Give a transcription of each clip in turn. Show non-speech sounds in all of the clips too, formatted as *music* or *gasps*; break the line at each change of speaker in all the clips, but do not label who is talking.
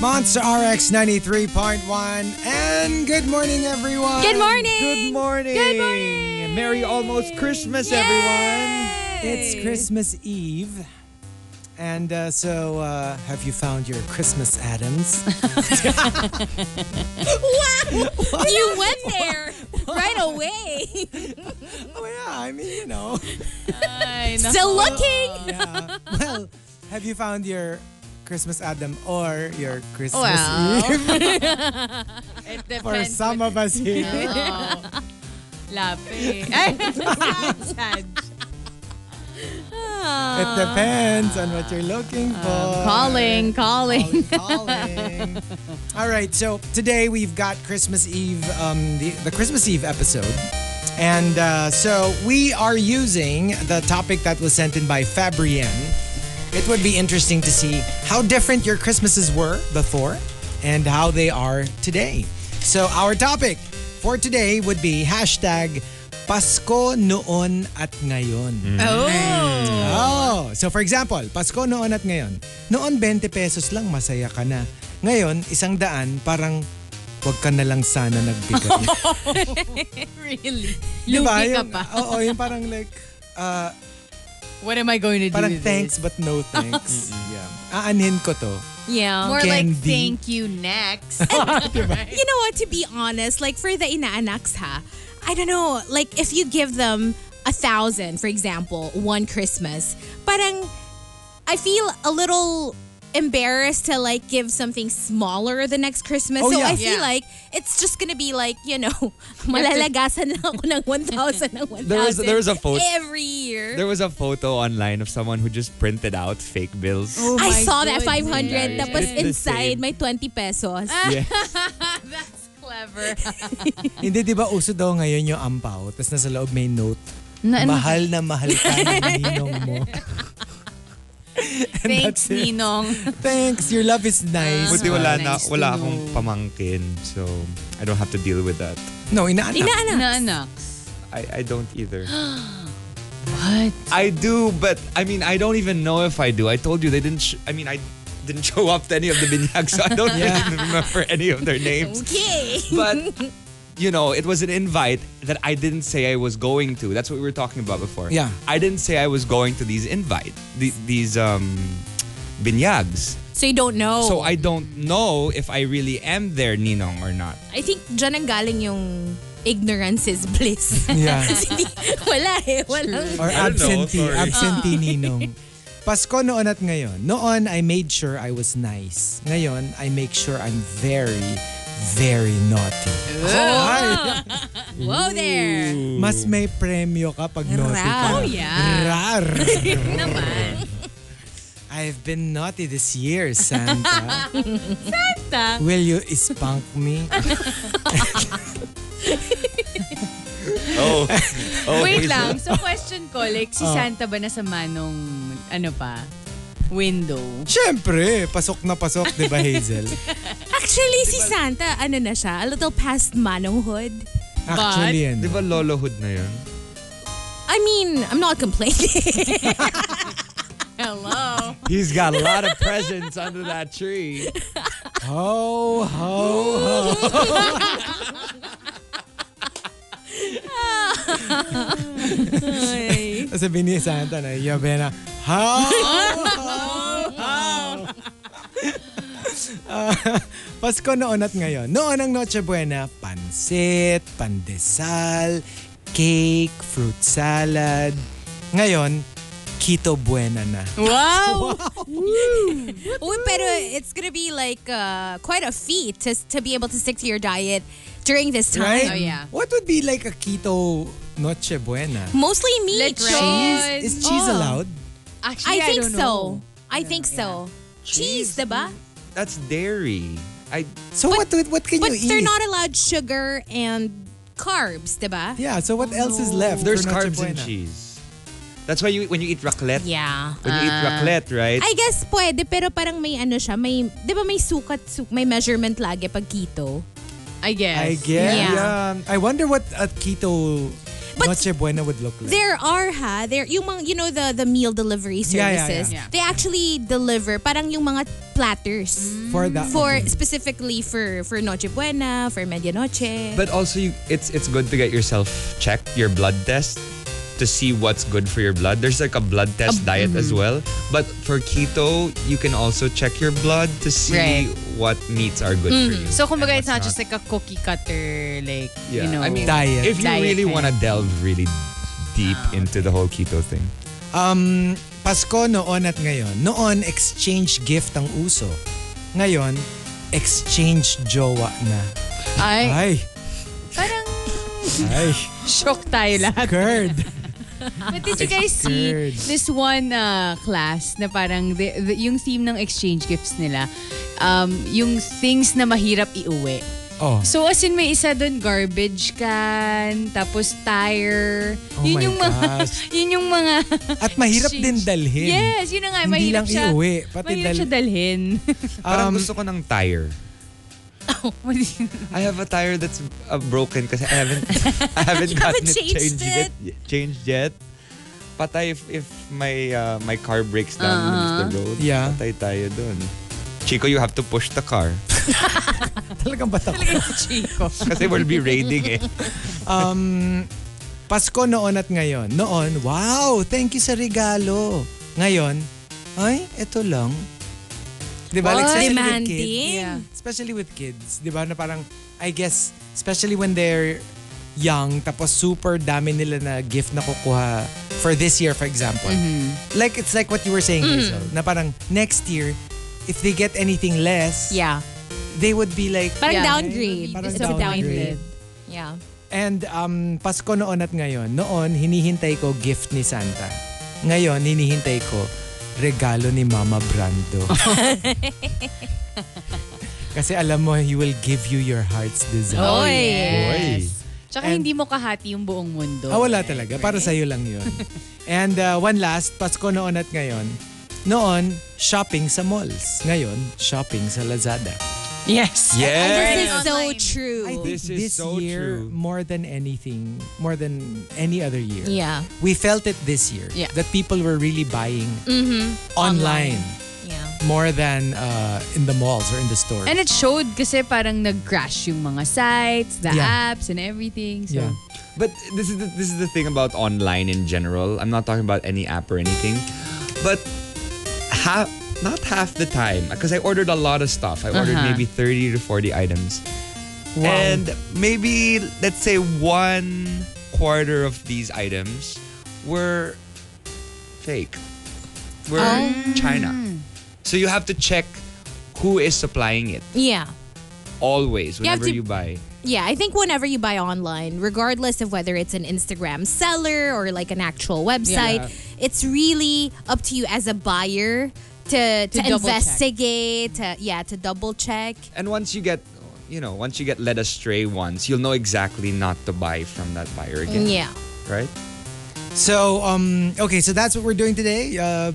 Monster RX 93.1 and good morning everyone.
Good morning.
Good morning.
Good morning.
Merry almost Christmas,
Yay!
everyone.
It's Christmas Eve. And uh, so uh, have you found your Christmas
*laughs*
Adams?
Wow! you went there right away.
oh yeah, I mean, you know.
Still looking. *laughs*
Yeah. Well, have you found your Christmas Adam or your Christmas
Wow.
Eve *laughs*
It
for
depends.
some of us here?
*laughs*
Lapi. *laughs* Ay, sad, sad.
It depends on what you're looking
Um,
for.
Calling, calling.
Calling. All right, so today we've got Christmas Eve, um, the, the Christmas Eve episode. And uh, so we are using the topic that was sent in by Fabrienne. It would be interesting to see how different your Christmases were before and how they are today. So our topic for today would be hashtag Pasko noon at ngayon.
Oh.
Oh, so for example, Pasko noon at ngayon. Noon 20 pesos lang masaya ka na. Ngayon, isang daan parang wag ka na lang sana nagbigay.
Really?
Di ba?
Lugi ka
Yung-
pa.
Oo, yung parang like, uh,
What am I going to do
parang
with
thanks but no thanks. yeah. Aanhin ko to.
this?
Yeah.
More like
Candy.
thank you *laughs* next. Diba?
You know what? To be honest, like for the inaanaks ha, I don't know. Like if you give them a thousand, for example, one Christmas, parang I feel a little embarrassed to like give something smaller the next Christmas.
Oh,
so
yeah.
I feel
Yeah.
like it's just gonna be like, you know, *laughs* malalagasan lang ako ng 1,000 ng 1,000
There was- there was a photo-
every year.
There was a photo online of someone who just printed out fake bills.
I
my
saw that 500
goodness.
Yeah,
tapos
it's the
inside my
same.
20 pesos.
*laughs*
Yeah.
That's clever.
Hindi, di ba uso daw ngayon yung ampaw, tapos nasa loob may note.
Na-
mahal na mahal ka ng ninong mo. And
Thanks,
that's it.
Ninong.
Thanks, your love is nice.
Buti wala, na,
Nice to
wala
know.
akong pamangkin. So, I don't have to deal with that.
No, inaanak.
Inaanak.
Nanak.
I, I don't
*gasps*
either.
What?
I do, but I mean, I don't even know if I do. I told you they didn't. Sh- I mean, I didn't *laughs* show up to any of the binyags, so I don't really remember any of their
*laughs*
names.
Okay.
But you know, it was an invite that I didn't say I was going to. That's what we were talking about before.
Yeah.
I didn't say I was going to these invite the- these um binyags.
So you don't know.
Oh.
So I don't know if I really am there, Ninong, or not.
I think dyan ang galing yung ignorance is bliss.
Yeah.
Kasi hindi- wala eh. Walang,
Or
I don't know,
absentee.
sorry.
*laughs*
absentee ninong. Pasko noon at ngayon. Noon, I made sure I was nice. Ngayon, I make sure I'm very, very naughty.
Ah.
Ay,
whoa there.
*laughs*
mas may premyo ka pag naughty ka.
Oh, yeah. *laughs*
Rar.
Naman.
I've been naughty this year,
*laughs*
Santa.
Ta.
Will you spunk me?
*laughs*
Oh, oh
Wait lang. So question ko, like, si Santa ba nasa manong, ano pa, window?
Siyempre, pasok na pasok, di ba Hazel?
Actually, si Santa, ano na siya? A little past manhood.
Actually, ano?
Di ba lolohood na yun?
I mean, I'm not complaining.
Hello.
He's got a lot of presents under that tree.
Ho, ho, ho. Sabi ni Santa na, yabe na, how? *laughs* Pasko noon at ngayon. Noon ang Noche Buena, pansit, pandesal, cake, fruit salad. Ngayon, keto buena na. *laughs*
Wow!
Uy, pero it's gonna be like uh, quite a feat to, to be able to stick to your diet during this time.
Right?
Oh, yeah.
What would be like a keto Noche Buena?
Mostly meat,
Lechon.
right?
Is cheese
Oh.
allowed?
Actually,
I,
I,
think
don't
so.
know.
I think so. Cheese, diba?
That's dairy. I
So what what, what can
But
you eat?
they're not allowed sugar and carbs, diba?
yeah, so what else is left?
there's
for Noche
carbs in
Buena?
cheese. That's why you when you eat raclette.
Yeah.
When
Uh,
you eat raclette, right?
I guess pwede, pero parang may ano siya, may, di ba may sukat, su- may measurement lagi pag keto?
I guess.
I guess.
Yeah.
Yeah. I wonder what a keto
But-
Noche Buena would look like.
There are ha, there yung mga you know the the meal delivery
Yeah, yeah,
services.
yeah. Yeah.
They actually deliver parang yung mga platters
for that.
for specifically for for Noche Buena, for Medianoche.
But also, you, it's it's good to get yourself checked, your blood test, to see what's good for your blood. There's like a blood test diet
mm-hmm.
as well. But for keto, you can also check your blood to see
Right. Mm-hmm.
what meats are good for you.
So, kumbaga,
and
it's not
what's
just like a cookie cutter, like,
Yeah.
you know.
I mean,
Diet.
If you
Diet Ah,
really
thing.
want to delve really deep into the whole keto thing,
Um, Pasko noon at ngayon. Noon, exchange gift ang uso. Ngayon, exchange jowa na.
ay,
Ay,
parang
*laughs*
ay,
shock tayo lahat.
curd.
But did you guys see
Scared.
this one uh, class na parang the, the- yung theme ng exchange gifts nila, um, yung things na mahirap iuwi.
Oh.
So as in may isa doon garbage can, tapos tire.
Oh my
yun yung mga
gosh.
*laughs* yun yung mga
At mahirap din
exchange.
dalhin.
Yes, yun na nga
Hindi
mahirap
lang
siya.
iuwi, pati
mahirap
dal-
siya dalhin. *laughs*
parang
Um,
gusto ko ng tire.
What do you-
I have a tire that's uh, broken because I haven't I haven't
You
gotten
haven't
it
changed
changed yet. Changed yet. Patay if if my uh, my car breaks down in the middle of the road.
Yeah.
Patay tayo dun. Chico, you have to push the car.
Talagang batak.
Kasi we'll be raiding eh.
*laughs* Um, Pasko noon at ngayon. Noon, wow, thank you sa regalo. Ngayon, ay, eto lang. Di ba? Like,
What?
especially with kids.
demanding.
Yeah.
Especially with kids. Di ba? Na parang, I guess, especially when they're young, tapos super dami nila na gift na kukuha for this year, for example.
Mm-hmm.
Like, it's like what you were saying, Hazel, na parang next year, if they get anything less,
Yeah.
they would be like,
Parang
Yeah.
downgrade.
Parang
It's a
downgrade.
downgrade. Yeah.
And um, Pasko noon at ngayon, noon hinihintay ko gift ni Santa. Ngayon, hinihintay ko regalo ni Mama
*laughs*
Brando. Kasi alam mo, he will give you your heart's
Oh,
desire.
yes.
Oy.
Tsaka
And-
hindi mo kahati yung buong mundo.
Ah, wala talaga. Para sa'yo lang
*laughs*
yun. And uh, one last, Pasko noon at ngayon. Noon, shopping sa malls. Ngayon, shopping sa Lazada.
Yes.
And
Yeah.
this is so
Online.
true.
I think
This is
this
so
year,
true.
more than anything, more than any other year,
Yeah.
we felt it this year
Yeah.
that people were really buying online,
Yeah.
more than uh, in the malls or in the stores.
And it showed kasi parang nag-crash yung mga sites, the
Yeah.
apps, and everything. So,
yeah.
But this is the, this is the thing about online in general. I'm not talking about any app or anything, but half not half the time because I ordered a lot of stuff. I ordered
Uh-huh.
maybe 30 to 40 items.
Wow.
And maybe let's say one quarter of these items were fake. Were
Oh.
China. So you have to check who is supplying it
Yeah.
always
You have
whenever
to-
you buy.
Yeah, I think whenever you buy online, regardless of whether it's an Instagram seller or like an actual website, it's really up to you as a buyer to to,
double check.
investigate, to, yeah, to double check.
And once you get, you know, once you get led astray once, you'll know exactly not to buy from that buyer again.
Yeah.
Right?
So, um, okay, so that's what we're doing today. Uh,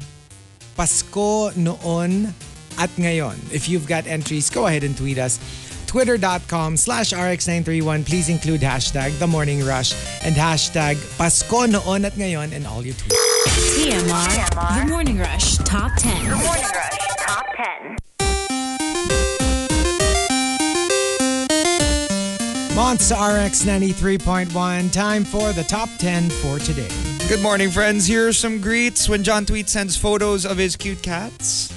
Pasko noon at ngayon. If you've got entries, go ahead and tweet us. Twitter.com slash RX931. Please include hashtag The Morning Rush and hashtag Pasko noon at ngayon in all your tweets.
TMR, The Morning Rush Top 10.
Morning Rush Top 10.
Monts RX 93.1. Time for the top 10 for today.
Good morning, friends. Here are some greets when John Tweet sends photos of his cute cats.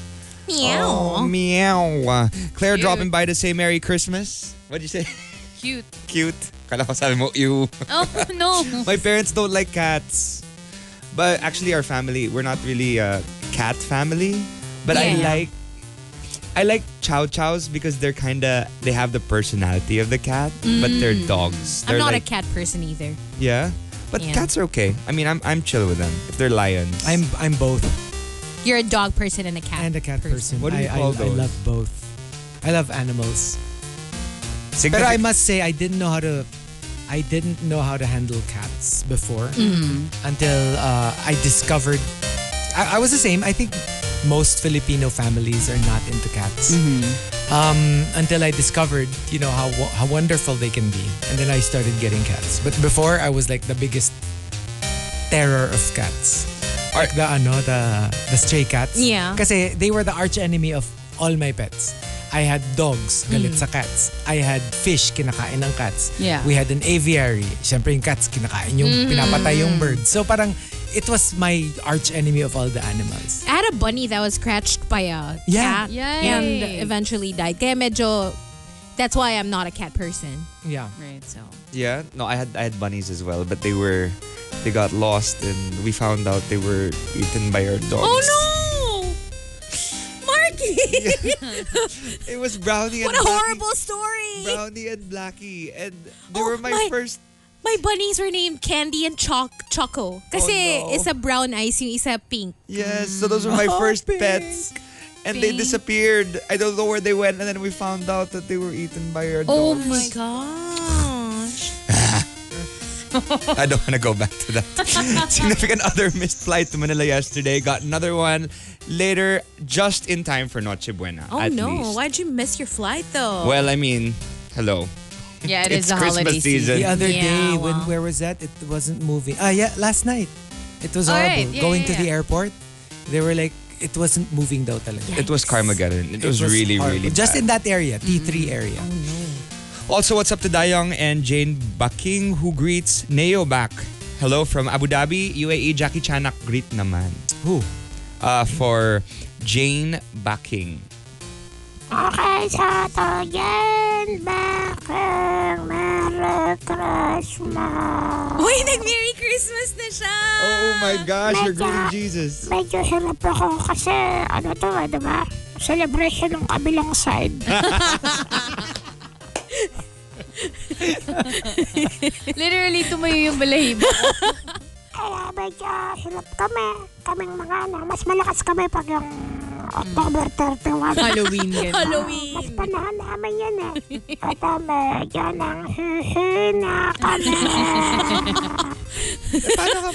Meow.
Oh, meow. Claire
Cute.
dropping by to say Merry Christmas. What'd you say? *laughs*
cute.
Cute. Kala ko sabi mo, ew.
Oh, *laughs* no.
My parents don't like cats. But actually, our family, we're not really a cat family. But I
Yeah.
like. I like chow chows because they're kind of they have the personality of the cat, but they're dogs.
Mm. I'm
They're
not
like-
a cat person either.
Yeah, but
Yeah.
cats are okay. I mean, I'm I'm chill with them if they're lions.
I'm I'm both
You're a dog person and a cat.
and a cat person.
What do you
I, I,
call
I
those?
love both. I love animals. But
Signific-
I must say, I didn't know how to. I didn't know how to handle cats before until uh, I discovered. I, I was the same. I think most Filipino families are not into cats. Um, until I discovered, you know, how wo- how wonderful they can be, and then I started getting cats. But before, I was like the biggest terror of cats. Like the ano, the the stray cats.
Yeah.
Kasi they were the arch enemy of all my pets. I had dogs, galit sa cats. I had fish, kinakain ng cats.
Yeah.
We had an aviary. Siyempre yung cats, kinakain yung pinapatay yung birds. So parang it was my arch enemy of all the animals.
I had a bunny that was scratched by a
Yeah.
cat
Yay.
and eventually died. Kaya medyo, that's why I'm not a cat person.
Yeah.
Right, so.
Yeah. No, I had I had bunnies as well, but they were they got lost and we found out they were eaten by our dogs.
Oh no!
*laughs*
Marky!
It was Brownie
what
and
a
Blackie.
horrible story!
Brownie and Blackie and they
Oh,
were my,
my-
first
My bunnies were named Candy and Choc Choco. Kasi
Oh, no.
isa brown eyes, yung isa pink.
Yes, so those were my first
pink.
pets. And they
Pink.
disappeared. I don't know where they went and then we found out that they were eaten by our
Oh
dogs.
my gosh.
*laughs* I don't want to go back to that. Significant other missed flight to Manila yesterday. Got another one later, just in time for Noche Buena.
Oh
at
no,
least.
why'd you miss your flight though?
Well, I mean, hello.
Yeah, it
It's
is the
Christmas
holiday
season.
season.
The other
Yeah,
day,
wow.
when where was that? It wasn't moving. Ah, yeah, last night. It was
Oh,
horrible.
right. Yeah,
Going
yeah,
to the
yeah.
airport, they were like, it wasn't moving daw talaga.
It was Carmageddon. It, was, really,
horrible.
really
Just
bad.
in that area, T3
Mm.
area.
Also, what's up to Dayong and Jane Baking who greets Neo back. Hello from Abu Dhabi, UAE. Jackie Chanak greet naman.
Who?
Uh, for Jane Baking.
Okay, sa to yan, bakit Merry Christmas?
Uy, nag-Merry Christmas na siya!
Oh, gosh,
you're greeting *laughs*
Jesus.
Medyo hirap ako kasi ano to, eh, di ba? Celebration ng kabilang side.
Literally, tumayo yung balahibo.
Kaya medyo hirap kami. Kaming mga ano, mas malakas kami pag yung October 31.
*laughs* Halloween ganun.
Halloween!
Mas panahon namin yan eh. At uh, medyo nang na kami.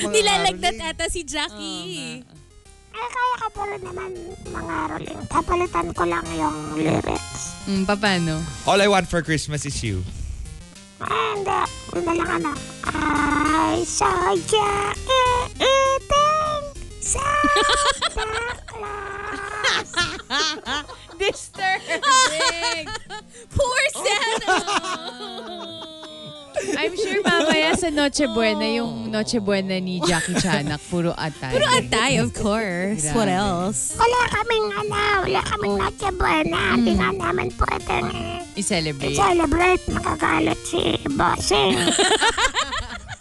Nilalagdat ata si
Oh,
Jackie.
Eh, kaya ka pa rin naman mga rolling. Papalitan ko lang yung lyrics.
Mm, paano?
All I want for Christmas is you.
And, uh, yun na lang ano. I saw you eating Santa Claus.
Disturbing!
Poor
Oh,
Santa!
*laughs* I'm sure mamaya sa Noche Buena, yung Noche Buena ni Jackie Chanak, puro atay.
Pero atay, of course. What else?
Wala kaming ano, wala kaming Noche Buena. Hindi nga namin pwedeng
I-celebrate.
celebrate. Makagalit si Bossing.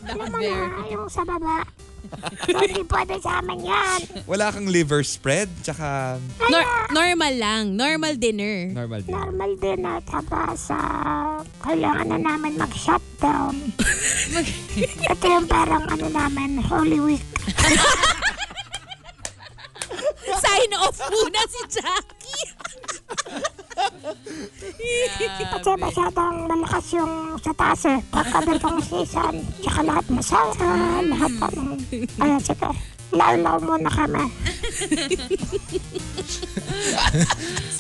Alam mo
there.
na, yung sa baba. Hindi pwede sa amin yan.
Wala kang liver spread, tsaka
Nor- normal lang. Normal dinner.
normal din.
Normal din na tapos ah, kailangan na namin mag-shutdown. Ito yung parang ano namin, Holy Week.
Sign off muna si Jackie.
Kasi masyadong malakas yung sa taas eh. Pagkabitong season, tsaka lahat masaya, lahat ano. Ayun, sige. Lalaw muna kami.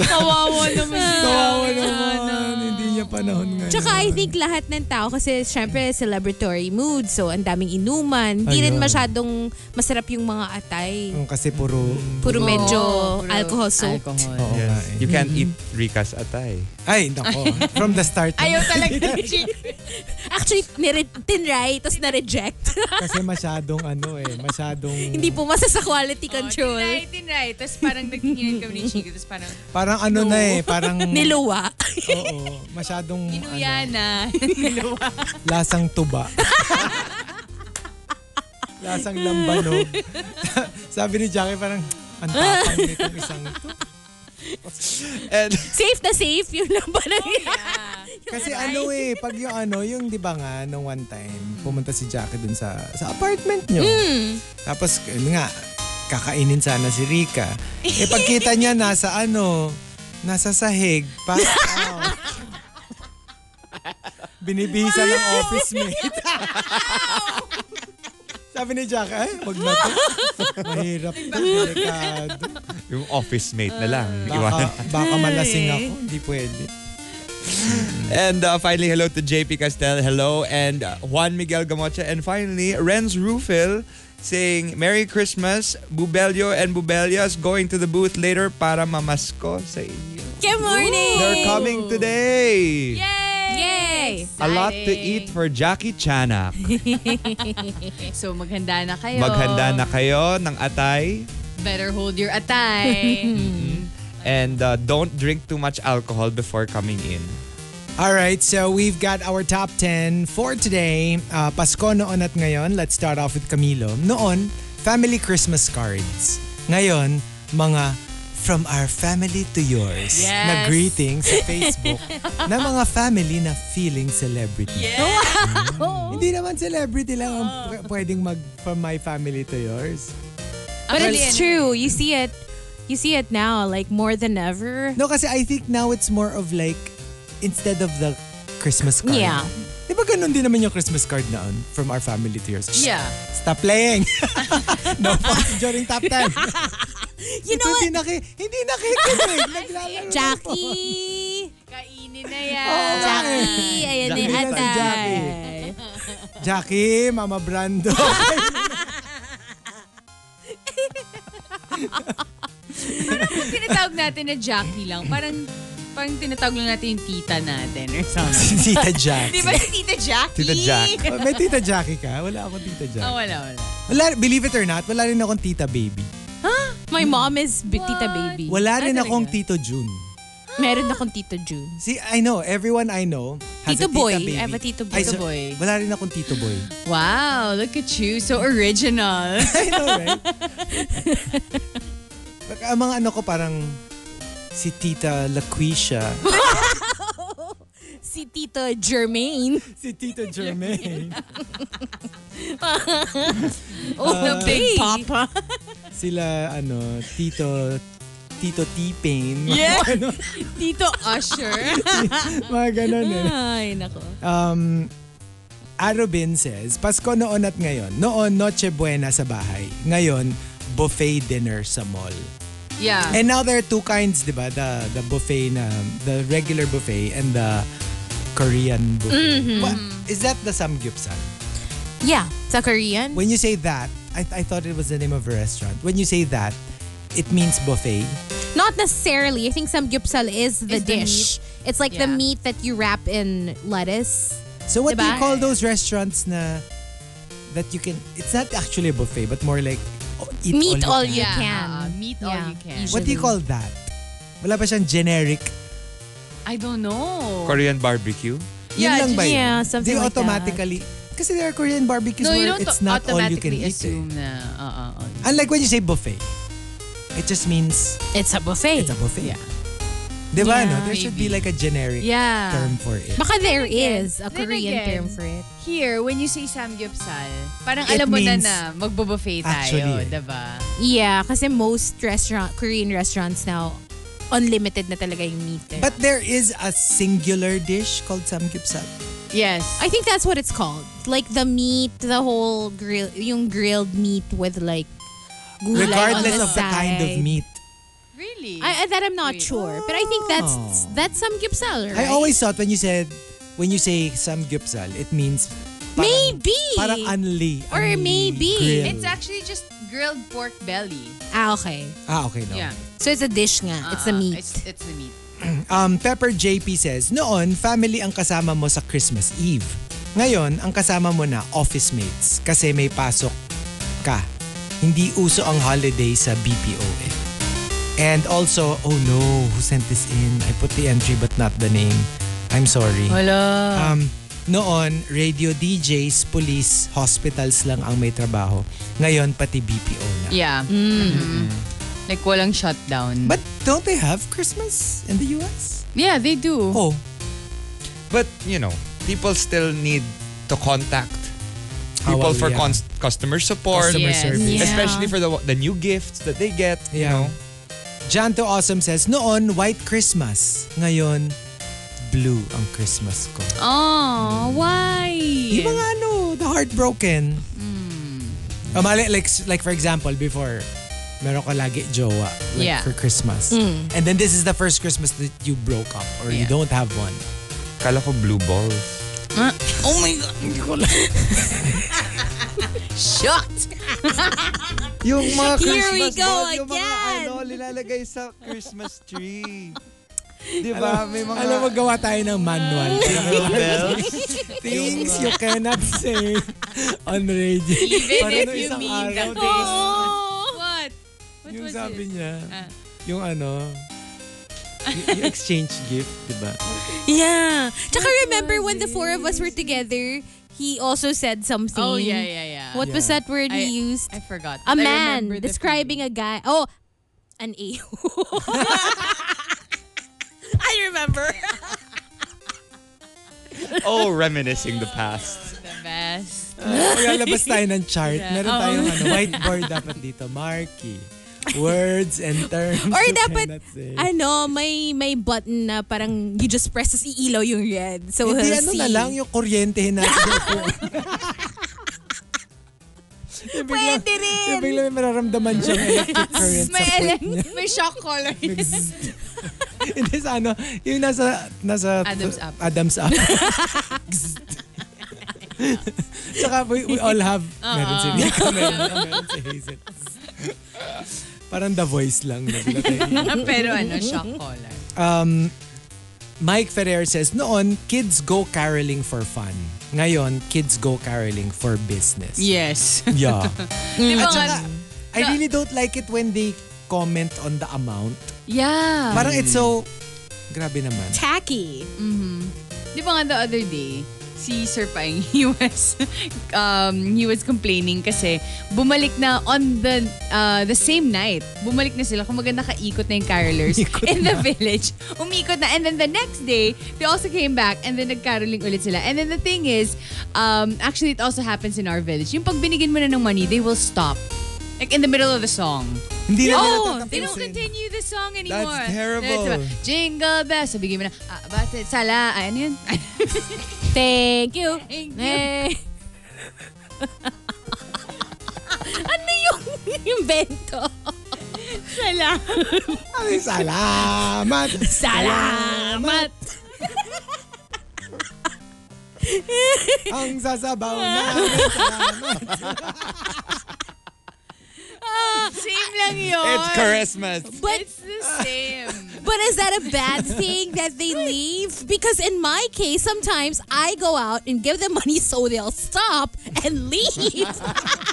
Kawawa naman yun.
Kawawa naman. Hindi niya panahon ngayon.
Tsaka I think lahat ng tao kasi syempre celebratory mood. So ang daming inuman. Hindi rin
Ayun.
masyadong masarap yung mga atay.
Mm, Kasi puro...
Puro
Oo,
medyo
puro
alcohol soaked.
alcohol.
Oo nga eh.
You can't eat Ricas atay.
Ay, nako. From the start.
*laughs* Ayaw talaga *laughs* ng chick.
Actually, nire- tinry, tapos na-reject.
*laughs*
*laughs*
Kasi masyadong ano eh. Masyadong...
Hindi pumasa sa quality
Tinry,
control.
tinry. Tapos parang nagkinginan kami ni Chico. Tapos parang,
Parang ano na eh.
*laughs*
Parang...
Niluwa. *laughs*
Oo. Masyadong
inuya
ano,
*laughs* na.
lasang tuba. lasang lambanog. Sabi ni Jackie parang, ang tapang nitong isang to.
And
safe na safe yung
Oh,
labanan niya.
Kasi ano eh, pag yung ano, yung di ba nga, nung one time, pumunta si Jackie dun sa, sa apartment nyo. Tapos, yun nga, kakainin sana si Rika. Eh pagkita niya, nasa ano, nasa sahig, pass out. Binibihisa ng office mate. Sabi ni Jackie, ay, wag na to. Mahirap to, delikado.
yung office mate na lang.
Baka,
Iwanan.
baka malasing ako, hindi pwede.
And uh, finally, hello to JP Castel. Hello. And uh, Juan Miguel Gamocha. And finally, Renz Rufil saying, Merry Christmas, Bubelio and Bubelias going to the booth later para mamasko sa inyo.
Good morning!
They're coming today!
Yay!
A lot to eat for Jackie Chanak.
So maghanda na kayo.
Maghanda na kayo ng atay
Better hold your *laughs* atay.
and uh, don't drink too much alcohol before coming in.
All right, so we've got our top 10 for today. Uh, Pasko noon at ngayon. Let's start off with Camilo. Noon, family Christmas cards. Ngayon, mga from our family to yours na
Yes.
greeting sa Facebook na mga family na feeling celebrity. Mm. Hindi naman celebrity lang ang pw- pwedeng mag from my family to yours.
But
ano
it's true. You see it. You see it now, like more than ever.
No, kasi I think now it's more of like instead of the Christmas card.
Yeah.
Di ba ganun din naman yung Christmas card noon from our family to yours? Shh,
Yeah.
Stop playing. *laughs* no pause during top 10.
*laughs*
You
Ito,
know
Hindi
what,
naki, hindi
*laughs*
nakikinig. Naglalaro.
Jackie?
Kainin na yan.
Oo nga eh.
Jackie, ayan na yung
Jackie lang si
atay.
Jackie, Mama Brando.
*laughs*
*laughs*
tinatawag natin na Jackie lang. Parang parang tinatawag lang natin yung tita natin or
*laughs*
something.
si Tita Jack.
Di ba
*laughs*
si Tita Jackie?
Tita Jack.
May Tita Jackie ka? Wala akong Tita
Oh,
Jackie.
wala, wala.
Wala, believe it or not, wala rin akong Tita Baby.
My mom is B- Tita
What?
Baby.
Wala
Ah,
rin
talaga?
akong Tito June.
Meron akong Tita June.
See, I know, everyone I know has a
Tito
Tita
Boy.
Baby.
I have a Tito
Ay,
Boy.
so-
Boy.
Wala rin akong Tito Boy. *laughs*
Wow, look at you. So original.
I know, right? Bak- Ang mga ano ko parang si Tita Laquisha, *laughs*
Si Tita Germaine.
si Tito
*laughs*
Jermaine,
Oh, the big papa.
sila ano, Tito Tito
*laughs*
T-Pain. Mga
Yeah.
ganun.
Tito Usher.
Mga ganun eh.
Ay, nako.
Um, Arobin says, Pasko noon at ngayon. Noon, Noche Buena sa bahay. Ngayon, buffet dinner sa mall.
Yeah.
And now there are two kinds, di ba? The, the buffet na, the regular buffet and the Korean buffet. What- is that the samgyupsal?
Yeah, sa Korean.
When you say that, I, I thought it was the name of a restaurant. When you say that, it means buffet.
Not necessarily. I think samgyupsal is the
Is the
dish. it's like the
Yeah.
meat that you wrap in lettuce.
So what do you
Diba?
call those restaurants na that you can, it's not actually a buffet, but more like oh, eat
Meat
all
all
you
you
can.
can.
uh, meat all you can.
What do you call that? Wala ba siyang generic?
I don't know.
Korean barbecue.
Yun
Yeah,
lang ba yun?
yeah,
Do
something
you
like that.
automatically, kasi there are Korean barbecues
No, you
where
don't
it's not all you can
automatically
eat. eh.
assume na. Uh, uh, uh,
Unlike when you say buffet, it just means
It's a buffet.
it's a buffet.
Yeah.
Di ba,
Yeah.
no? There should be like a generic
Yeah.
term for it.
Baka there
again,
is a
then
Korean
again,
term for it.
Here, when you say samgyupsal, parang
It
alam mo na
means-
na magbo-buffet tayo,
Actually, eh.
diba?
Yeah, kasi most restaurant Korean restaurants now unlimited na talaga yung meat. eh.
But there is a singular dish called samgyupsal.
Yes.
I think that's what it's called. Like the meat, the whole grill, yung grilled meat with like gulay
Regardless
on the
of the kind of
side.
meat.
really?
I, I- that I'm not
Wait.
sure, but I think that's that's samgyupsal,
Oh.
right?
I always thought when you said, when you say samgyupsal, it means parang,
maybe
parang unli.
Or
unli
maybe.
grill.
It's actually just grilled pork belly.
ah okay.
ah, okay, no.
Yeah.
So it's a dish nga. it's a
Uh-uh,
meat.
It's, it's the meat.
Um, Pepper JP says, Noon, family ang kasama mo sa Christmas Eve. Ngayon, ang kasama mo na office mates kasi may pasok ka. Hindi uso ang holiday sa BPO eh. And also, oh no, who sent this in? I put the entry but not the name. I'm sorry.
Hello.
Um, noon, radio DJs, police, hospitals lang ang may trabaho. Ngayon, pati BPO na.
Yeah. Mm-hmm. Like walang shutdown.
But don't they have Christmas in the US?
yeah, they do.
Oh,
But, you know, people still need to contact
Ah,
people
well,
for
yeah.
cons- customer support.
customer
Yes.
service.
Yeah.
Especially for the the new gifts that they get, you
Yeah.
know.
John to Awesome says, Noon, white Christmas. Ngayon, blue ang Christmas ko.
Oh, why?
Yung mga ano, the heartbroken.
Hmm.
Oh, mali, like, like for example, before, meron ko lagi jowa like
Yeah. Hmm.
for Christmas. And then this is the first Christmas that you broke up or you
Yeah.
don't have one.
Kala ko blue balls.
Oh my God. Shocked!
Yung mga
Here we
Christmas
go
doll, yung mga
again.
ano, nilalagay sa Christmas *laughs* tree. Di ba? May mga...
Alam mo,
*laughs*
gawa tayo ng
*laughs*
manual.
bells.
*laughs*
Things you cannot
*laughs*
say on radio.
*laughs* Even
Parang
if
nung
you
isang
mean
araw,
the
di ba?
What? What
yung
was
sabi
it?
niya,
Ah.
yung ano, y- yung exchange gift, di ba?
Yeah. Tsaka remember when the four of us were together, he also said something.
Oh, yeah, yeah, yeah.
What was
Yeah.
that word he used?
I forgot.
A man describing a guy. Oh, an a. *laughs* I remember.
Oh, reminiscing the past.
The best.
Kaya labas tayo ng chart. Meron
Oo.
tayong ano, whiteboard dapat dito. Marky. Words and terms
Or
you
dapat,
cannot say.
ano, may may button na parang you just press tapos iilaw yung red. So
Hindi,
he'll
ano
see.
na lang yung kuryentehin natin. yung phone. Yung bigla-
*laughs* Pwede rin.
Yung bigla may mararamdaman siyang electric current sa
May,
phone.
*laughs* ele- may shock color.
*laughs* Hindi sa ano, yung nasa, nasa
Adam's apple.
Adam's apple.
*laughs*
Tsaka we, we all
*laughs*
have, meron si Nico, meron, ako, meron si Hazel. Parang the voice lang. nabigla tayo.
*laughs* Pero ano, shock color.
Mike Ferrer says, noon, kids go caroling for fun. Ngayon, kids go caroling for business.
*laughs* Yes.
Yeah.
Di ba?
I really don't like it when they comment on the amount.
Yeah.
Parang it's so, grabe naman.
Tacky.
Di ba nga the other day, si Sir Paing, *laughs* he was, um, he was complaining kasi bumalik na on the uh, the same night. Bumalik na sila. Kung maganda nakaikot na yung carolers
Umikot
in the village. Umikot na. And then the next day, they also came back and then nagkaroling ulit sila. And then the thing is, um, actually it also happens in our village. Yung pag binigyan mo na ng money, they will stop. Like in the middle of the song.
Hindi
*laughs*
na nila
Oh, they don't
tatapusin.
continue the song anymore.
terrible.
Diba? Jingle bells. Sabi mo na, ah, bakit? Sala, ah, ano yun?
Thank you. *laughs*
Thank you.
Eh. ano yung invento?
Sala.
Ay, salamat!
*laughs*
Salamat!
Ang sasabaw namin.
Same lang yun.
It's Christmas.
But
It's the same.
But is that a bad thing that they leave? Because in my case, sometimes I go out and give them money so they'll stop and
*laughs*
leave.
*laughs*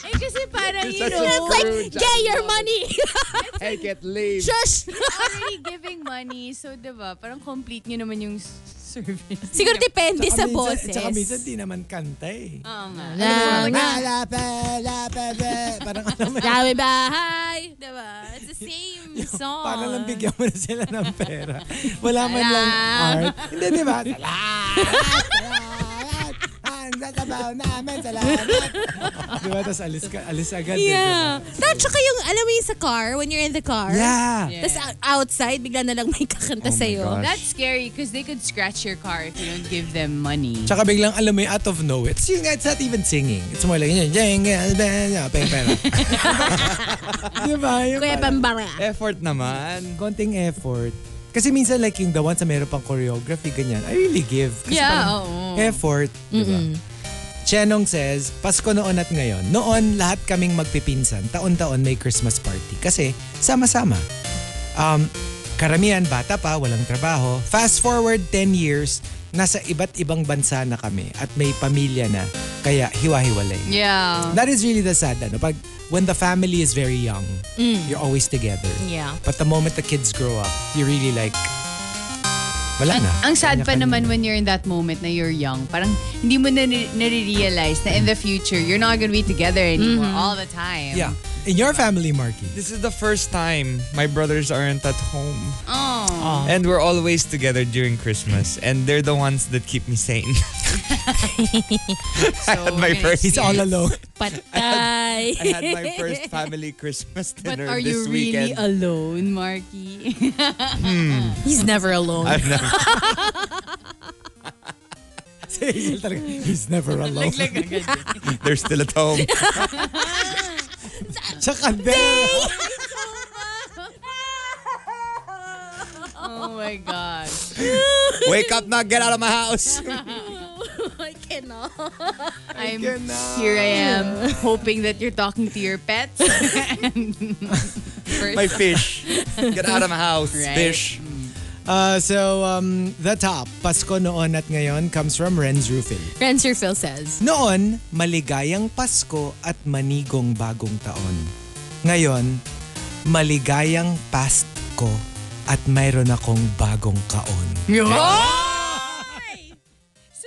eh, kasi parang, you
You're such a
know,
It's like,
Rude,
get your
*laughs*
money.
Take it, leave.
Shush.
already giving money. So, diba, parang complete nyo naman yung s- service.
Siguro depende
Tsaka
sa
minsan-
boses.
Tsaka minsan di naman kanta eh.
Oo Ah, ano nga.
Lang na-
Malape, lape, be. Parang ano alam mo,
Dami bahay. Diba? It's the
*laughs*
same song.
para lang bigyan mo na sila ng pera. Wala man lang art. Hindi, di ba? Salamat! Salamat! Ang sasabaw namin, salamat! di ba? Tapos alis, ka, alis agad. eh, di ba?
Yeah. Tapos tsaka yung, alam mo yung sa car, when you're in the car.
Yeah!
Tapos out- outside, bigla na lang may kakanta
Oh my
sa'yo.
gosh.
That's scary because they could scratch your car if you don't give them money.
Tsaka biglang alam mo yung out of nowhere. It's, yung, it's not even singing. It's more like, yun, jingle bell, yeah, pera, pera. di ba? Yung
Kuya
parang-
Bambara.
Effort naman.
konting effort. Kasi minsan like yung the ones na meron pang choreography, ganyan, I really give. Kasi
Yeah,
parang
oo.
effort, di ba? Chenong says, Pasko noon at ngayon. Noon, lahat kaming magpipinsan. Taon-taon may Christmas party. Kasi, sama-sama. Um, karamihan, bata pa, walang trabaho. Fast forward 10 years, nasa iba't ibang bansa na kami at may pamilya na. Kaya, hiwa-hiwalay.
Yeah.
That is really the sad, ano? Pag, when the family is very young,
Mm.
you're always together.
Yeah.
But the moment the kids grow up, you really like, wala na.
Ang sad pa
Kanya-kanya
naman
na.
when you're in that moment na you're young, parang hindi mo na nare-realize na in the future, you're not gonna be together anymore all the time.
Yeah. In your family, Marky.
This is the first time my brothers aren't at home.
Oh.
And we're always together during Christmas. And they're the ones that keep me sane. *laughs* I had my first
He's all alone. *laughs*
Patay.
I had my first family Christmas
But
dinner
are
this
you really
weekend.
alone, Marky?
He's never alone. *laughs*
I'm not-
Si Hazel talaga, he's never
*laughs*
alone.
*laughs* They're still at home.
*laughs*
*laughs*
Tsaka, there.
oh my gosh. Oh
Wake up now, get out of my house.
Oh, I cannot.
I'm
cannot.
here. I am hoping that you're talking to your pets. *laughs* And first,
My fish. Get out of my house,
Right.
fish.
Uh, so, um, the top, Pasko noon at ngayon, comes from Renz Rufil.
Renzer Phil says,
Noon, maligayang Pasko at manigong bagong taon. Ngayon, maligayang past ko at mayroon akong bagong kaon. *laughs*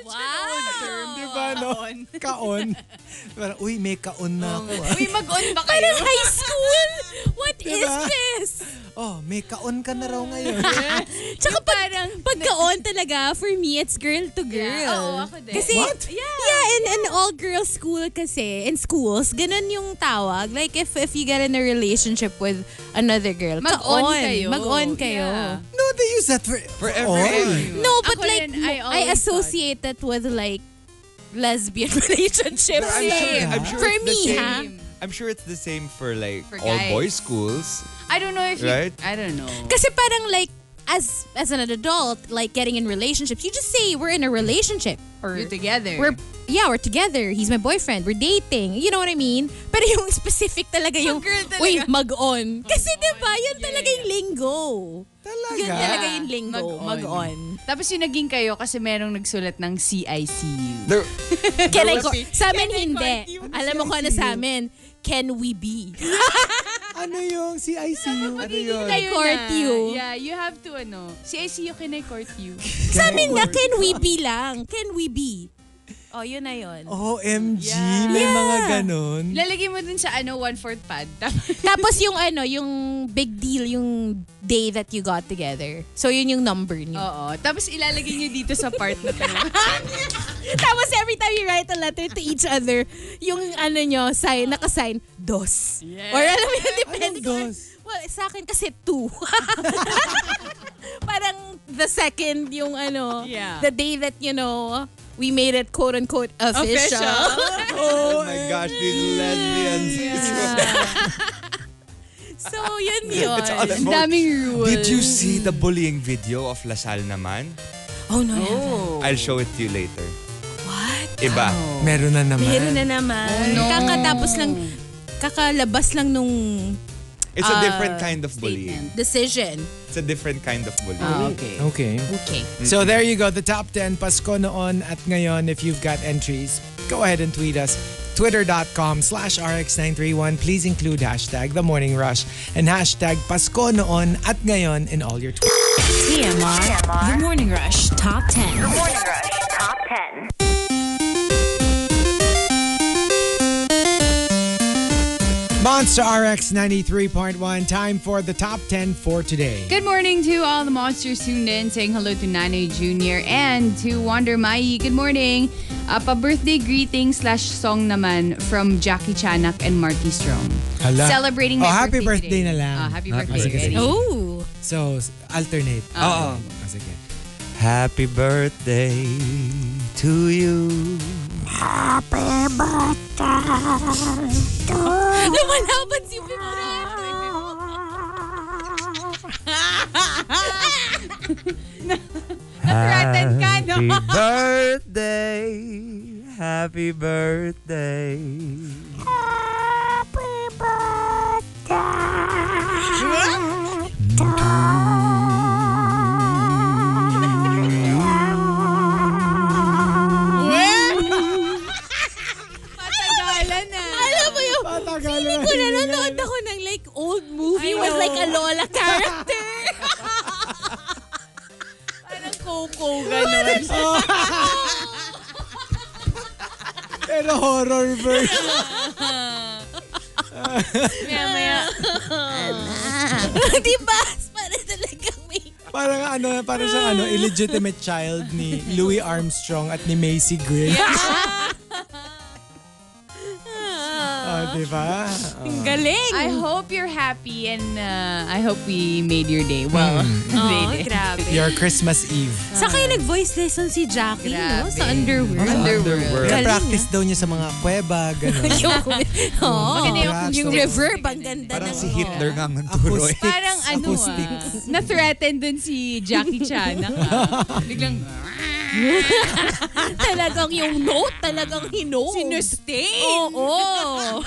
Wow!
Di ba, no? Kaon. Parang, uy, may kaon na ako. ah."
Uy, mag-on ba kayo?
Parang high school! What is
Diba?
this?
Oh, may kaon ka na raw
*laughs*
ngayon.
Tsaka pag,
*laughs*
pagkaon talaga, for me, it's girl to girl.
Yeah, oo, ako din.
Kasi,
What?
Yeah. in an all-girl school kasi, in schools, ganun yung tawag. Like, if if you get in a relationship with another girl,
Mag-on
kaon.
kayo.
Mag-on kayo.
Yeah.
no, they use that for,
For
every.
every.
No, but
Ako
like,
rin,
mo-
I
I,
always
associate that with like, lesbian *laughs* relationships.
I'm sure, I'm sure
For
it's the
me,
same.
ha?
I'm sure it's the same for like
For
all
guys.
boys schools.
I don't know if you...
Right?
I don't know.
Kasi parang like, as as an adult, like getting in relationships, you just say, we're in a relationship. Or
You're together.
we're yeah, we're together. He's my boyfriend. We're dating. You know what I mean? Pero yung *laughs* specific talaga yung,
girl talaga.
uy, mag-on. Kasi di ba, yun
Yeah,
talaga yung lingo.
Talaga?
Yun talaga yung lingo,
Mag-on.
*laughs* mag-on.
Tapos yung naging kayo kasi merong nagsulat ng CICU.
There,
Can I
was
go?
a-
Sa amin hindi.
you?
Alam mo kung ano sa amin, can we be?
Ano yung CICU? Ano yun?
Can I court you?
Yeah, you have to ano. CICU, can I court you?
Sa amin nga, can we be lang. Can we be? Oh, yun na yun.
OMG, may mga ganun.
Lalagay mo dun sa ano, one-fourth pad. *laughs* Tapos-
Tapos yung ano, yung big deal, yung day that you got together. So yun yung number niyo.
Oo. Tapos ilalagay niyo dito sa part na
*laughs*
to.
*laughs* Tapos every time you write a letter to each other, yung ano nyo, sign, nakasign, dos.
Yeah.
Or alam mo yun, depende
Anong
kung-
dos?
Well, sa akin kasi two. *laughs* Parang the second yung ano,
Yeah.
the day that, you know, we made it quote-unquote official. *laughs*
oh my gosh, these lesbians.
So, yun yun.
It's all
Ang daming rules.
Did you see the bullying video of Lasal naman?
oh no,
Oh.
I'll show it to you later.
what?
Iba.
Meron na naman.
Meron na naman.
no.
Kakatapos lang, kakalabas lang nung
It's a
Uh,
different kind of bullying.
decision.
It's a different kind of bullying.
Ah, okay.
Okay.
Okay.
So there you go, the top 10 Pasko noon at ngayon. If you've got entries, go ahead and tweet us. Twitter.com slash RX931. Please include hashtag The Morning Rush and hashtag Pasko noon at ngayon in all your tweets.
TMR. The Morning Rush Top 10.
Morning Rush Top 10.
Monster RX 93.1. Time for the top 10 for today.
Good morning to all the monsters tuned in, saying hello to Nani Jr. and to Wander Mai. Good morning. Up a birthday greeting slash song naman from Jackie Chanak and Marky Strong.
Hala.
Celebrating my
Oh, happy birthday
today.
na lang.
Oh, happy,
Happy
birthday.
birthday.
Eddie.
Oh.
So, s- alternate.
Oo.
Ah, sige.
Happy birthday to you.
Oh. Lumalaban si Pimora.
Ah.
Threatened ka, no? *laughs*
Happy birthday. Happy birthday.
Patagalan na.
Alam mo yung
Patagalan.
Kung nanonood ako ng like old movie
I
with
know.
like a Lola *laughs* character.
Parang Coco, ganun.
Pero horror version.
Maya, maya.
Di ba? Para talagang may...
Parang ano, parang siyang ano, illegitimate child ni Louis Armstrong at ni Macy Gray. Ah, di ba? Ah.
Galing!
I hope you're happy and uh, I hope we made your day. Well,
Hmm.
*laughs* they did.
grabe.
Your Christmas Eve.
Saka yung nag-voice lesson si Jackie, no? Sa
Grabe.
underwear.
Underworld.
Kaya
Galing,
practice daw niya sa mga kuweba, *laughs* gano'n.
*laughs* yung, oh,
Maganda yung
yung
acoustic.
reverb, ang ganda
Parang
ng-
si Hitler nga ang
Acoustic.
nagturo eh.
Parang ano
Acoustics.
ah, na-threaten dun si Jackie Chan. ah. *laughs* Biglang,
*laughs* talagang yung note, talagang hinold. Sinustain.
Oh,
Oo.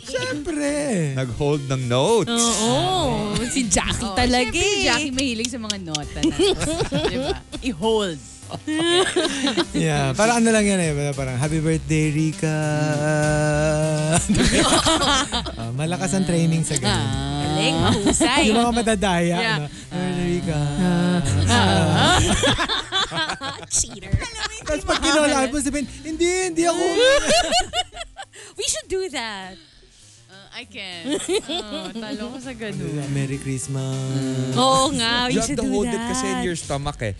Siyempre.
Nag-hold ng notes.
Oo. *laughs* Si Jackie
Oh,
talaga
Siyempre, si
eh.
Jackie mahilig sa mga nota na. diba? I-hold.
Yeah, parang ano lang yan eh. Parang, happy birthday, Rika. Ah, malakas ang training sa ganun.
Galing, *laughs* mahusay.
Yung mga madadaya.
Yeah.
ano, "Happy birthday, Rika.
Cheater.
Tapos pag kinolaan mo, sabihin, hindi, hindi ako.
We should do that.
Uh, I can. Oh, talo ko sa ganun.
Merry Christmas.
Oo nga, we
You have
should
to
do
hold it
that.
kasi in your stomach eh.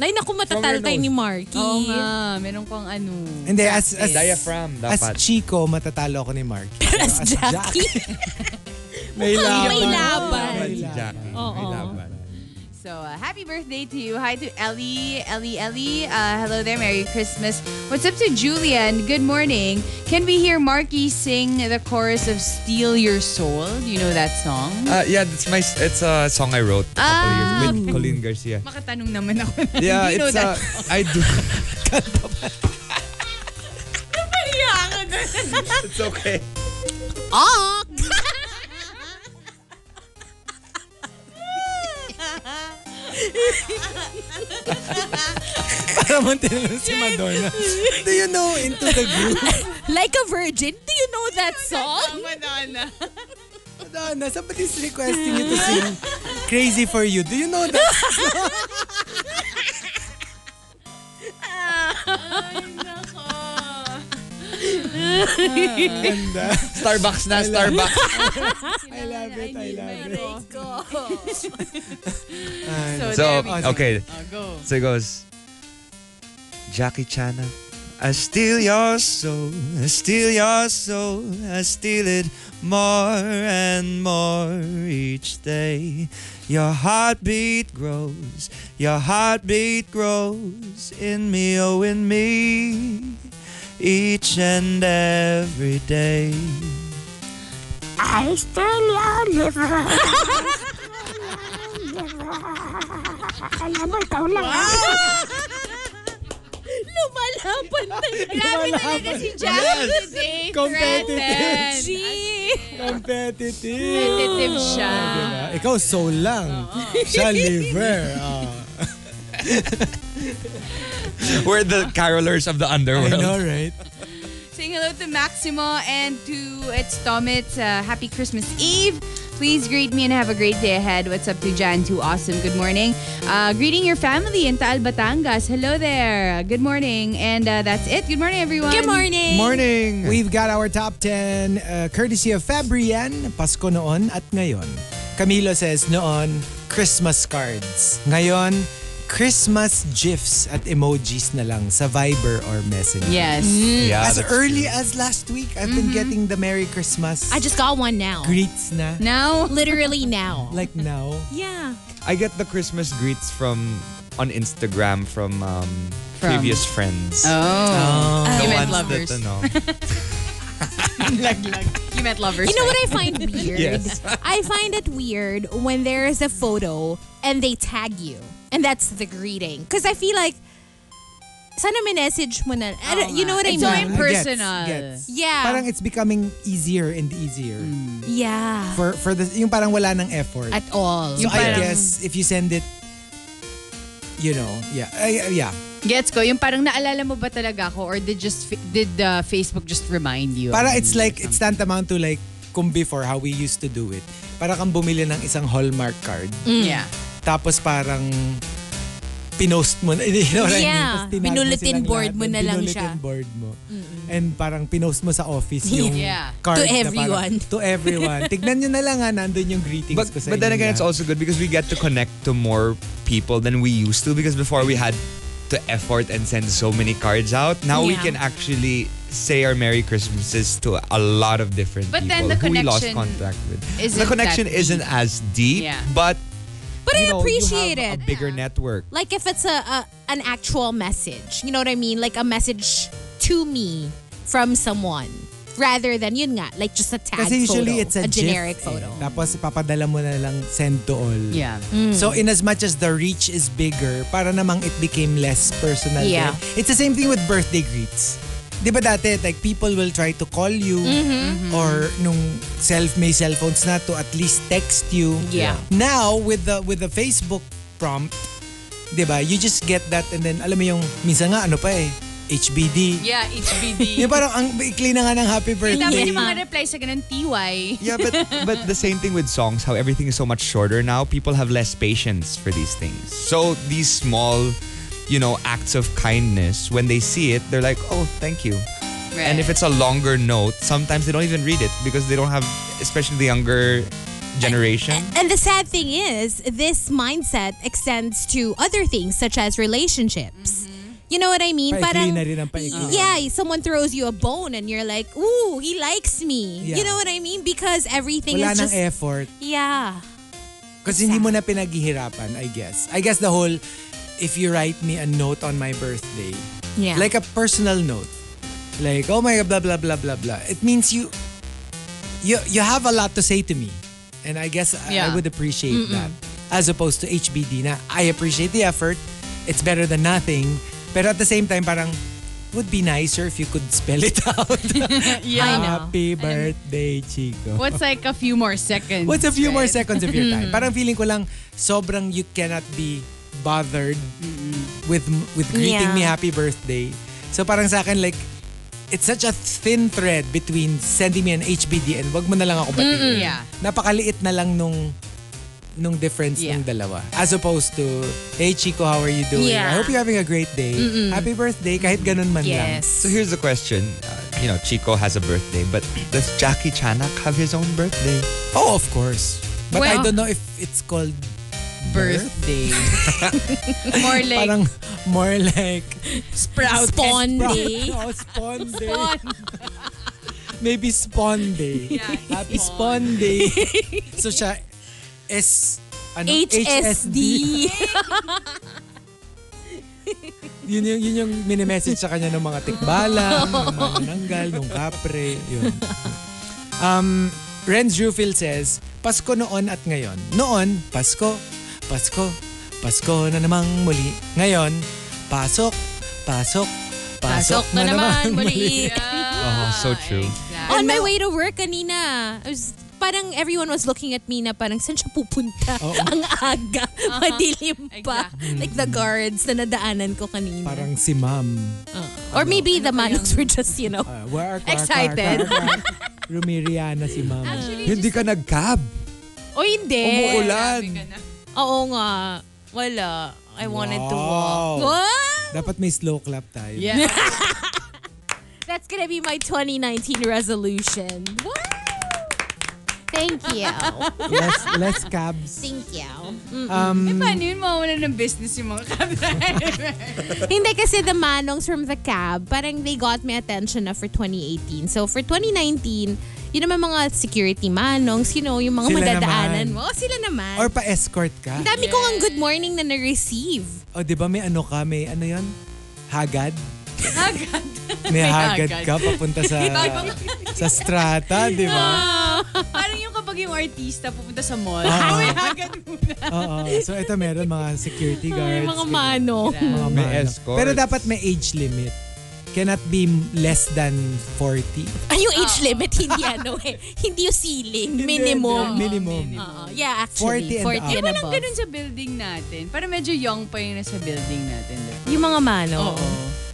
Nay, naku, matataltay
nose.
ni Marky.
*laughs* Oo nga, meron pang ano.
Hindi, as, as,
Diaphragm
as
dapat.
Chico, matatalo ako ni Mark.
As Jackie.
*laughs*
May
may laban.
Dapat si Jackie. May
Oo.
laban.
So, uh, happy birthday to you. Hi to Ellie. Ellie, Ellie. Uh, hello there. Merry Christmas. What's up to Julian? Good morning. Can we hear Marky sing the chorus of Steal Your Soul? Do you know that song?
Uh, yeah, it's my it's a song I wrote a couple
Ah,
years with Colleen Garcia.
Makatanong naman ako. *laughs* na
Yeah,
hindi know
it's
that
uh,
song.
I
*laughs*
do.
Napahiya ako dun.
it's okay.
Ok.
Parang tinanong si Madonna. Do you know into the groove?
*laughs* like a virgin, do you know that song?
Madonna.
Madonna, somebody's requesting you to sing Crazy for You. Do you know that? And, uh,
Starbucks na, Starbucks.
I love it, I love it.
So,
*laughs* so,
there we go.
okay.
Oh, go.
So it goes, Jackie Chan, I steal your soul, I steal your soul, I steal it more and more each day. Your heartbeat grows, your heartbeat grows in me, oh, in me, each and every day.
I still your liver. Alam mo, ikaw lang. ah.
Lumalaban na.
Grabe talaga si Jack today.
Competitive.
threatened.
Gee.
Competitive.
Competitive siya.
Diba? Ikaw soul lang. Siya liver. Ah.
We're the carolers of the
I
underworld.
know, right?
Saying hello to Maximo and to its Domit. Uh, happy Christmas Eve. Please greet me and have a great day ahead. What's up to Jan? Too awesome. Good morning. Uh, greeting your family in Taal Batangas. Hello there. Good morning. And uh, that's it. Good morning, everyone.
Good morning.
Morning!
We've got our top 10 uh, courtesy of Fabrian, Pasko noon at ngayon. Camilo says noon, Christmas cards. Ngayon, Christmas gifs at emojis na lang sa Viber or Messenger. Mm.
Yes.
Yeah,
As
that's
early as last week, I've been getting the Merry Christmas
Mm-hmm. I just got one now.
greets na.
Now,
Literally now.
Like now.
Yeah.
I get the Christmas greets from on Instagram from, um,
From-
previous friends.
oh.
Uh-huh.
the
you meant
ones
lovers.
That,
*laughs*
ano,
Laglag. You meant lovers.
You know what I find weird?
Yes.
I find it weird when there is a photo and they tag you. And that's the greeting. Because I feel like, sana may message mo na. I don't- you know what I
It's so
mean?
imp-
impersonal.
Gets, gets.
yeah.
Ah, Parang it's becoming easier and easier.
yeah.
For, for the, yung parang wala ng effort.
Mm. At all.
So I
parang-
guess if you send it, you know, yeah, I- yeah.
Gets ko. Yung parang naalala mo ba talaga ako or did just fa- did uh, Facebook just remind you? of
Para
me
it's
or
like, it's tantamount to like, kung before how we used to do it. Para kang bumili ng isang Hallmark card.
something? Mm. Yeah.
Tapos parang pinost mo na. *laughs* You know what
Yeah.
I mean? Tapos tinag mo
Binuletin
silang
board mo
and
na lang
binuletin
siya.
board mo. And parang pinost mo sa office yung
Yeah.
card.
To
na parang-
everyone.
to everyone. Tignan nyo na lang ha, nandun yung greetings
but,
ko sa
but then
inyo
again, it's
lahat.
also good because we get to connect to more people than we used to because before we had to effort and send so many cards out. Now we
Yeah.
can actually say our Merry Christmases to a lot of different
But
people
then the
who we lost
connection
contact with. the
isn't
connection
that
isn't as deep,
Yeah.
but
But I
you know,
appreciate
you have
it.
a bigger network.
Like if it's a, a an actual message, you know what I mean? Like a message to me from someone rather than yun nga, like just a tag
Kasi usually
photo,
it's a, GIF,
generic
eh.
photo.
Tapos ipapadala mo na lang send to all.
Yeah.
Mm.
So in as much as the reach is bigger, para namang it became less personal.
Yeah.
din. It's the same thing with birthday greets. Di ba dati, like people will try to call you
Mm-hmm.
or nung self may cellphones na to at least text you.
Yeah.
Now with the with the Facebook prompt, di ba? You just get that and then alam mo yung minsan nga ano pa eh, HBD.
Yeah, HBD.
*laughs* Yung parang ang ikli na nga ng happy
Tapos
birthday.
yung mga reply sa ganun, TY.
Yeah,
*laughs*
but but the same thing with songs. How everything is so much shorter now. People have less patience for these things. So these small, you know, acts of kindness. When they see it, they're like, "Oh, thank you." And if it's a longer note, sometimes they don't even read it because they don't have, especially the younger generation.
And the sad thing is, this mindset extends to other things such as relationships. You know what I mean?
Paikli na rin ang paikli.
Yeah, someone throws you a bone and you're like, ooh, he likes me.
Yeah.
You know what I mean? Because everything
Wala
is
nang
just...
effort.
Yeah.
Kasi hindi mo na pinaghihirapan, I guess. I guess the whole, if you write me a note on my birthday,
Yeah.
like a personal note, like, oh my God, blah, blah, blah, blah, blah. It means you, you, you have a lot to say to me. And I guess I- I
Yeah.
would appreciate that. As opposed to HBD na, I appreciate the effort. It's better than nothing. Pero at the same time, parang, would be nicer if you could spell it *laughs* out.
Yeah.
Happy birthday, Chico.
What's like a few more seconds?
What's a few more
right?
seconds of your time? Parang feeling ko lang sobrang you cannot be bothered with with greeting
Yeah.
me happy birthday. So parang sa akin like it's such a thin thread between sending me an HBD and wag mo na lang ako batiin.
Yeah.
Napakaliit na lang nung nung difference
Yeah.
ng dalawa. As opposed to, hey Chico, how are you doing?
Yeah.
I hope you're having a great day. Happy birthday, kahit ganun man lang.
Yes.
So here's the question. Uh, you know, Chico has a birthday, but does Jackie Chanak have his own birthday?
Oh, of course. But I
Well-
don't know if it's called
Birthday.
*laughs*
more like
parang *laughs* more like
Sprout Spawn day.
*laughs* Oh, spawn day. Maybe spawn day. Happy spawn, day. so siya S ano, *laughs*
HSD.
Yun yung, yun yung minimessage sa kanya ng mga tikbalang, ng
*laughs*
mga nanggal, ng kapre. Yun. Um, Renz Rufil says, Pasko noon at ngayon. Noon, Pasko, Pasko, Pasko na namang muli. Ngayon, pasok, pasok, pasok,
Pasok na naman muli.
ah,
Oh, so true.
On my way to work kanina, I was, parang everyone was looking at me na parang saan siya pupunta? *laughs* Ang aga, madilim pa. Mm. Like the guards na nadaanan ko kanina.
Parang si ma'am.
Or maybe the manos were just, you
*laughs*
know.
Uh, work, work, Work,
Excited.
work, work. Rumiriya na si ma'am.
Hindi ka nag-cab.
O hindi.
Oh,
Umuulan.
Oo nga. Wala. I wanted to walk.
Wow.
What?
Dapat may slow clap tayo.
Yeah.
That's gonna be my 2019 resolution. Woo! Thank you. *laughs*
Less, less cabs. Um,
Thank you.
Eh, paano yun? Mawawala ng business yung mga cab driver. *laughs*
Hindi kasi the manongs from the cab, parang they got my attention na for 2018. So for 2019, yun naman mga security manongs, you know, yung mga
Sila naman.
madadaanan mo. Oh, sila naman.
Or pa-escort ka.
Ang dami kong ang good morning na na-receive.
O, di ba may ano ka? May ano yon
*laughs*
Hagad?
Agad.
May,
May
hagad,
hagad.
ka papunta
*laughs*
sa
Bago-
sa strata, di ba?
Parang yung kapag yung artista pupunta sa mall.
Ah.
Ah, may agad muna.
Oo. So, ito meron mga security guards.
Ay, mga
ganyan.
manong.
Mga
May
manong.
escorts.
Pero dapat may age limit. Cannot be less than 40.
Ay, yung age limit, hindi ano *laughs* eh. Hindi yung ceiling. Minimum.
Minimum.
Oo. yeah, actually.
40 and up.
40 and,
Walang
above.
*laughs* ganun sa building natin. Para medyo young pa yung nasa building natin. di ba?
Yung mga manong.
Oo.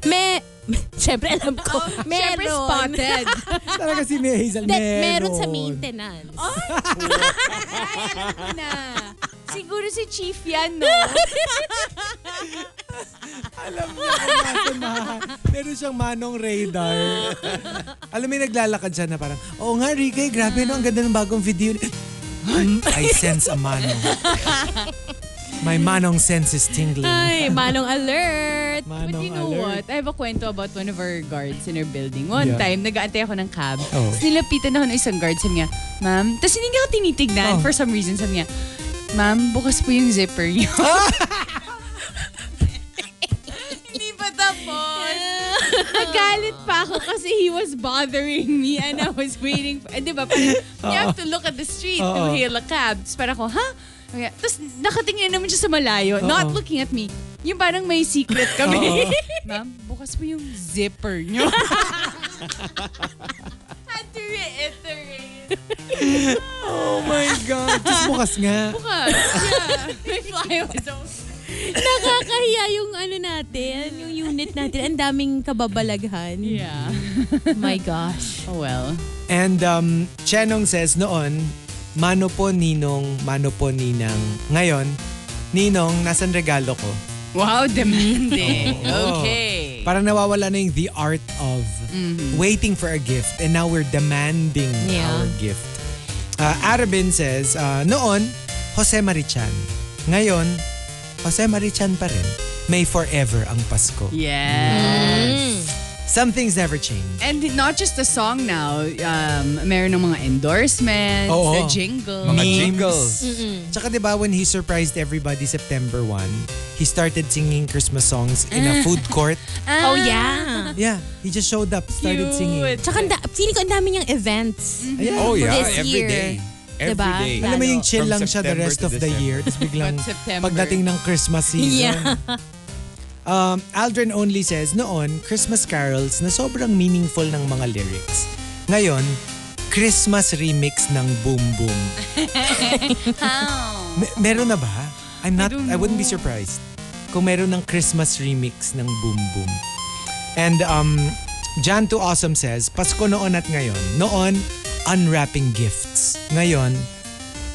Me, *laughs* Siyempre alam ko. meron.
Siyempre
*laughs*
spotted. *laughs*
Talaga si May Hazel,
That
meron.
meron sa maintenance.
na. Siguro si Chief yan, no?
Alam mo, kung nasa ma- meron siyang manong radar. Alam mo, yung naglalakad siya na parang, oo nga, Rike, grabe no, ang ganda ng bagong video. Hmm, I sense a manong. My manong sense is tingling.
Ay, manong alert.
Manong
But you know
alert.
what? I have a kwento about one of our guards in our building. One
Yeah.
time, nag-aantay ako ng cab.
Oh.
Tapos nilapitan ako ng isang guard. Sabi niya, ma'am. Tapos hindi niya ako tinitignan.
Oh.
For some reason, sabi niya, ma'am, bukas po yung zipper niyo. *laughs* hindi pa tapos. Nagagalit pa ako kasi he was bothering me and I was waiting. For, eh, di ba? Parang, you have to look at the street
Oo.
to hail a cab. Tapos parang ako, ha? Okay. Tapos nakatingin naman siya sa malayo, not looking at me. Yung parang may secret kami. *laughs* Ma'am, bukas po yung zipper niyo. Had to reiterate.
Oh my God. Tapos bukas nga.
Bukas, yeah. May fly was over.
Nakakahiya yung ano natin, yung unit natin. Ang daming kababalaghan.
Yeah.
My gosh.
Oh well.
And um, Chenong says noon, mano po ninong, mano po ninang. Ngayon, ninong, nasan regalo ko?
Wow, *laughs* demanding.
*laughs* Oo.
okay.
Oh. Parang nawawala na yung the art of waiting for a gift and now we're demanding
Yeah.
our gift. Uh, Arabin says, uh, noon, Jose Marichan. Ngayon, Jose Marichan pa rin. May forever ang Pasko. Hmm.
Yes.
Some things never change.
And not just the song now. Um, meron ng mga endorsements,
Oo.
the jingle.
Mga
Memes.
jingles.
Tsaka di ba when he surprised everybody September 1, he started singing Christmas songs in a food court.
Oh, yeah.
Yeah, he just showed up, started singing.
Tsaka ang da- feeling ko ang dami niyang events.
Ayan.
Oh yeah,
This
every
year.
day. Every
Diba?
day.
Alam mo yung chill lang
From
siya the
September
rest
to
of the
December.
year. Tapos biglang
But September.
pagdating ng Christmas season.
Yeah.
*laughs* Um, Aldrin only says, noon, Christmas carols na sobrang meaningful ng mga lyrics. Ngayon, Christmas remix ng Boom Boom.
How?
Me- meron na ba? I'm not, I, wouldn't be surprised kung meron ng Christmas remix ng Boom Boom. And um, Jan to Awesome says, Pasko noon at ngayon. Noon, unwrapping gifts. Ngayon,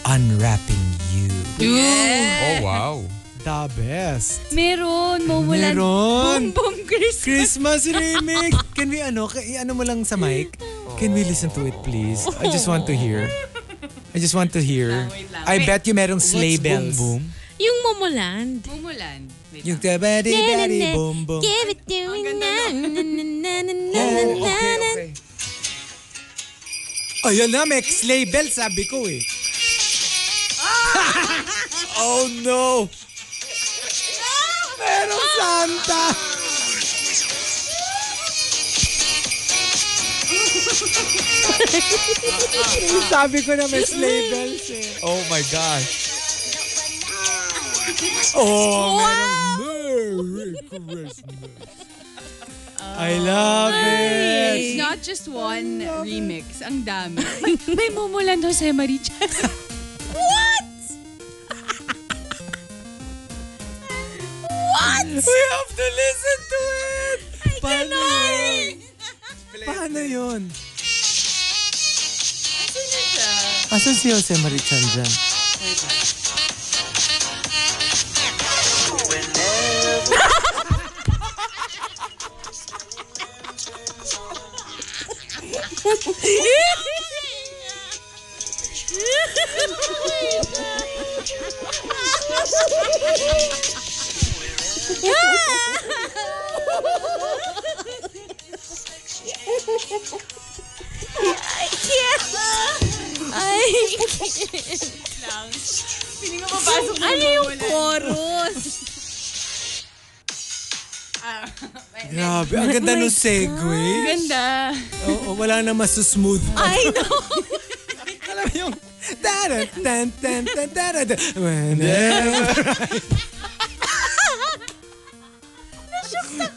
unwrapping you.
Oh wow.
The best.
Meron, mumulan.
Meron.
Boom, boom, Christmas.
Christmas remix. Can we ano, ka- ano mo lang sa mic? Can we listen to it please? I just want to hear. I just want to hear. I bet you merong sleigh bells.
Boom, boom.
Yung Momoland.
Mumulan. Wait
Yung
lang.
tabari bari
Na-na-na.
boom boom.
Give it to me
ganda
na, na, na, na, na, na, na,
Oh,
na,
okay,
na.
okay. Ayun na, may sleigh bell sabi ko eh.
Ah!
*laughs* oh no! Merong
Ah! *laughs*
Santa! sabi ko na may sleigh bells eh.
Oh my gosh.
Oh, merong Merry Christmas. I love it.
It's not just one remix. Ang dami. *laughs* may, may mumulan Jose Marichal.
We have to listen to it! I Paano yun? Paano yun? Asan si Jose Marichan dyan?
Ano yung chorus?
Grabe, ang ganda nung segue.
Ganda.
Oo, wala na mas smooth pa.
I know.
Alam mo yung... *laughs* Tara, tan, tan, tan, tara, tan. Whenever-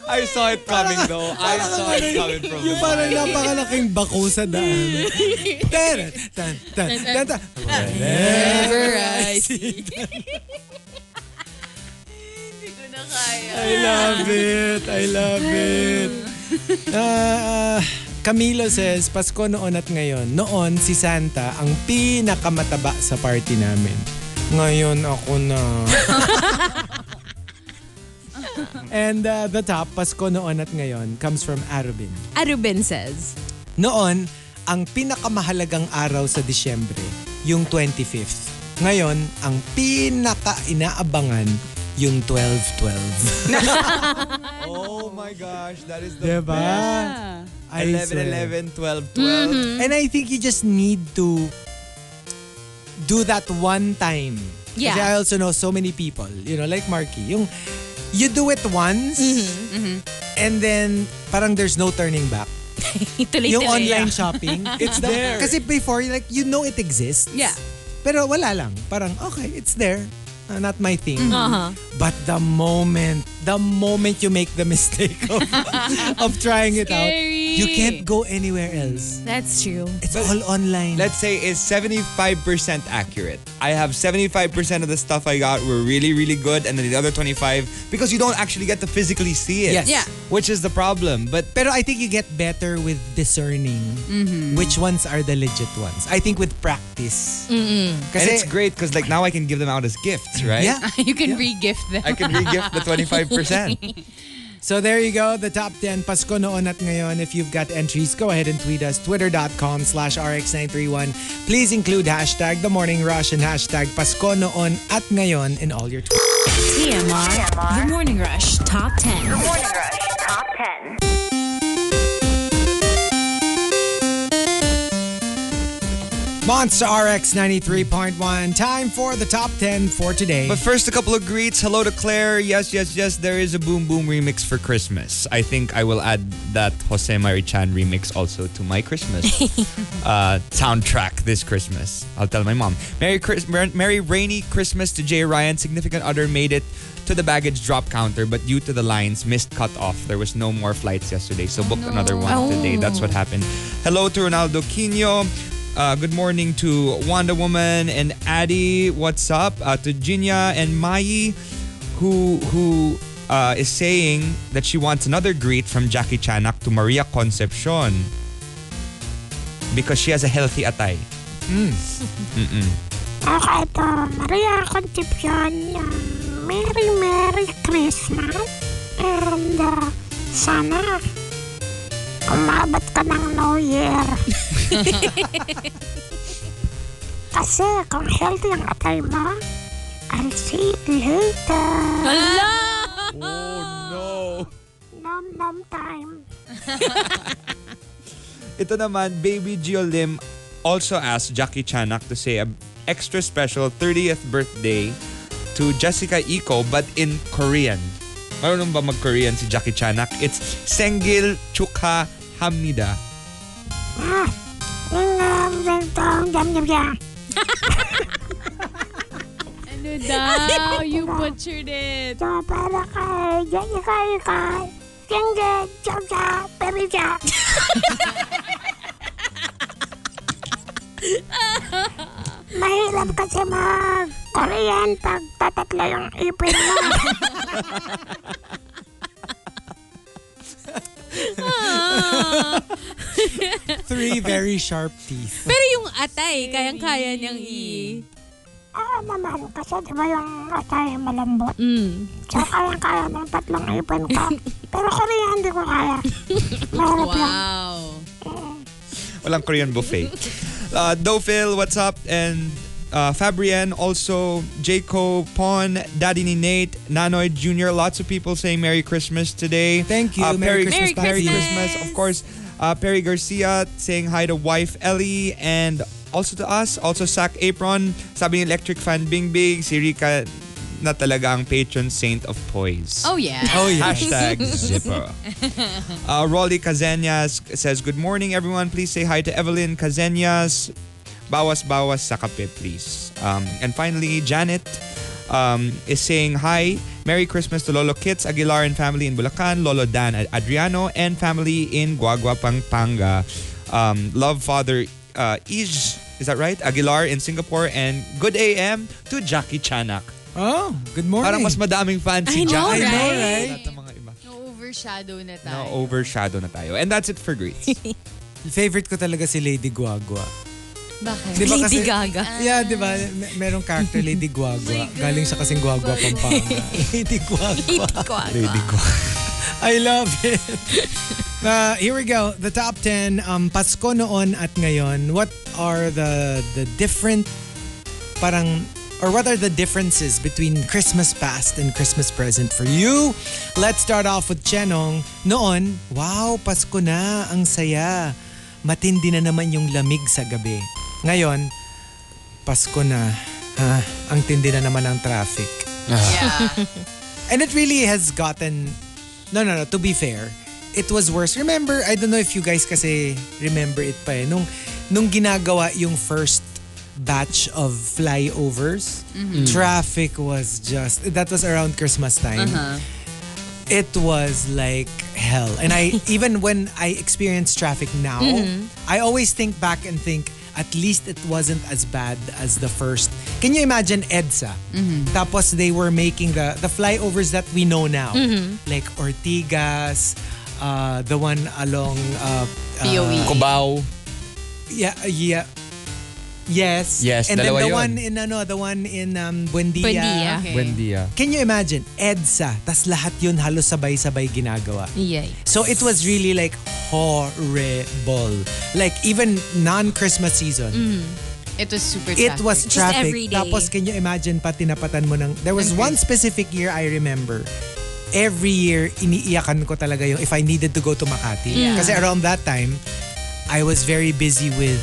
I saw it coming though. I saw it coming from
Yung parang napakalaking bako sa daan. Tara, tan, tan, tan, tan. Whenever I see *laughs* I love it. I love *laughs* it. Ah, ah, Camilo says, Pasko noon at ngayon. Noon, si Santa ang pinakamataba sa party namin. Ngayon ako *laughs* na. And ah, the top, Pasko noon at ngayon, comes from Arubin.
Arubin says,
Noon, ang pinakamahalagang araw sa Disyembre, yung 25th. Ngayon, ang pinaka-inaabangan, yung 12-12.
Oh my gosh, that is the
Diba? I swear.
12, 12.
And I think you just need to do that one time.
Yeah.
Kasi I also know so many people, you know, like Marky, yung you do it once and then parang there's no turning back.
Tuloy-tuloy
Yung online
lang.
*laughs*
shopping, it's there. Kasi before, like, you know it exists.
Yeah.
Pero wala lang. Parang, okay, it's there. Uh, not my thing.
Mm-hmm.
Uh-huh.
But the moment, the moment you make the *laughs* mistake
*laughs*
of, of trying it out,
Scary.
you can't go anywhere else.
That's true.
It's all online.
let's say is 75% accurate. I have 75% of the stuff I got were really really good and then the other 25 because you don't actually get to physically see it.
Yes. Yeah.
Which is the problem. But
Pero I think you get better with discerning
Mm-hmm.
which ones are the legit ones. I think with practice.
and
Kasi-
it's great cuz like now I can give them out as gifts, right?
Yeah.
*laughs* you can re-gift them.
I can re-gift the 25%.
So there you go, the top 10 Pasko noon at ngayon. If you've got entries, go ahead and tweet us, twitter.com slash rx931. Please include hashtag The Morning Rush and hashtag Pasko noon at ngayon in all your tweets.
TMR. The Morning Rush Top 10.
Morning Rush Top 10.
Monster RX 93.1, time for the top 10 for today.
but first a couple of greets. Hello to Claire. Yes, yes, yes, there is a Boom Boom remix for Christmas. I think I will add that Jose Marichan remix also to my Christmas. uh, soundtrack this Christmas. I'll tell my mom. Merry Chris- Mer- Merry rainy Christmas to Jay Ryan. Significant other made it to the baggage drop counter, but due to the lines, missed cut off. There was no more flights yesterday, so booked another one today. That's what happened. Hello to Ronaldo Quino. Uh, good morning to Wanda Woman and Addie. What's up? Uh, to Jinya and Mayi, who who uh, is saying that she wants another greet from Jackie Chanak to Maria Concepcion because she has a healthy atay.
Okay, ito. Maria Concepcion. uh, Merry Merry Christmas. And uh, sana umabot ka ng New Year. Kasi kung healthy ang atay mo, I'll see you later.
Oh no!
Nom nom time.
*laughs* Ito naman, Baby Gio Lim also asked Jackie Chanak to say a extra special 30th birthday to Jessica Iko but in Korean. Marunong ba mag-Korean si Jackie Chanak? It's Sengil Chukha Hamnida.
Ah, yung um, yung tong dam dam dam.
ano daw? You butchered it.
So, para kay Jessica Ika, Single, Chocha, Perija. Mahirap kasi mag Korean pag tatatlo yung ipin mo.
Three very sharp teeth.
Pero yung atay, kayang-kaya niyang i...
Oo naman, kasi di ba yung atay malambot?
Mm.
So, kaya-kaya ng tatlong ipin ko. Pero Korean, di ko kaya. Mahirap lang.
Wow.
Walang Korean buffet. Uh, Dofil, what's up? And uh, Fabrienne, also Jaco Pon, Daddy ni Nate, Nanoy Jr. Lots of people saying Merry Christmas today.
Thank you.
Uh,
Merry
Perry-
Christmas,
Merry
Patsy.
Christmas.
Christmas, of course. Uh, Perry Garcia saying hi to wife Ellie and also to us. Also Sack Apron, sabi ni Electric Fan Bing Big, si Rika na talaga ang patron saint of poise.
Oh yeah.
Oh, yeah.
Hashtag zipper. *laughs* Uh, Rolly Cazenas says, Good morning, everyone. Please say hi to Evelyn Cazenas. Bawas-bawas sa kape, please. Um, and finally, Janet um, is saying hi. Merry Christmas to Lolo Kits, Aguilar and family in Bulacan, Lolo Dan Ad- Adriano, and family in Guagua, Pampanga. Um, love, Father uh, Ij, is that right? Aguilar in Singapore. And good AM to Jackie Chanak.
Oh, good morning.
Parang mas madaming fans si
I know,
Jackie.
right? I know,
right?
Lahat ng mga iba.
No overshadow na
Na
tayo.
overshadow na tayo. And that's it for
*laughs*
greets.
Favorite ko talaga si Lady Guagua.
Bakit?
Di ba
Lady
kasi-
Gaga.
Yeah, di ba? Mer- merong character, Lady Guagua. Galing siya kasing Guagua, Pampanga. Lady Guagua.
Lady Gaga.
Lady ko.
I love it. Uh, here we go. The top 10. Um, Pasko noon at ngayon. What are the the different parang or what are the differences between Christmas past and Christmas present for you? Let's start off with Chenong. Noon, wow, Pasko na. Ang saya. Matindi na naman yung lamig sa gabi. Ngayon, Pasko na. Ha, ang tindi na naman ng traffic.
Yeah.
And it really has gotten No, no, no. To be fair, it was worse. Remember, I don't know if you guys kasi remember it pa eh. Nung, nung ginagawa yung first batch of flyovers, traffic was just, that was around Christmas time. It was like hell. And I, even when I experience traffic now, I always think back and think, at least it wasn't as bad as the first. Can you imagine EDSA? Tapos they were making the the flyovers that we know now, like Ortigas, uh, the one along uh,
POE.
Cubao.
yeah uh, yeah. Yes.
Yes,
And then
dalawa yun.
the one in ano, the one in um, Buendia.
Buendia.
Okay.
Buendia.
Can you imagine? EDSA. Tas lahat yun halos sabay-sabay ginagawa.
Yay.
So it was really like horrible. Like even non-Christmas season,
It was super
It was
Just
traffic.
every day.
Tapos can you imagine pa tinapatan mo ng... There was one specific year I remember. Every year, iniiyakan ko talaga yung if I needed to go to Makati. Kasi around that time, I was very busy with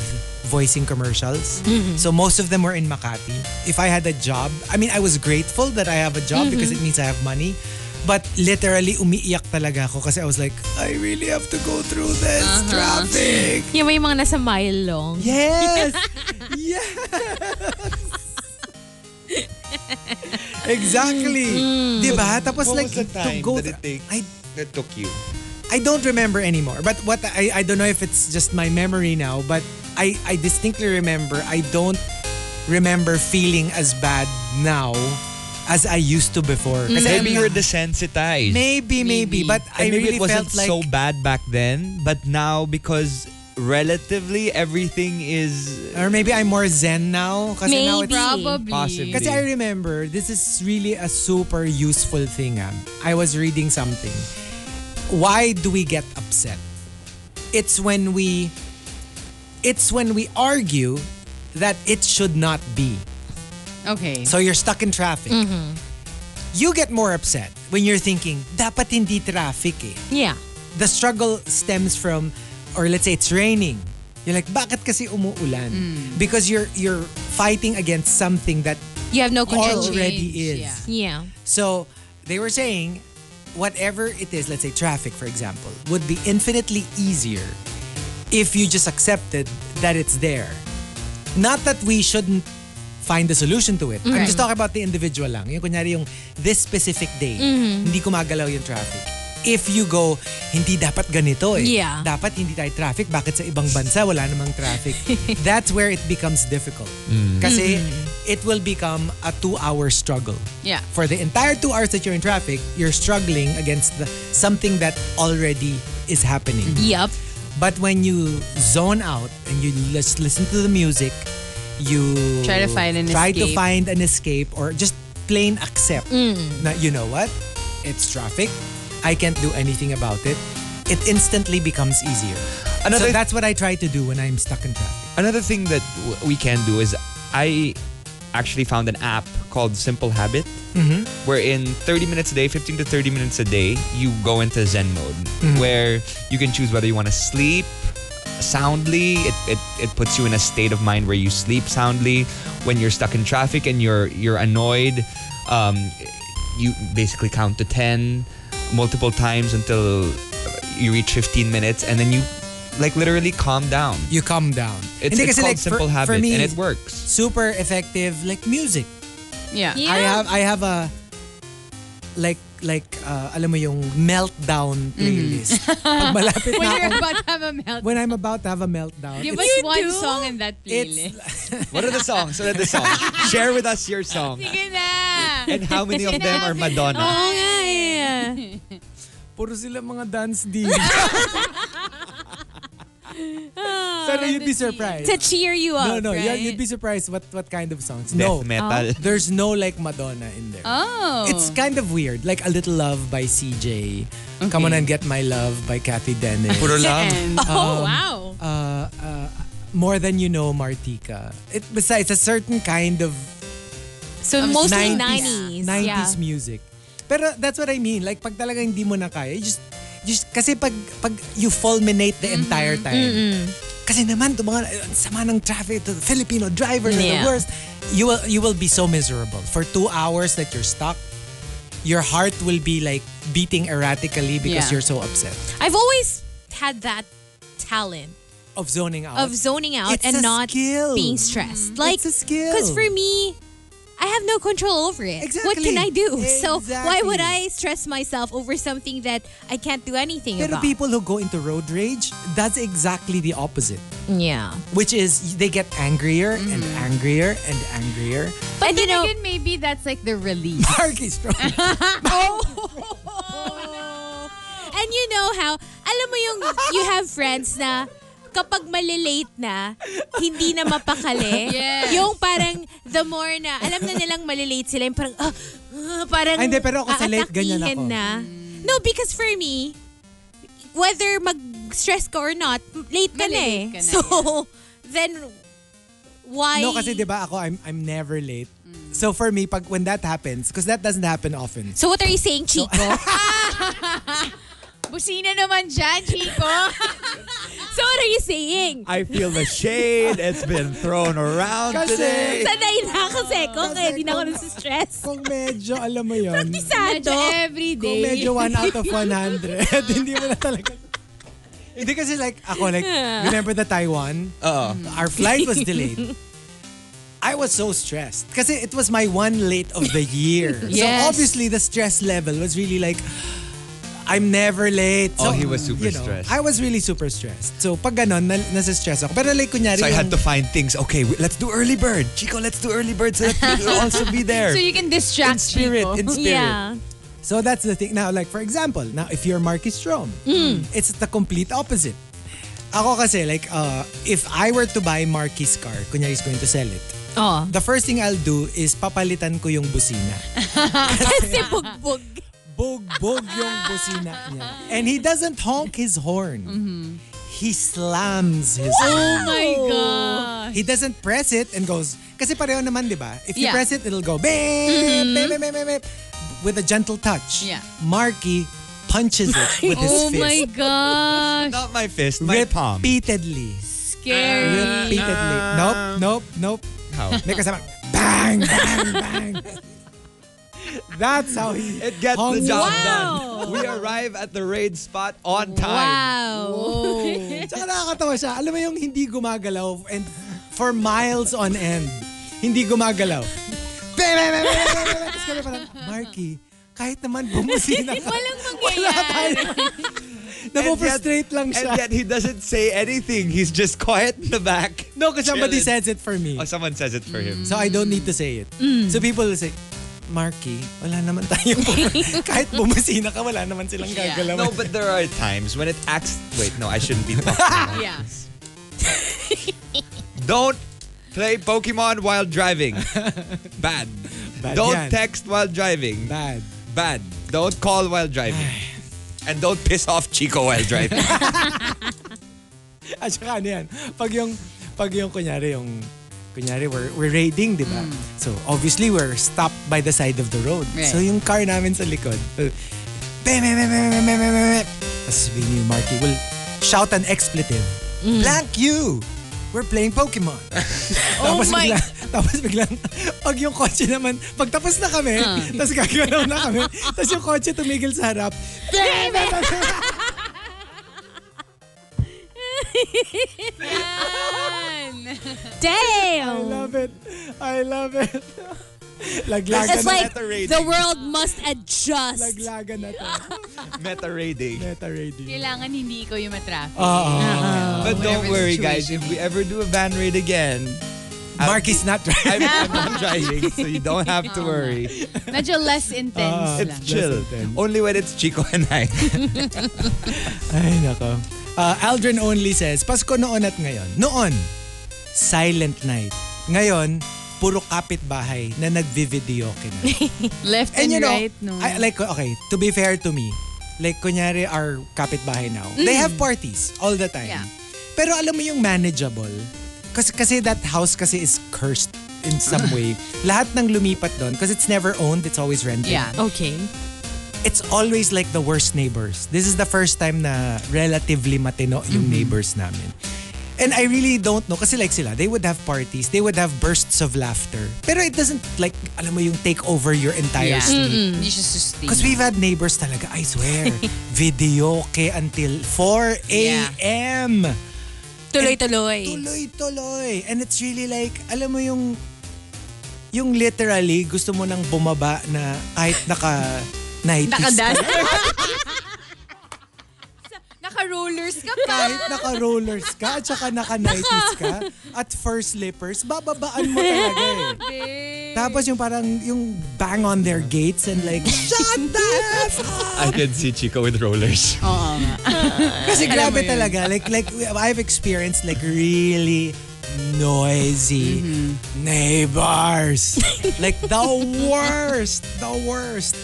voicing commercials. So most of them were in Makati. If I had a job, I mean, I was grateful that I have a job because it means I have money. But literally, umiiyak talaga ako kasi I was like, I really have to go through this traffic.
Yung may mga nasa mile long.
Yes! yes! exactly. Diba? Tapos
What
like,
was the time
to go...
that it take-
I,
That took you.
I don't remember anymore. But what I, I don't know if it's just my memory now, but I, I distinctly remember I don't remember feeling as bad now as I used to before.
Mm.
Kasi
Maybe
I'm-
you're desensitized.
maybe, maybe,
Maybe.
But I
And maybe
really
it wasn't
felt like...
so bad back then, but now because relatively everything is
or maybe I'm more zen now. Kasi now
Maybe.
it's
Probably.
Possibly.
Kasi I remember, this is really a super useful thing. ah. I was reading something. Why do we get upset? It's when we it's when we argue that it should not be.
Okay.
So you're stuck in traffic.
Mm-hmm.
You get more upset when you're thinking, dapat hindi traffic eh
Yeah.
the struggle stems from or let's say it's raining you're like bakit kasi umuulan
Mm.
because you're you're fighting against something that
You have no control.
already is
Change, yeah.
Yeah.
so they were saying whatever it is let's say traffic for example would be infinitely easier if you just accepted that it's there not that we shouldn't find the solution to it. I'm just talking about the individual lang. Yung kunyari yung this specific day, hindi kumagalaw yung traffic. If you go, hindi dapat ganito eh.
Yeah.
Dapat hindi tayo traffic. Bakit sa ibang bansa wala namang traffic? That's where it becomes difficult. Kasi it will become a two-hour struggle.
Yeah.
For the entire two hours that you're in traffic, you're struggling against the, something that already is happening.
Yep.
But when you zone out and you just listen to the music, you
Try to find an
try to
escape.
find an escape or just plain accept.
Mm.
Na, you know what? It's traffic. I can't do anything about it. It instantly becomes easier.
Another-
so that's what I try to do when I'm stuck in traffic.
Another thing that w- we can do is I actually found an app called Simple Habit, where in 30 minutes a day, 15 to 30 minutes a day, you go into Zen mode, where you can choose whether you want to sleep soundly. It, it it puts you in a state of mind where you sleep soundly. When you're stuck in traffic and you're you're annoyed, um, you basically count to 10 multiple times until you reach 15 minutes, and then you like literally calm down.
You calm down.
It's,
Hindi
it's
kasi,
called
like, for-
Simple
for
Habit,
me,
and it works.
Super effective like music.
yeah.
Yeah.
I have I have a like like uh, alam mo yung meltdown playlist.
*laughs*
Pag malapit na
Mm.
*laughs*
When
akong
you're about to
when I'm about to have
have a meltdown,
a meltdown.
give
it's-
us one song in that playlist.
it's
What are the songs? What are the songs? Share with us your song.
Sige na!
And how many of them are Madonna?
Oo nga eh.
puro sila mga dance
*laughs*
din. *laughs*
Ah,
Sana you'd be surprised.
Ah. To cheer you
No,
up.
no, yeah,
right?
you'd be surprised what what kind of songs.
Death
no,
metal.
*laughs* there's no like Madonna in there.
Oh.
It's kind of weird. Like A Little Love by CJ. Come on and Get My Love by Kathy Dennis.
*laughs* Puro lang.
*laughs* Oh, wow.
Um, uh, uh, More Than You Know, Martika. It, besides, a certain kind of
So mostly
90s,
90s.
90s
yeah.
music. Pero that's what I mean. Like, pag talaga hindi mo na kaya, you just, just, kasi pag, pag you fulminate the
Mm-hmm.
entire time, kasi naman, to mga, ang sama ng traffic, to the Filipino drivers are the
Yeah.
worst, you will, you will be so miserable. For two hours that you're stuck, your heart will be like beating erratically because
Yeah.
you're so upset
I've always had that talent
of zoning out.
of zoning out
It's
and
a
not
skill.
being stressed. Like
it's a skill.
Because for me, I have no control over it. What
Exactly.
can I do? *laughs* So why
Exactly.
would I stress myself over something that I can't do anything
Pero
about?
people who go into road rage, that's exactly the opposite.
yeah.
Which is they get angrier and
Mm-hmm.
angrier and angrier.
But
and
you
then
know,
again, maybe that's like the release.
Mark is from
Oh. and you know how, alam mo yung you have friends na kapag malilate na, hindi na mapakali.
Yes.
Yung parang the more na, alam na nilang malilate sila, yung parang, ah, ah, parang
Ay, hindi, pero ako sa late, ganyan
aatakihin
ako.
na. No, because for me, whether mag-stress ka or not, late ka na eh.
Malilate ka na,
so, then, why?
No kasi 'di ba ako I'm I'm never late. So for me pag when that happens because that doesn't happen often.
So what are you saying, Chico?
Busina naman dyan, Chico.
*laughs* so what are you
*laughs*
saying?
I feel the shade. It's been thrown around
Kasi-
today.
Sanay na kasi ko, kaya di na ako nasa-stress.
Kung medyo alam mo 'yon.
Medyo
Pisado.
every
Kung
day.
medyo 1 out of 100, *laughs* hindi mo na talaga hindi kasi like ako like remember the Taiwan?
Uh,
Our flight was delayed. I was so stressed kasi it was my one late of the year.
Yes.
So obviously the stress level was really like I'm never late.
Oh,
So,
he was super
you know,
stressed.
I was really super stressed. So pag ganun, na- nasa-stress ako. Pero like kunyari
so I had to
yung-
find things. Okay, we- let's do early bird. Chico, let's do early bird so that we will also be there.
so you can
in
distract
spirit,
Chico.
in spirit.
Yeah.
So that's the thing. Now, like for example, now if you're Marcus Strom, it's the complete opposite. Ako kasi, like, uh, if I were to buy Marky's car, kunya he's going to sell it,
Oh.
the first thing I'll do is papalitan ko yung busina.
Kasi bugbog. *laughs*
Bog-bog yung busina niya. And he doesn't honk his horn. He slams his horn.
Mm-hmm. Oh my God.
He doesn't press it and goes, kasi pareho naman, di ba? If you
Yeah. Mm-hmm.
press it, it'll go, beep, beep, beep, beep, beep, beep, with a gentle touch.
Yeah.
Marky punches it with his
Oh
fist.
my
Ah,
gosh.
Not my fist, my palm.
Repeatedly.
Scary.
Repeatedly. Nope, nope, nope.
Uh, How?
May kasama, bang, bang, bang. That's how he...
It gets
Oh,
the job
wow.
done. We arrive at the raid spot on time.
Wow.
Tsaka nakakatawa siya. Alam mo yung hindi gumagalaw and for miles on end, hindi gumagalaw. Be- be- be- be- be- be- be- be- Tapos kami parang, Marky, kahit naman bumusina ka. Walang mangyayari. Napoprustrate lang
And
siya.
yet he doesn't say anything. He's just quiet in the back.
no, because somebody Mm.
chilling.
says it for me.
Oh, someone says it for him.
So I don't need to say it. So people will say, Marky, wala naman tayo. kahit bumusina ka, wala naman silang
Yeah.
gagalaw.
No, but there are times when it acts. Wait, no, I shouldn't be talking.
*laughs*
about
Yeah.
this. Don't play Pokemon while
*laughs*
driving. Bad.
Bad
Don't
yan.
text while driving.
Bad.
Bad. Don't call while driving. and don't piss off Chico while
*laughs*
driving. *laughs*
At saka ano yan, pag yung, pag yung kunyari yung, kunyari we're, we're raiding, di ba? So obviously we're stopped by the side of the road.
Right.
So yung car namin sa likod, uh, be, be, be, be, be, be, be, be, be. Tapos sabihin ni Marky, will shout an expletive. Blank you! We're playing *laughs* Pokemon. tapos
my-
Bigla, tapos biglang, pag yung kotse naman, pag tapos na kami, tapos gagalaw na kami, tapos yung kotse tumigil sa harap. Be, be, be, be, be. I
*laughs* Damn.
love it. I love it. *laughs* laglagan
It's
na,
like
Meta rating.
the world must adjust.
laglagan na to.
Meta raiding.
Meta radio. Ah.
Kailangan hindi ikaw yung matraffic.
Uh,
But
Whatever
don't worry, guys.
situation
If we ever do a van raid again,
Mark is not
I'm,
driving.
I'm not driving, so you don't have to
*laughs*
worry.
Medyo less
Ah.
intense lang.
It's chill.
Less than ten.
Only when it's Chico and I.
Ay, nako. Uh, Aldrin only says, Pasko noon at ngayon. Noon, silent night. Ngayon, puro kapitbahay na nagvi-video ka na.
Left
And
and,
you know,
right, no?
I, like, okay, to be fair to me, like, kunyari, our kapitbahay now, they have parties all the time.
Mm-hmm. Yeah.
Pero alam mo yung manageable, kasi, kasi that house kasi is cursed in
*laughs*
some way. Lahat ng lumipat doon, because it's never owned, it's always rented.
yeah.
Okay.
It's always like
Mm-hmm.
the worst neighbors. This is the first time na relatively matino yung neighbors namin. And I really don't know kasi like sila, they would have parties, they would have bursts of laughter. Pero it doesn't like, alam mo yung take over your entire
Yeah.
sleep.
Hindi siya sustain.
Because we've had neighbors talaga, I swear, video ke until 4
Yeah.
a.m.
Tuloy-tuloy.
Tuloy-tuloy. And it's really like, alam mo yung, yung literally, gusto mo nang bumaba na kahit naka 90s
Nakadas.
ka,
Naka-rollers ka pa.
*laughs* kahit naka rollers ka, at saka naka 90s ka, at first slippers, bababaan mo talaga eh. Tapos yung parang, yung bang on their gates and like, shut the F up!
I could see Chico with rollers.
Oo nga.
Kasi grabe
yun.
talaga. Like, like, I've experienced like really noisy neighbors. like the worst. The worst.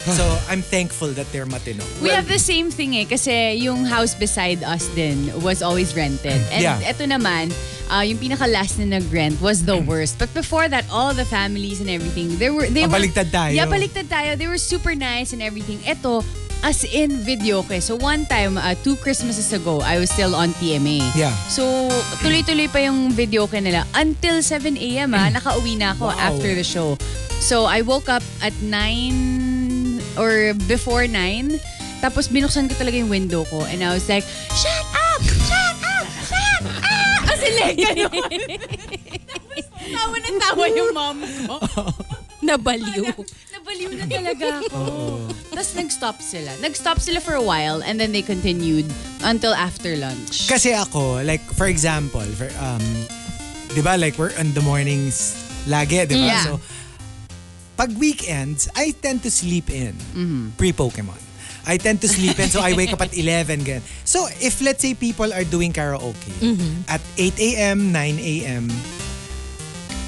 So I'm thankful that they're matino.
We have the same thing eh kasi yung house beside us din was always rented. And
Yeah.
eto naman, uh, yung pinaka last na nag-rent was
Mm.
the worst. But before that, all the families and everything, they were
Ah,
they were
baliktad tayo.
Yeah, baliktad tayo. They were super nice and everything. Eto, as in video okay. So one time, uh, two Christmases ago, I was still on TMA.
Yeah.
So tuloy-tuloy pa yung video okay nila until 7 a.m. ah, nakauwi na ako
Wow.
after the show. So I woke up at 9 or before 9. Tapos binuksan ko talaga yung window ko and I was like, Shut up! Shut up! Shut up! As in like, ganun. *laughs* tawa na tawa yung mom ko.
*laughs* Nabaliw.
Nabaliw na talaga ako. Tapos nag-stop sila. Nag-stop sila for a while and then they continued until after lunch.
Kasi ako, like, for example, for, um, di ba, like, we're on the mornings lagi, di ba?
Yeah.
So, pag weekends, I tend to sleep in pre-Pokemon. I tend to sleep in, so I wake up at 11. Ganyan. So, if let's say people are doing karaoke at 8 a.m., 9 a.m.,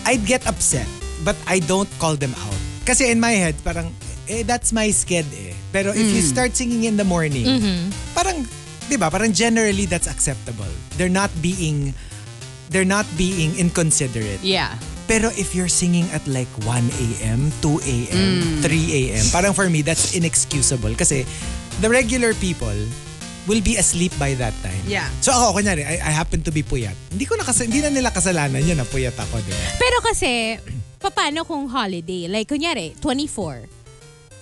I'd get upset, but I don't call them out. Kasi in my head, parang, eh, that's my sked eh. Pero if you
Hmm.
start singing in the morning,
Mm-hmm.
parang, di ba, parang generally that's acceptable. They're not being, they're not being inconsiderate.
Yeah.
Pero if you're singing at like 1 a.m., 2 a.m.,
Hmm.
3 a.m., parang for me, that's inexcusable. Kasi the regular people will be asleep by that time.
Yeah.
So ako, kunyari, I, I happen to be puyat. Hindi ko na, kasi, hindi na nila kasalanan yun na puyat ako, di ba?
Pero kasi, paano kung holiday? Like, kunyari, 24.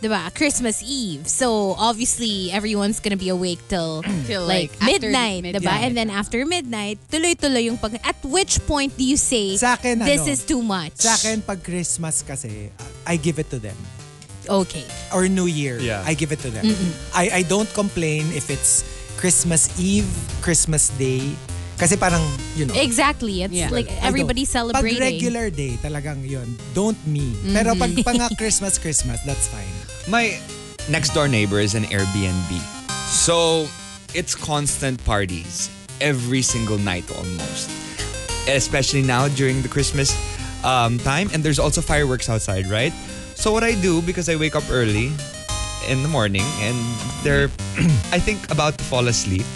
'Di ba? Christmas Eve. So, obviously, everyone's gonna be awake till,
Till,
like,
like, after
midnight. 'di ba?
midnight.
And then after midnight, tuloy-tuloy yung pag... At which point do you say,
Sa akin,
this
ano?
is too much?
Sa akin, pag Christmas kasi, I give it to them.
Okay.
Or New Year,
Yeah.
I give it to them. I, I don't complain if it's Christmas Eve, Christmas Day. Kasi parang, you know.
Exactly. It's
Yeah.
like
I don't.
everybody's celebrating.
Pag regular day, talagang yun. Don't me. Pero pag
*laughs*
panga Christmas, Christmas, that's fine.
My next door neighbor is an Airbnb. So it's constant parties every single night almost. Especially now during the Christmas um, time. And there's also fireworks outside, right? So what I do, because I wake up early in the morning and they're, *clears throat* I think, about to fall asleep,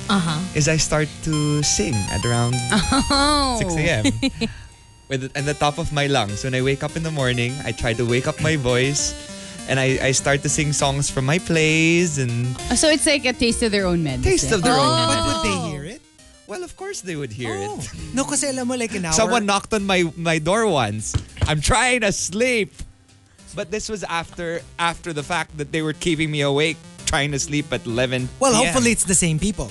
is I start to sing at around 6 a.m. With and the top of my lungs. When I wake up in the morning, I try to wake up my voice and I, I start to sing songs from my plays and
So it's like a taste of their own medicine.
taste of their own.
But
medicine.
would
Oh.
they hear it?
Well, of course they would hear
Oh.
it.
No, kasi alam mo like in our...
Someone knocked on my, my door once. I'm trying to sleep. But this was after after the fact that they were keeping me awake trying to sleep at 11.
Well,
PM.
hopefully it's the same people.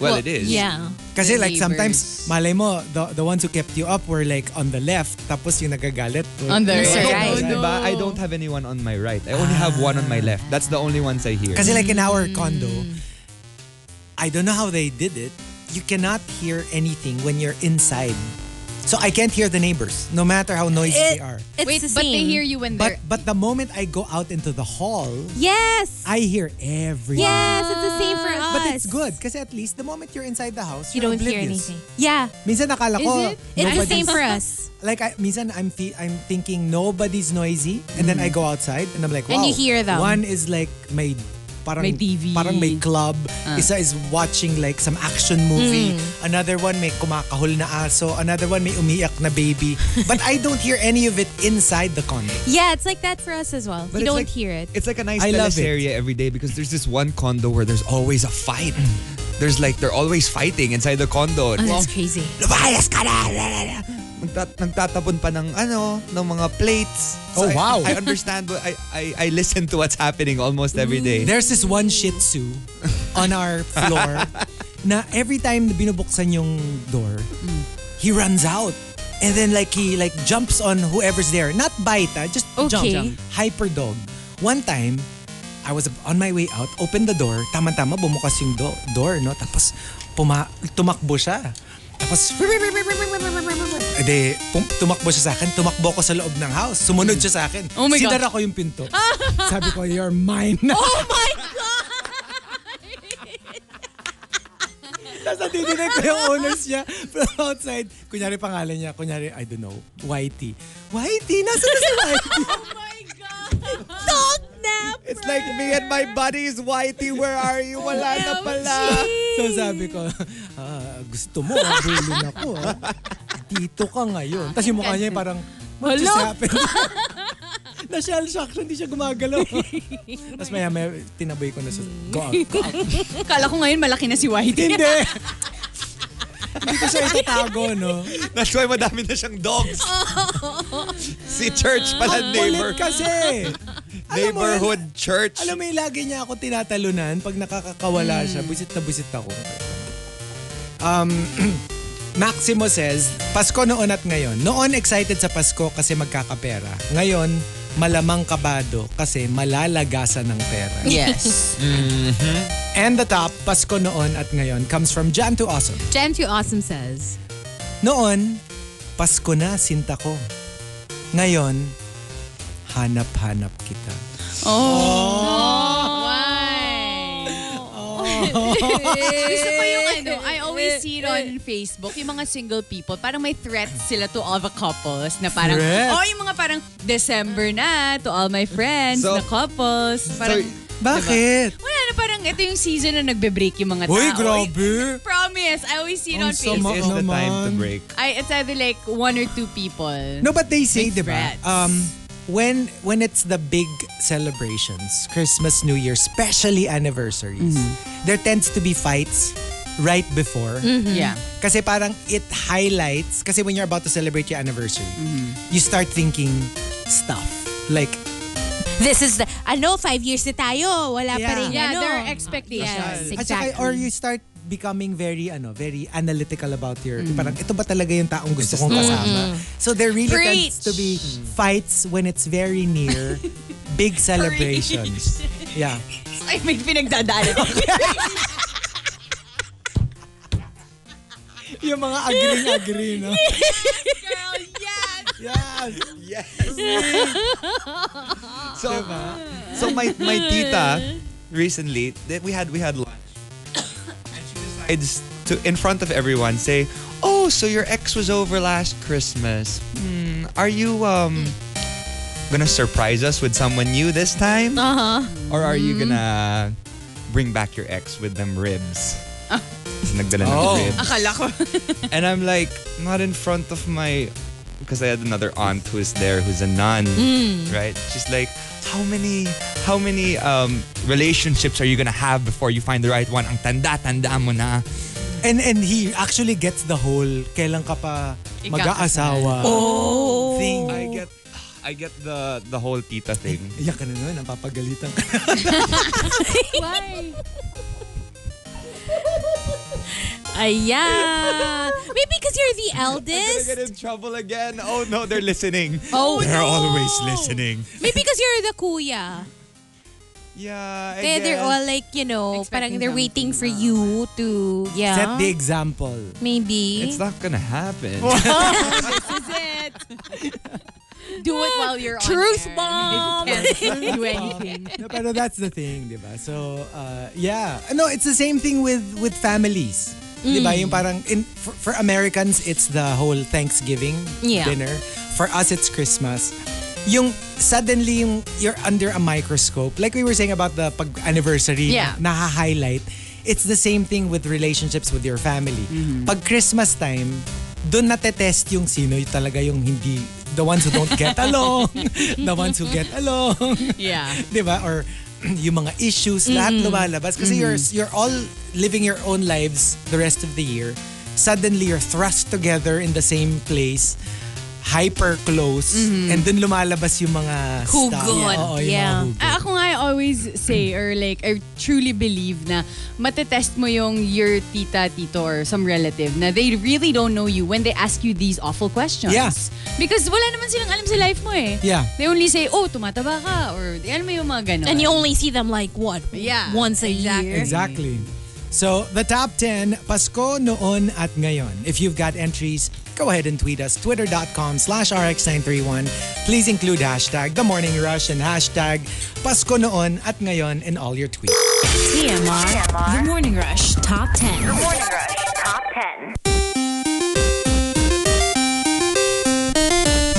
Well, it is.
Yeah.
Kasi
The
like sometimes,
neighbors.
malay mo, the, the ones who kept you up were like on the left, tapos yung nagagalit. were-
On the
Nasa
right.
right.
Diba? I don't have anyone on my right. I only have one on my left. That's the only ones I hear.
Kasi like in our
Mm.
condo, I don't know how they did it. You cannot hear anything when you're inside. So I can't hear the neighbors, no matter how noisy
It-
they are.
It's
Wait,
the
but
same.
they hear you when
But
they're...
but the moment I go out into the hall,
Yes.
I hear everything.
Yes, it's the same for us.
But it's good kasi at least the moment you're inside the house,
You
you're
don't hear
oblivious.
anything. Yeah.
Minsan nakala ko,
Is it?
It's the
nobody's-
same for us.
Like, I, minsan I'm, fe- I'm thinking nobody's noisy and then I go outside and I'm like, wow.
And you hear them.
One is like may parang
May TV.
parang may club.
Ah.
Isa is watching like some action movie.
Mm.
Another one may kumakahol na aso. Another one may umiyak na
*laughs*
baby. But I don't hear any of it inside the condo.
Yeah, it's like that for us as well.
But
you
it's
don't
like- *laughs*
hear it.
It's like a nice
I love
area every day because there's this one condo where there's always a fight. there's like, they're always fighting inside the
Oh,
condo.
that's crazy.
Lumayas ka na! Magtat- nagtatapon pa ng ano, ng mga plates.
Oh,
I-
wow.
I, understand, what- I, I, I listen to what's happening almost every day.
There's this one Shih Tzu on our floor na every time na binubuksan yung door, he runs out. And then like he like jumps on whoever's there. Not bite, ah, just jump.
Okay.
Hyper dog. One time, I was on my way out, opened the door, tama-tama bumukas yung do- door, no? Tapos puma- tumakbo siya. Tapos, *laughs* edi, pum- tumakbo siya sa akin, tumakbo ko sa loob ng house. Sumunod siya sa akin.
Oh my God.
Sinara ko yung
*laughs*
pinto. Sabi ko, you're mine.
Oh my God!
Tapos natitinag ko yung owners niya from outside. Kunyari pangalan niya, kunyari, I don't know, Whitey. Whitey? Nasaan na si Whitey?
*laughs* Dog nap!
It's like me and my buddies, Whitey, where are you? Wala na pala.
so sabi ko, "Ah, gusto mo, abulin ako. ah. Dito ka ngayon. Tapos yung mukha niya parang, what just
Hello?
happened? *laughs* Na-shell shock siya, hindi siya gumagalaw. Tapos maya, maya, tinaboy ko na siya. Go out, go out.
Kala ko ngayon malaki na si Whitey.
hindi! hindi ko siya itatago, no?
That's why madami na siyang dogs. si church pala, *laughs* neighbor.
Kulit kasi! Alam mo,
Neighborhood church.
Alam mo, yung lagi niya ako tinatalunan pag nakakakawala siya. Busit na busit ako. Um, *clears throat* Maximo says, Pasko noon at ngayon. Noon excited sa Pasko kasi magkakapera. Ngayon, malamang kabado kasi malalagasan ng pera. *laughs*
*laughs* Yes.
And the top, Pasko noon at ngayon comes from Jan to Awesome.
Jen to Awesome says,
Noon, Pasko na, sinta ko. Ngayon, hanap-hanap kita.
Gusto ko yung
Oh.
ano, I always see it on Facebook, yung mga single people, parang may threats sila to all the couples na parang,
Threat?
oh, yung mga parang December na to all my friends
So-
na couples. Parang,
Diba? Bakit?
wala na parang ito yung season na nagbe-break yung mga tao.
Uy,
eh.
grabe!
Promise, I always see it
Ang
on
sama
Facebook.
Is the time to
naman.
break.
I, it's either like one or two people.
No, but they say,
Big
di ba,
threats.
um, when, when it's the big celebrations, Christmas, New Year, especially anniversaries, there tends to be fights right before.
Yeah.
Kasi parang it highlights, kasi when you're about to celebrate your anniversary, you start thinking stuff. Like,
This is the, ano, five years na tayo. Wala pa
Yeah.
rin,
Yeah,
ano.
there are expectations.
Yes,
at saka-
exactly.
or you start becoming very ano very analytical about your parang ito ba talaga yung taong gusto kong kasama so there really tends to be fights when it's very near big celebrations yeah
Ay, may pinagdadaanan ako.
Yung mga agring-agri, no?
Girl, yes!
yes!
*laughs* Yes. so, so my my tita recently that we had we had lunch, and she decides to in front of everyone say, "Oh, so your ex was over last Christmas. Hmm, are you um gonna surprise us with someone new this time,
Uh-huh.
or are you gonna bring back your ex with them ribs?" Nagdala ng
Oh.
ribs.
Akala ko.
And I'm like, not in front of my. Because I had another aunt who's there, who's a nun,
Mm.
right? She's like, how many, how many um, relationships are you gonna have before you find the right one? Ang tanda, tanda mo na.
And and he actually gets the whole kailan ka pa mag-aasawa.
Oh.
Thing.
I get, I get the the whole tita thing.
Iyak ka na naman, ang papagalitan ka.
Why?
Ayan. Maybe because you're the
I'm gonna
eldest.
get in trouble again. Oh no, they're listening.
Oh,
they're
no.
always listening.
Maybe because you're the kuya.
Yeah, I
Kaya they're
guess.
all like, you know, parang
Expecting
they're waiting for you to, yeah.
Set the example.
Maybe.
It's not gonna happen.
This is it. *laughs* Do it while you're
Truth
on
bomb.
air. If
*laughs*
you can't do anything.
No, pero that's the thing, di ba? So, uh, yeah. No, it's the same thing with with families. Di ba? Yung parang, in, for, for Americans, it's the whole Thanksgiving
Yeah.
dinner. For us, it's Christmas. Yung suddenly, yung, you're under a microscope. Like we were saying about the pag-anniversary,
Yeah.
nahahighlight. It's the same thing with relationships with your family. Pag Christmas time, doon natetest yung sino yung talaga yung hindi, the ones who don't get along, the ones who get along.
Yeah.
*laughs* Di ba? Or *clears throat* yung mga issues, lahat lumalabas. Kasi you're, you're all living your own lives the rest of the year. Suddenly, you're thrust together in the same place, hyper close, and then lumalabas yung mga
Hugot.
stuff. Oo, yung
Yeah.
mga hugot.
Ah, ako nga, I always say or like, I truly believe na matetest mo yung your tita, tito, or some relative na they really don't know you when they ask you these awful questions.
Yeah.
Because wala naman silang alam sa life mo eh.
Yeah.
They only say, oh, tumataba ka. Or, alam mo yung mga ganon.
And you only see them like what?
Yeah,
Once a
exactly.
year.
Exactly. So, the top 10, Pasko noon at ngayon. If you've got entries, go ahead and tweet us, twitter.com slash rx931. Please include hashtag The Morning Rush and hashtag Pasko noon at ngayon in all your tweets.
TMR.
TMR.
The Morning Rush Top 10.
Morning Rush Top 10.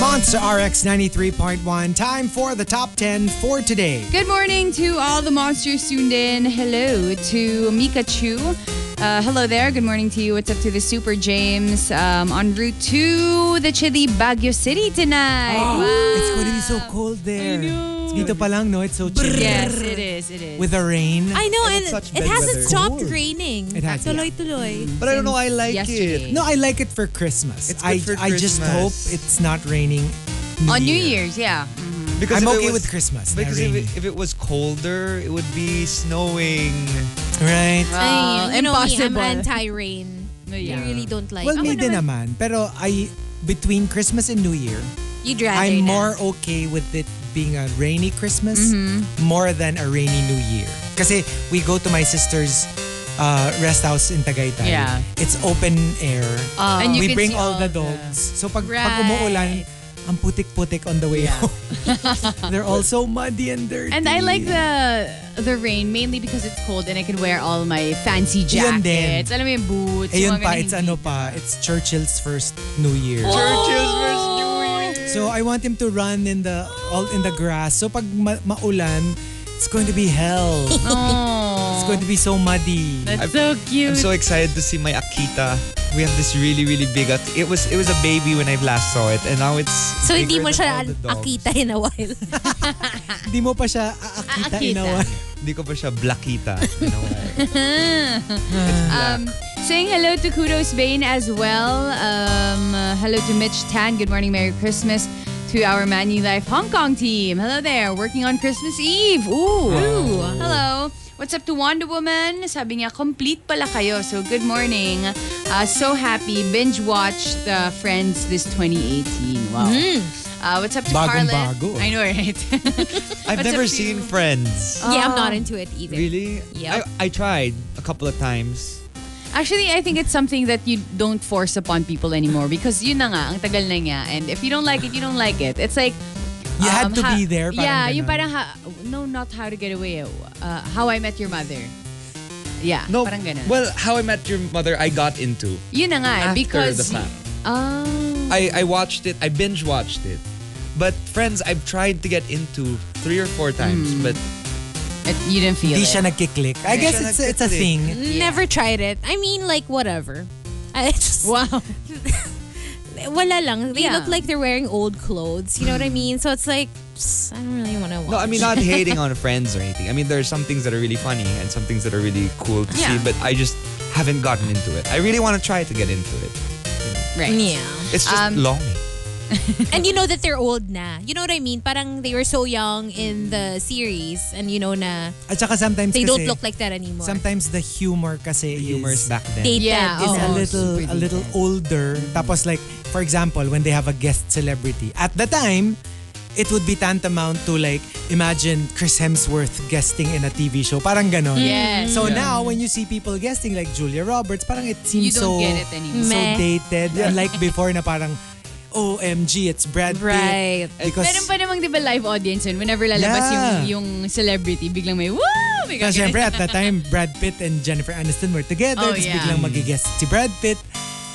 Monster RX 93.1, time for the top 10 for today.
Good morning to all the monsters tuned in. Hello to Mika Chu. Uh, hello there. Good morning to you. What's up to the Super James? Um, en route to the chilly Baguio City tonight. Wow.
Oh, It's going to be so cold there. Dito pa lang, no? It's so chilly.
Yes, it is. It is.
With the rain.
I know,
And
and,
it's such
it
bad
hasn't
weather.
stopped
Cool.
raining.
It has, yeah.
Tuloy-tuloy.
But I don't know. I like it.
yesterday.
no, I like it for Christmas.
It's good for
I, I just
Christmas.
hope it's not raining
On New Year's, yeah.
Because
I'm
if it
okay
was-
with Christmas, not
Because if
rainy.
it, if it was colder, it would be snowing.
Right?
Well,
you know me, I'm
impossible.
anti-rain.
No,
I
yeah.
really don't like
Well,
it.
me din naman. Pero I, between Christmas and New Year,
You'd rather
I'm
na.
more okay with it being a rainy Christmas
Mm-hmm.
more than a rainy New Year. Kasi we go to my sister's uh, rest house in Tagaytay.
Yeah. Oh.
It's open air.
And you
we
can
bring
see
all the
all the-
dogs. So pag, pag
Right.
umuulan, ang putik-putik on the way home. *laughs* They're all so muddy and dirty.
And I like the the rain mainly because it's cold and I can wear all my fancy
Yun din.
jackets. Alam mo yung boots.
Ayun
yung mga
pa,
ganun
it's
hindi-
ano pa, it's Churchill's first New Year.
Churches versus
Oh.
New Year.
So I want him to run in the all in the grass. So pag ma- maulan, it's going to be hell.
Oh,
It's going to be so muddy.
that's so cute.
I'm so excited to see my Akita. We have this really, really big. Ak- it was it was a baby when I last saw it, and now it's.
So hindi
bigger
mo
than
siya
all the dogs.
akita in a while. *laughs*
Hindi mo pa siya aakita in a
Aakita.
while.
Hindi ko pa siya blackita. You know
*laughs*
why?
Um, saying hello to Kudos Bain as well. Um, uh, hello to Mitch Tan. Good morning, Merry Christmas to our Man U Life Hong Kong team. Hello there. Working on Christmas Eve. Ooh. Hello. What's up to Wonder Woman? Sabi niya, complete pala kayo. So, good morning. Uh, so happy. Binge watched uh, Friends this 2018. Wow. Uh, what's up to
Hmm. Bagong
Carla?
bago.
I know, right? *laughs*
I've
What's
never
up to you?
seen Friends.
yeah, I'm not into it either.
Really?
Yep.
I, I tried a couple of times.
Actually, I think it's something that you don't force upon people anymore because yun na nga, ang tagal na niya. And if you don't like it, you don't like it. It's like...
You had to
how-
be there, parang
yeah, yung
ganun.
parang... Ha, no, not How to Get Away. eh. Uh, how I Met Your Mother. Yeah,
No.
parang ganun.
Well, How I Met Your Mother, I got into
yun na nga, eh,
after
because...
the fact.
Oh.
I, I watched it. I binge watched it. But Friends, I've tried to get into three or four times, but
It- you didn't feel
Hindi
it.
siya nagkiklik. I
Hindi
guess
siya
it's it's a
nagkiklik.
thing.
Never tried it. I mean, like, whatever. I just,
wow.
wala lang. They
Yeah.
look like they're wearing old clothes. You know what I mean? So it's like, psst, I don't really want to watch.
no, I mean not hating on Friends or anything. I mean there are some things that are really funny and some things that are really cool to
Yeah.
see, but I just haven't gotten into it. I really want to try to get into it.
Right.
yeah.
It's just
Um,
longing.
And you know that they're old na. You know what I mean? Parang they were so young in the series and you know na
At saka sometimes
they
kasi,
don't look like that anymore.
sometimes the humor kasi
The humor's
is,
back then.
Dated
Yeah,
is
is a
Oh,
little
super
a little
dated.
older. Tapos like for example, when they have a guest celebrity at the time, it would be tantamount to like imagine Chris Hemsworth guesting in a TV show. Parang ganon.
Yes.
So
Yeah.
now when you see people guesting like Julia Roberts, parang it
You
seems
don't
so
get it
so
anymore.
Meh.
dated. Unlike before na parang OMG, it's Brad Pitt.
Right.
Because
Meron pa namang, di ba, live audience yun. Whenever
Yeah.
lalabas yung, yung celebrity, biglang may, woo! May
Kasi
ganun.
syempre at that time, Brad Pitt and Jennifer Aniston were together.
Oh,
Tapos
yeah.
biglang mag-guest si Brad Pitt.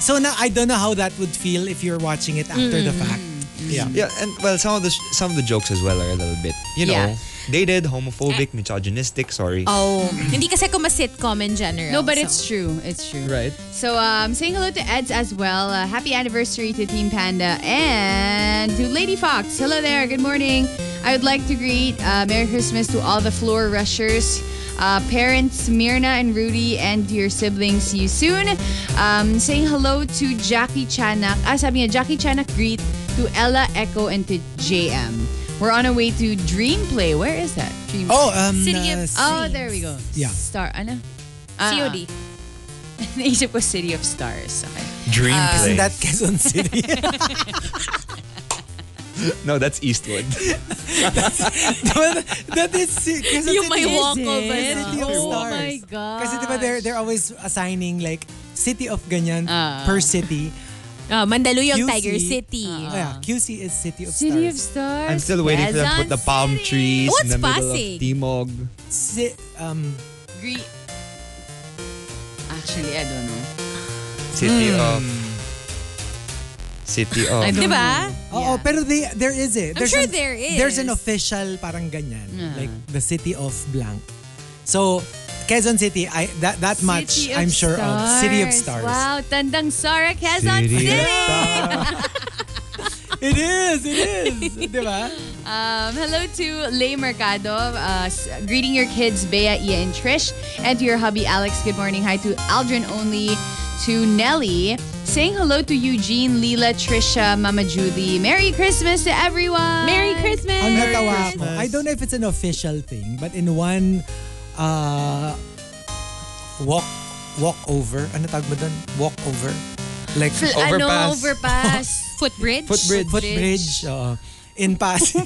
So now, I don't know how that would feel if you're watching it after the fact. Yeah.
Mm.
Yeah, and well, some of the some of the jokes as well are a little bit, you know,
Yeah.
Dated, homophobic, misogynistic, sorry.
Oh.
Hindi kasi ako ma-sitcom in general.
No,
so.
but it's true. It's true.
Right.
So, um, saying hello to Eds as well. Uh, happy anniversary to Team Panda and to Lady Fox. Hello there. Good morning. I would like to greet uh, Merry Christmas to all the floor rushers, uh, parents Mirna and Rudy, and to your siblings. See you soon. Um, saying hello to Jackie Chanak. Ah, sabi niya, Jackie Chanak greet to Ella, Echo, and to JM. We're on our way to Dream Play. Where is that? Dream
Oh, um,
City of-
uh,
Oh, there we go.
Yeah.
Star, ano? *laughs* Ah,
COD.
Naisip ko City of Stars. Okay.
Dream
isn't that Quezon City? *laughs*
No, that's Eastwood.
that is si- Quezon
You
City.
may
is
walk over
the
it.
City of
Oh
Stars.
my gosh.
Kasi diba they're, they're always assigning like City of ganyan
Ah.
per city.
Ah, Mandaluyong
QC.
Tiger City.
Ah, yeah, QC is City of
City of
Stars.
Stars.
*laughs* I'm still waiting for them to put the
Quezon
palm
City.
trees
What's
in the middle
Pasig?
of Timog.
Si- um,
Gre- Actually, I don't know.
City
Hmm.
of... City of...
I don't
Diba?
know.
Oo, pero they, there is eh.
I'm sure there is.
There's an official parang ganyan. Like the City of Blank. So, Quezon City, I that that much
City of
I'm sure of. City of Stars.
Wow, Tandang Sara Quezon
City of
City.
It is, it
*laughs*
is. diba?
Um, hello to Lay Mercado. Uh, s- greeting your kids, Bea, Ia, and Trish. And to your hubby, Alex. Good morning. Hi to Aldrin only. To Nelly. Saying hello to Eugene, Leela, Trisha, Mama Judy. Merry Christmas to everyone.
Merry Christmas!
Ang natawa ko. I don't know if it's an official thing, but in one uh, walk walk over, ano tawag mo doon? Walk over. Like
Fl-
Overpass.
Ano, overpass.
Footbridge?
footbridge. Footbridge. oo. in Pasig.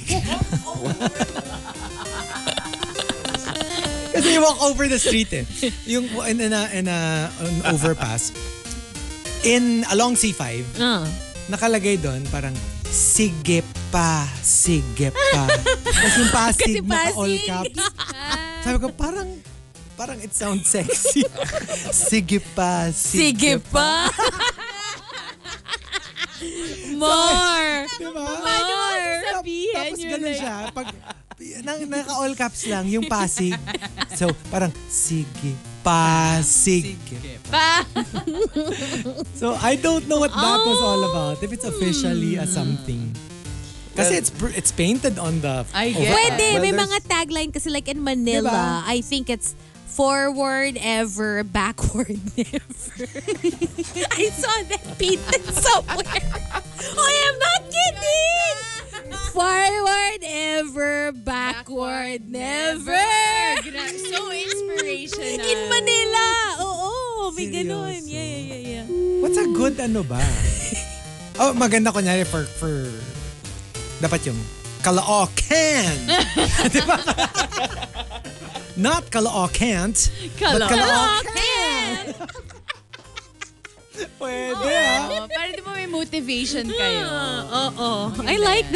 Kasi you walk over the street eh. Yung in, in, a, in a, an overpass. In along C5,
Ah.
nakalagay doon parang sige pa, sige pa. Kasi yung Pasig,
Kasi
naka all
Pasig.
*laughs* caps. Sabi ko parang parang it sounds sexy. *laughs* sige pa,
Sige
sige, pa.
pa! *laughs* More!
Diba?
More!
Tapos ganun siya. Pag, nang, naka all caps lang, yung pasig.
*laughs*
So, parang, sige, pasig.
Pa.
So, I don't know what that was all
Ah!
about. If it's officially a something. Kasi it's pr- it's painted on the...
I
over-
guess.
Pwede,
Well,
may
there's-
mga tagline kasi like in Manila, I think it's forward ever, backward *laughs* never. I saw that painted *laughs* somewhere. I am not kidding! Forward ever, backward never.
So inspirational.
In Manila, oo, may
Seryoso.
ganun. Yeah, yeah, yeah, yeah.
What's a good ano
*laughs*
ba? Oh, maganda kunyari for... for dapat yung
*laughs*
kalaokan. Di ba? Not kalaokant. But kalaok.
Kalaokan!
Pwede ah.
Oh, para di ba may motivation kayo?
Oo, I like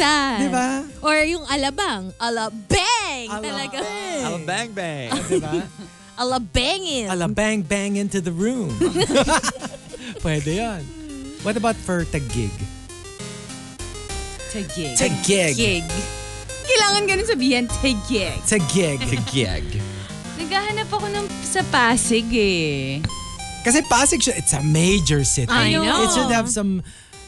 Di
that.
ba?
Or yung alabang, alabang! Talaga.
Ang bang bang.
Diba?
Alabangin.
Ala bang bang into the
*laughs*
room. Pwede yan. What about for tagig?
Tagig.
Tagig.
gig.
Kailangan ganun sabihin, tagig.
Tagig.
Gag.
Naghahanap ako ng sa Pasig eh.
Kasi Pasig, should- it's a major city.
I know.
It should have some,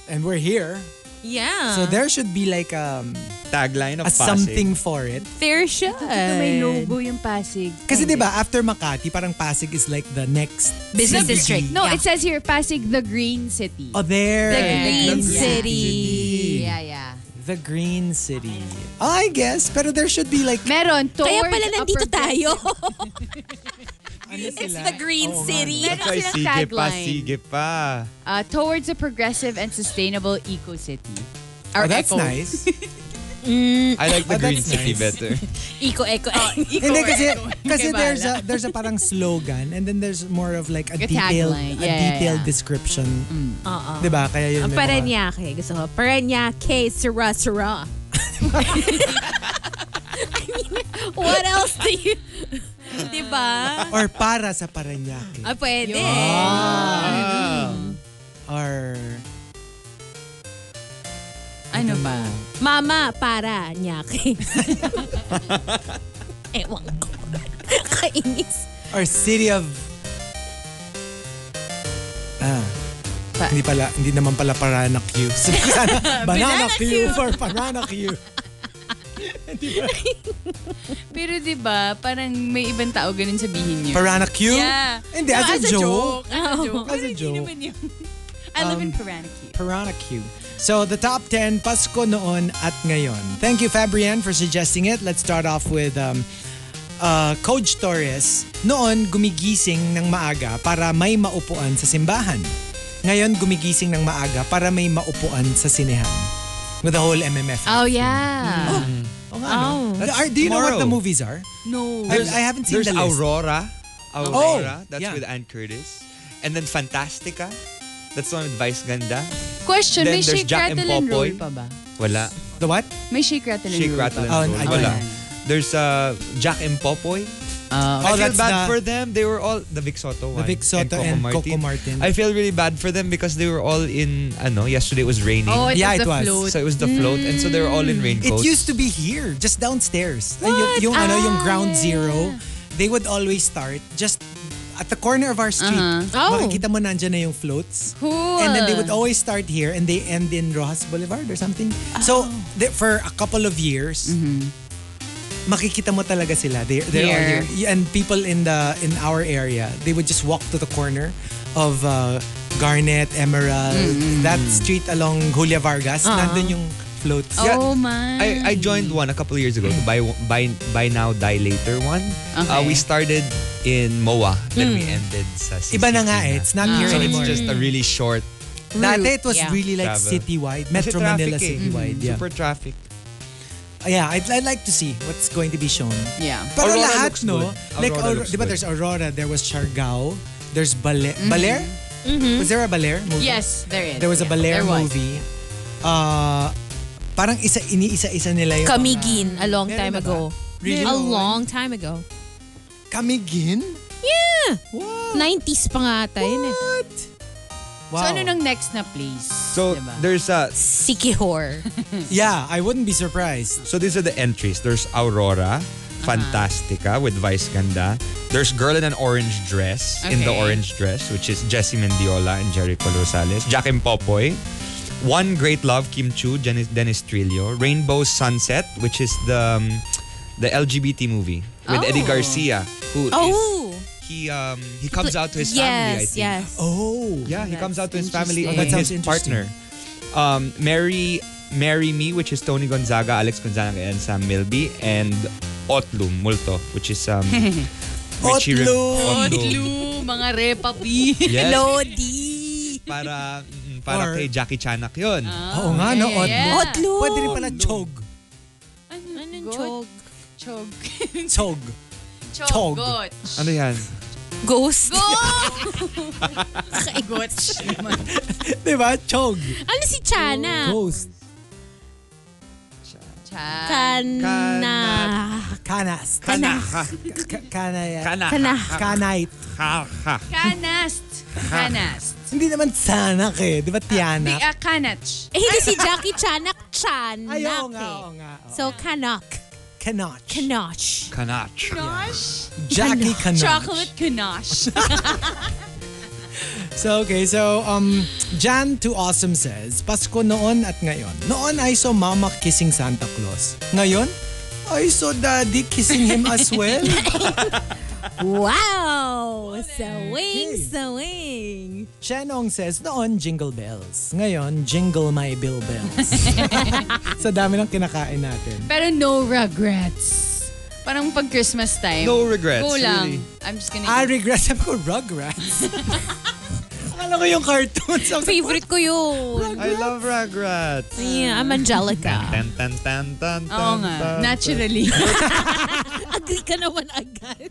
and we're here,
Yeah.
so there should be like um,
Tagline of
a
Pasig.
something for it.
there should.
Ito may logo yung Pasig.
Kasi di ba after Makati, parang Pasig is like the next
Business
CBD.
district.
No,
Yeah.
it says here, Pasig the Green City.
Oh, there.
The Green
That's-
City.
Yeah, yeah.
The Green City. I guess, pero there should be like,
Meron, towards
Kaya pala
Upper
nandito
Quezon.
tayo.
ano
*laughs* It's
sila?
the Green
Oo nga.
City.
That's why
Silang
sige pa,
tagline.
sige pa.
Uh, towards a progressive and sustainable eco-city.
Oh,
Or
that's
eco.
nice.
Hmm.
I like the
Oh,
green
that's
city
nice.
better.
Eco, eco, *laughs* eco.
Ah, Hindi kasi kasi
Okay,
there's a
bahala.
there's a parang slogan and then there's more of like a
Like a
detailed
tagline.
a
Yeah, yeah,
detailed
yeah. Mm.
description.
Oo.
'Di ba? Kaya yun.
Ang
may mga-
Paranaque. Gusto ko. Paranaque, sira, sira. *laughs* I mean, what else do you... *laughs* Diba?
or para sa Paranaque.
Ah, pwede.
Or
Ano ba?
Mama, para,
*laughs*
nyaki. Ewan ko. Kainis.
Or city of... Ah.
Pa-
Hindi pala, hindi naman pala Parana Q.
*laughs*
Sabi ko sana, Banana,
Banana
Q
Q.
for Parana Q.
Pero di ba parang may ibang tao ganun sabihin yun.
Parana Q?
Yeah.
Hindi,
No,
as, a, joke.
As a joke.
As a
Pero hindi
joke. Um,
naman yun. I live in Paranaki.
Piranha Q. So the top 10 Pasko noon at ngayon. Thank you Fabrienne for suggesting it. Let's start off with um, uh, Coach Torres. Noon gumigising ng maaga para may maupuan sa simbahan. Ngayon gumigising ng maaga para may maupuan sa sinehan. With the whole MMF.
Oh, yeah.
Oo nga, no? Are- do you know what the
tomorrow.
movies are?
No.
I, I haven't seen
There's
the list.
Aurora. Aurora.
Oh,
that's
yeah.
with Ann Curtis. And then Fantastica. That's the one with Vice Ganda.
Question,
Then
may
there's
shake,
Jack and
rattle, and roll
Popoy.
pa ba?
Wala.
The what?
May shake, rattle, and
Shake
roll
Rattle
Oh,
pa ba?
and Roll.
I
Wala.
don't
There's uh, Jack and Popoy.
Ah,
Oh,
I feel
that's
bad
the-
for them. They were all the Vic Soto one.
The Vic Soto and Coco Martin.
I feel really bad for them because they were all in ano, yesterday it was raining.
oh, Mm. it
Yeah,
was
it
the
was.
float.
so it was the float and so they were all in
It
raincoats.
used to be here, just downstairs. What? Yung, yung ano, yung ground zero, they would always start just at the corner of our street.
Oh.
Makikita mo nandyan na yung floats.
Cool.
And then they would always start here and they end in Rojas Boulevard or something. So, the- for a couple of years, makikita mo talaga sila. They, they're all
Here.
here. Yeah, And people in the in our area, they would just walk to the corner of uh, Garnet, Emerald, that street along Julia Vargas. Nandun yung floats.
Yeah,
Oh, man.
I, I joined one a couple of years ago, the buy, buy, buy now, die later one. Uh,
Okay. Mm.
we started in MOA, then we ended sa CCP
Iba na nga eh. It's not
Ah.
here
So it's
anymore.
just a really short
Dati it was
Yeah.
really like
Travel.
citywide. Metro
Kasi traffic
Manila
eh.
citywide. Yeah,
super traffic.
yeah I'd, I'd like to see what's going to be shown.
Yeah.
Pero
Aurora
lahat,
looks
no?
good.
Like,
Aurora
Aurora
looks
di ba
good.
there's Aurora, there was Chargao, there's Baler. Baler? Was there a Baler movie?
Mm-hmm. Yes, there is.
There was a
Yeah,
Baler
there was.
movie. Uh, parang isa iniisa-isa nila yung...
Kamigin, a long
Meron
time
na ba?
ago.
Really?
A long time ago.
Kamigin?
Yeah!
What?
90s pa nga ata yun eh.
Wow.
So ano nang next na please?
So
Diba?
there's
*laughs*
a
Sikihor.
Yeah, I wouldn't be surprised.
So these are the entries. There's Aurora,
Uh-huh.
Fantastica with Vice Ganda. There's Girl in an Orange Dress, in the
Okay.
Orange Dress, which is Jessie Mendiola and Jericho Rosales. Jack and Popoy. One Great Love, Kim Chu, Jen- Dennis Trillo. Rainbow Sunset, which is the, um, the LGBT movie with
Oh.
Eddie Garcia, who is-
Oh!
he, um, he comes out to his family, I
yes,
think.
yes.
Oh.
Yeah, he
That's
comes out to his family
interesting.
and
That sounds
his partner. Um, marry, marry me, which is Tony Gonzaga, Alex Gonzaga, and Sam Milby, and Otlum Multo, which is um, Richie Rim-
Otlum!
Odlu, mga repapi.
Yes.
Lodi!
Para mm,
Or-
para
Ah.
kay Jackie Chanak yun.
Oo nga, no?
Yeah, yeah, yeah.
Odlo. Pwede rin pala chog.
Anong
Good.
chog? *laughs* Chog.
Chog. *laughs* Chog.
Chog. Got.
ano yan?
Ghost.
*laughs* Got.
Diba? Chog.
*laughs* Ano si Chana?
Ghost.
Chag.
Kana.
Kanas.
Kanaka.
Ka- Kanaya.
Kanaka.
Kana.
Kanait.
Kanaka.
Kanast. Kanast.
Hindi naman sanak eh. Di ba
Di,
tiyanak?
ah, kanach.
Eh, hindi si Jackie Chanak. Chanak
Ay, oo nga, oo
eh.
nga. oo.
So, Kanak.
Kanach.
Kanosh.
Kanach.
Kanosh?
Jackie Kanach.
Chocolate kanosh.
So, okay. So, um, Jan to Awesome says, Pasko noon at ngayon. Noon I saw Mama kissing Santa Claus. Ngayon, I saw Daddy kissing him as well.
Wow! Sawing,
Okay.
sawing.
Shenong says, noon jingle bells. Ngayon, jingle my bill bells. Sa dami ng kinakain natin.
Pero no regrets. Parang pag Christmas time.
No regrets,
Go lang.
really.
I'm just gonna
I regret. Ah, Sabi ko,
*laughs*
Rugrats. Akala ko yung cartoon. Sabi ko,
Favorite ko yun.
I love Rugrats.
Yeah, I'm Angelica.
Tan, tan, tan, tan,
Oo
tan,
nga.
tan.
*laughs*
Naturally.
Agree ka naman agad.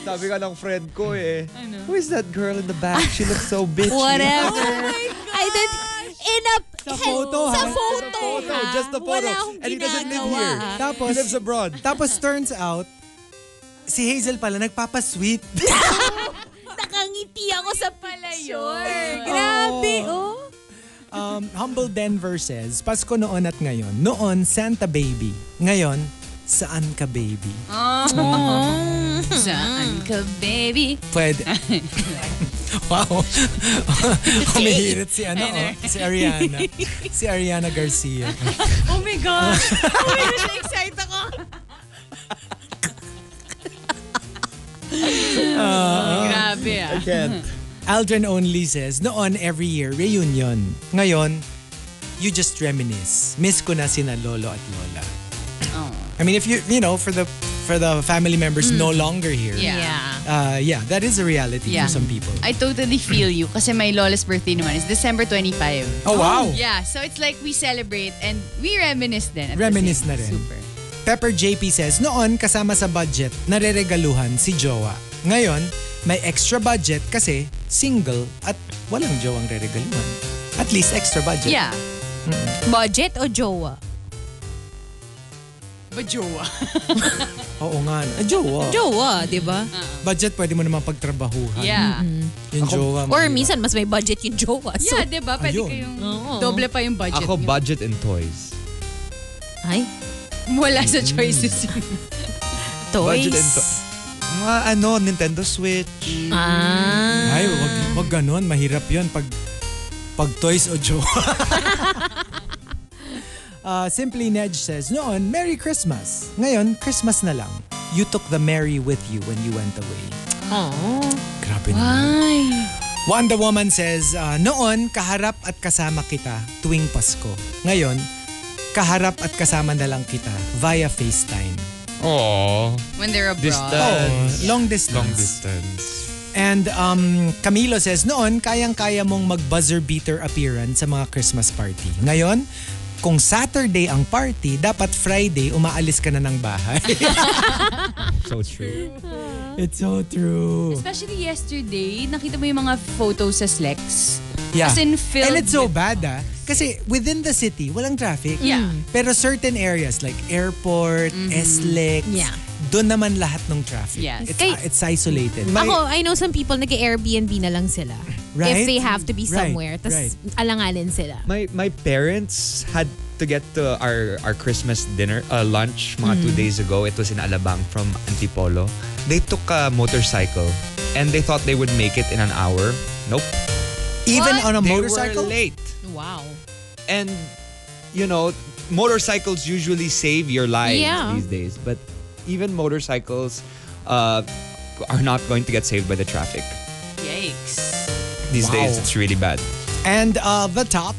Sabi ka ng friend ko eh.
Ano?
Who is that girl in the back? She looks
*laughs*
so bitchy.
Whatever. I did in a
Sa photo, ha?
Sa
Sa
photo.
photo,
ha?
just the
Wala
photo.
akong
And he doesn't live
ginagawa.
here.
Tapos,
He lives abroad.
tapos turns out, si Hazel pala nagpapasweet.
Nakangiti ako sa picture.
yun.
Grabe, oh.
Um, Humble Denver says, Pasko noon at ngayon. Noon, Santa Baby. Ngayon, saan ka baby?
Ah.
Saan ka, baby?
*laughs*
Pwede. wow. Humihirit si ano, oh, si Ariana. si Ariana Garcia.
Oh my God! oh my God, na-excite
*laughs*
ako!
Uh-huh.
Grabe ah.
Aldrin only says, noon every year, reunion. Ngayon, you just reminisce. Miss ko na sina lolo at lola.
Oh.
I mean, if you, you know, for the for the family members no longer here.
Mm. Yeah.
Uh, yeah, that is a reality
Yeah.
for some people.
I totally feel you kasi my lola's birthday naman is December 25.
oh, wow.
Yeah, so it's like we celebrate and we reminisce then. at the
Reminisce na
same-
rin.
Super.
Pepper JP says, noon kasama sa budget, nareregaluhan si Jowa. Ngayon, may extra budget kasi single at walang jowang reregaluhan. At least extra budget.
Yeah.
Budget o jowa?
Bajowa.
Oo nga. no. Ah, jowa.
Jowa, di ba?
budget pwede mo naman pagtrabahuhan.
Yeah.
Yung jowa mo.
Or
di ba?
minsan mas may budget yung jowa. So,
Yeah, diba? Pwede
Ayun.
kayong
Oo.
doble pa yung budget
Ako,
niyo.
budget and toys.
ay,
Wala sa
Mm-hmm.
choices yun. *laughs*
toys.
Budget and to- Mga ano, Nintendo Switch.
ah.
Ay, wag, wag ganun. Mahirap yun pag, pag toys o *laughs* jowa. uh, Simply Nedge says, noon, Merry Christmas. Ngayon, Christmas na lang. You took the Merry with you when you went away.
Oh.
Grabe naman. Wonder Woman says, uh, noon, kaharap at kasama kita tuwing Pasko. Ngayon, kaharap at kasama na lang kita via FaceTime. Oh,
Oh,
When they're abroad.
distance.
Long distance.
Long distance.
And um, Camilo says, noon, kayang-kaya mong mag-buzzer beater appearance sa mga Christmas party. Ngayon, kung Saturday ang party, dapat Friday umaalis ka na ng bahay.
So true.
It's so true.
Especially yesterday, nakita mo yung mga photos sa Slex.
Yeah.
Ah, As in filled
And it's so
with-
bad ah. Kasi within the city, walang traffic.
Yeah.
Hmm.
Mm-hmm.
Pero certain areas like airport, SLEX,
Yeah.
doon naman lahat ng traffic.
Yes.
It's, uh,
Kay-
it's isolated.
Ako, I know some people nag-Airbnb na lang sila.
Right?
If they have to be
Right,
somewhere. Tapos alangalin sila.
My my parents had to get to our our Christmas dinner, uh, lunch mga two days ago. It was in Alabang from Antipolo. They took a motorcycle and they thought they would make it in an hour. Nope.
Even on a
they
motorcycle?
were late.
Wow.
And you know, motorcycles usually save your lives
Yeah.
these days, but even motorcycles uh, are not going to get saved by the traffic.
Yikes.
These
Wow.
days it's really bad.
And uh, the top,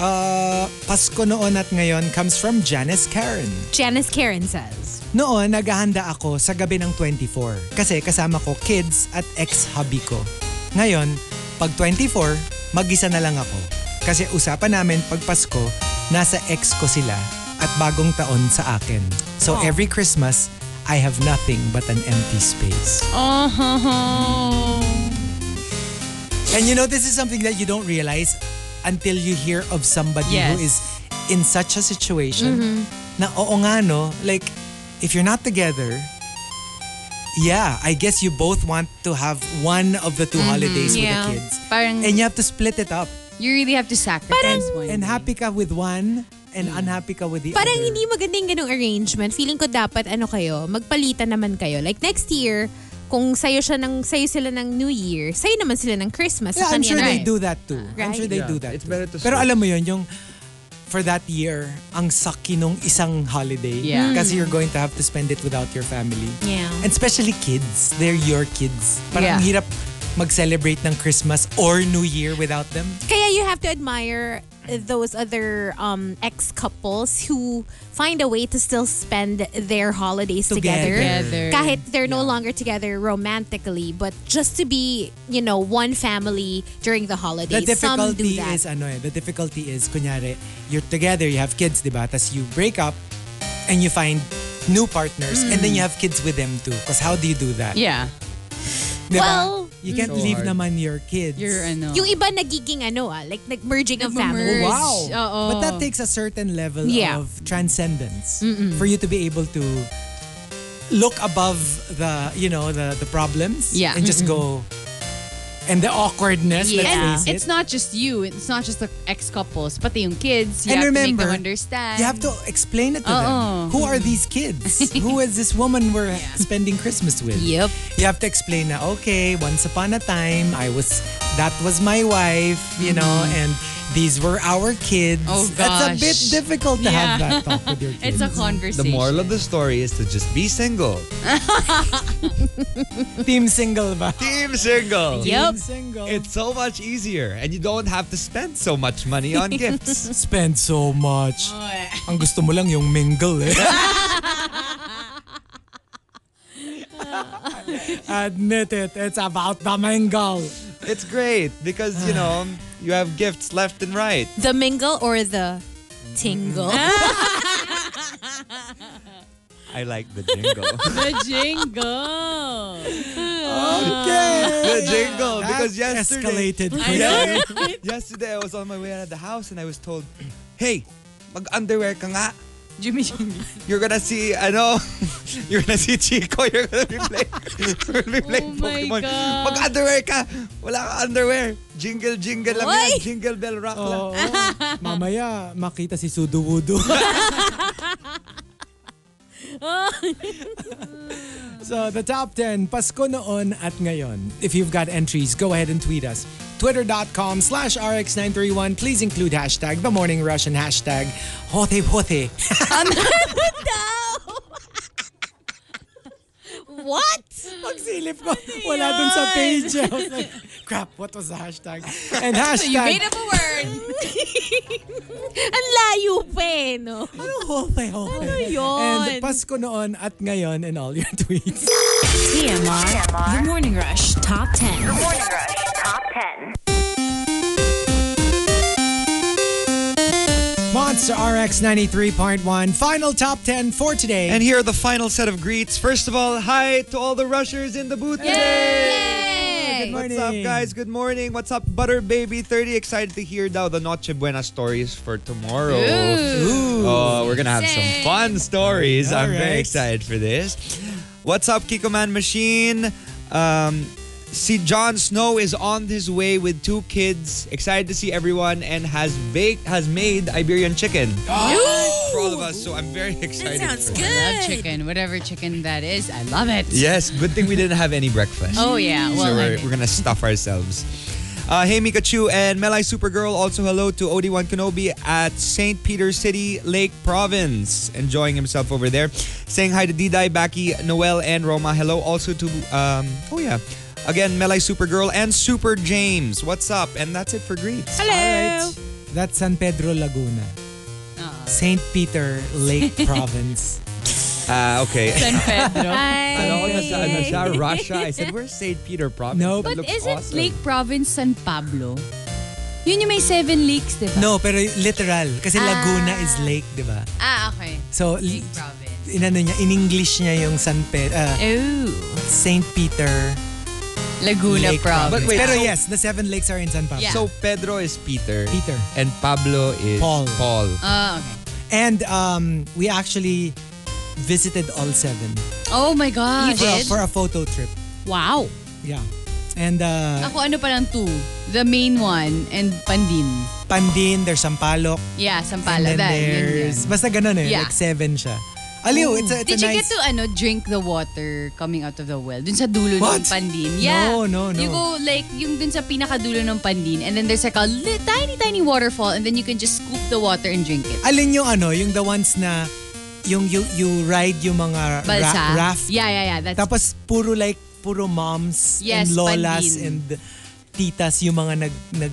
uh, Pasko noon at ngayon comes from Janice Karen.
Janice Karen says,
Noon, naghahanda ako sa gabi ng 24 kasi kasama ko kids at ex-hubby ko. Ngayon, pag 24, mag-isa na lang ako. Kasi usapan namin pag Pasko, nasa ex ko sila at bagong taon sa akin. So every Christmas, I have nothing but an empty space.
Oh.
And you know, this is something that you don't realize until you hear of somebody
Yes.
who is in such a situation na oo nga no, like, if you're not together, yeah, I guess you both want to have one of the 2 holidays
yeah.
with the kids.
Parang-
and you have to split it up.
You really have to sacrifice one.
And happy ka with one and unhappy ka with the
Parang
other.
hindi magandang ganong arrangement. Feeling ko dapat ano kayo, magpalitan naman kayo. Like next year, kung sayo siya ng sayo sila ng New Year, sayo naman sila ng Christmas.
Yeah,
sa eh.
I'm
kanila.
sure they
Right.
do that too. I'm sure they
Yeah,
do that
it's
too.
better to switch.
Pero alam mo yun, yung for that year, ang sucky nung isang holiday.
Yeah. Mm.
Kasi you're going to have to spend it without your family.
Yeah.
And especially kids. They're your kids.
Yeah.
Parang ang hirap mag-celebrate ng Christmas or New Year without them.
Kaya you have to admire those other um, ex couples who find a way to still spend their holidays together.
Together.
Kahit they're no longer together romantically, but just to be, you know, one family during the
The
holidays. Some do
difficulty
that.
is ano eh, the difficulty is kunyari you're together, you have kids, 'di ba? Tas you break up and you find new partners and then you have kids with them too. Cause how do you do that?
Mm. Yeah.
Di ba?
Well,
you can't
Mm. So
leave
hard.
naman your kids.
You're ano.
yung iba nagiging ano ah, like nag-merging of families.
Nagmamerge.
Wow.
Oo.
But that takes a certain level
Yeah.
of transcendence for you to be able to look above the, you know, the the problems
Yeah.
and just go and the awkwardness,
And
let's face it.
it's not just you. It's not just the ex-couples. Pati yung kids. You
and
have
remember,
to make them understand.
you have to explain it to
Oo.
them. Who are these
*laughs*
kids? Who is this woman we're spending Christmas with?
Yep.
You have to explain na, okay, once upon a time, I was, that was my wife, you know, and these were our kids.
Mm-hmm. Oh,
That's a bit
gosh.
difficult to have
Yeah.
that talk with your kids.
*laughs* It's a conversation.
The moral of the story is to just be single.
Team single ba?
Team single.
Yep.
Team single.
It's so much easier, and you don't have to spend so much money
*laughs*
on gifts.
spend so much. Ang gusto mo lang yung mingle eh. Admit it, it's about the mingle.
It's great because, you
*sighs*
know, you have gifts left and right.
The mingle or the
*laughs*
tingle? *laughs*
I like the jingle.
*laughs* the jingle.
Okay.
the jingle
That
because yesterday
escalated.
Yeah. *laughs* yesterday I was on my way out of the house and I was told, "Hey, mag-underwear ka nga.
*laughs* Jimmy Jimmy.
You're gonna see, I know, *laughs* you're gonna see Chico. *laughs* You're gonna be playing, you're gonna be playing
Oh my
Pokemon.
God.
Mag-underwear ka. Wala ka underwear. Jingle, jingle lang
Oy!
yan. Jingle bell rock lang.
Oo. Mamaya, makita si Suduwudu. so, the top 10, Pasko noon at ngayon. If you've got entries, go ahead and tweet us. Twitter.com slash RX931. Please include hashtag The Morning Rush and hashtag Hote Hote.
what?
Pagsilip ko, wala dun sa page. *laughs* I was like, crap, what was the hashtag? *laughs* And hashtag...
You made up a
*laughs*
word.
Ang layo pa eh, no?
Ano Hote Hote?
yun?
And Pasko noon at ngayon and all your *laughs* tweets.
TMR. The Morning Rush Top 10.
Morning Rush Top 10.
Monster RX 93.1, final top 10 for today.
And here are the final set of greets. First of all, hi to all the rushers in the booth today.
Good
What's
morning.
up, guys? Good morning. What's up, Butter Baby? 30 excited to hear now the Noche Buena stories for tomorrow. Oh, we're gonna have some fun stories. I'm very
Alright.
excited for this. What's up, Kiko Man Machine? Um, see, Jon Snow is on his way with two kids. Excited to see everyone, and has baked has made Iberian chicken *gasps* for all of us. So I'm very excited.
Sounds
for
good.
Love chicken. Whatever chicken that is, I love it.
Yes, good thing we didn't have any breakfast.
Oh, yeah. Well,
so
I
we're,
mean-
we're gonna stuff ourselves. Uh, hey Mikachu and Melai Supergirl. Also hello to Obi-Wan Kenobi at St. Peter City, Lake Province. Enjoying himself over there. Saying hi to Didai, Baki, Noel, and Roma. Hello also to um, oh yeah. Again, Melai Supergirl and Super James. What's up? And that's it for
*laughs*
greets.
All right. That's San Pedro Laguna. Ah. St. Peter *laughs* Lake Province.
Ah, okay.
San *laughs* Pedro.
Ano ko
Ay.
nasa- ano siya? Russia. I said, where's St. Peter Province?
No,
That
But
looks
isn't
awesome.
Lake Province San Pablo? Yun yung may seven lakes, di ba?
No, pero literal. Kasi Laguna is lake, di ba?
Ah, okay.
So, l-
Lake Province.
inano niya, in-English niya yung San Pe- uh,
Oh.
St. Peter
Laguna
Lake
Province.
Province.
But wait,
pero
so-
yes, the seven lakes are in San Pablo.
Yeah.
So Pedro is Peter.
Peter.
And Pablo is
Paul.
*laughs*
Paul.
Ah, okay.
And um, we actually visited all seven
Oh my God.
for, a- for a photo trip.
Wow.
Yeah. And uh,
Ako ano pa lang two. The main one and Pandin.
Pandin, there's Sampaloc,
Yeah,
And
Sampala.
then
That, yun, yun.
there's, basta ganun eh,
Yeah.
like seven siya. Aliw, it's a, it's
Mm. Did
a
you
nice...
get to ano drink the water coming out of the well? Dun sa dulo
What?
ng pandin. Yeah.
No, no, no.
You go like yung dun sa pinakadulo ng pandin and then there's like a li- tiny tiny waterfall and then you can just scoop the water and drink it.
Alin yung ano, yung the ones na yung you, you ride yung mga ra-
Balsa.
raft.
Yeah, yeah, yeah. That's
Tapos puro like, puro moms
Yes,
and lolas
pandin.
and titas yung mga nag, nag,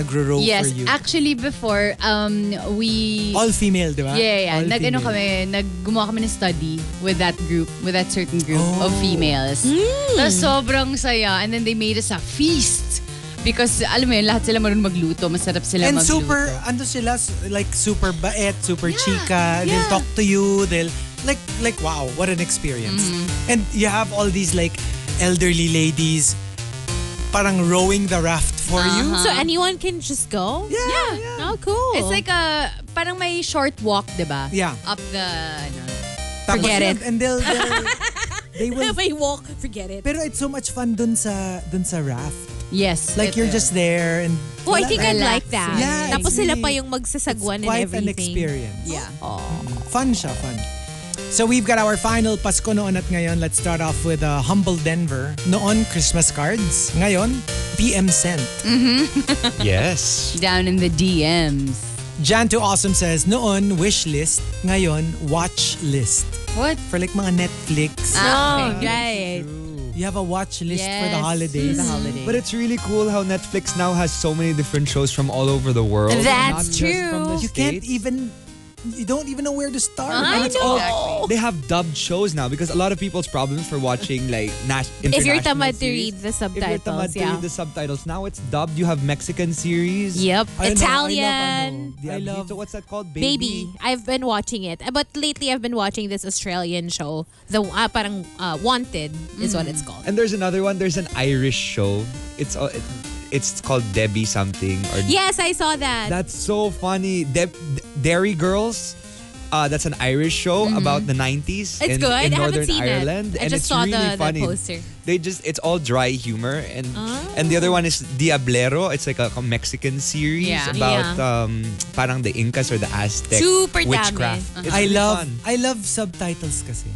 nagro-row
Yes,
for you.
actually before um we
All female, di ba?
Yeah, yeah.
All
Nag-ano
female.
kami, nag-gumawa kami ng study with that group, with that certain group of
Oh.
females.
Hmm.
Tapos sobrang saya. And then they made us a feast. Because, alam mo yun, lahat sila marunong magluto. Masarap sila
And
magluto.
super, ano sila, s- like super baet, super chika. They'll
yeah.
talk to you. They'll, like, like wow, what an experience.
Mm-hmm.
And you have all these like elderly ladies parang rowing the raft for
Ah.
you.
Uh-huh.
So anyone can just go? Yeah. Oh, cool.
It's like a, parang may short walk, di ba?
Yeah.
Up the, ano.
Tapos
Forget
yun,
it.
And
*laughs*
they'll, they'll they will,
If I walk, forget it.
pero it's so much fun dun sa, dun sa raft.
Yes.
Like
it
you're
is.
just there and
Oh, I think I'd
Relaxing.
like that.
Yeah,
Tapos
it's
sila
really-
pa yung magsasagwan and
quite an
everything.
experience.
Yeah.
Fun siya, fun. So we've got our final Pasko noon at ngayon. Let's start off with uh, Humble Denver. Noon, Christmas cards. Ngayon, PM sent.
Yes.
Down in the DMs.
Jan to Awesome says, noon, wish list. Ngayon, watch list.
What?
For like mga Netflix.
Ah,
Oh,
okay.
right.
You have a watch list for the
Yes.
holidays.
The holidays. Mm-hmm.
But it's really cool how Netflix now has so many different shows from all over the world.
That's
Not just
true.
from the
You can't
States.
even, you don't even know where to start.
I
And it's
know.
They have dubbed shows now because a lot of people's problems for watching like nas-
*laughs* If you're
international
tamad to
series,
read the
If you're tamad
subtitles,
to read
yeah.
the subtitles, now it's dubbed. You have Mexican series.
Yep.
I know, I love, I know.
Italian.
The
I love-
Abito- what's that called?
Baby. I've been watching it. Uh, But lately, I've been watching this Australian show. The uh, parang uh, Wanted is what it's called.
And there's another one. There's an Irish show. It's uh, it- it's called Debbie something or
Yes, I saw that.
That's so funny. De- Dairy Girls. Uh, that's an Irish show about the 90s.
Mm-hmm. It's
in,
good. I
In
haven't
Northern
seen it.
Ireland.
I
and it's
just saw the-
really
the
funny.
poster. Oh.
They just it's all dry humor and and the other one is Diablero. It's like a, a Mexican series
Yeah.
about
Yeah.
um parang the Incas or the Aztec
Super Uh-huh. dami.
witchcraft. It's
I
really
love,
fun.
I love subtitles kasi.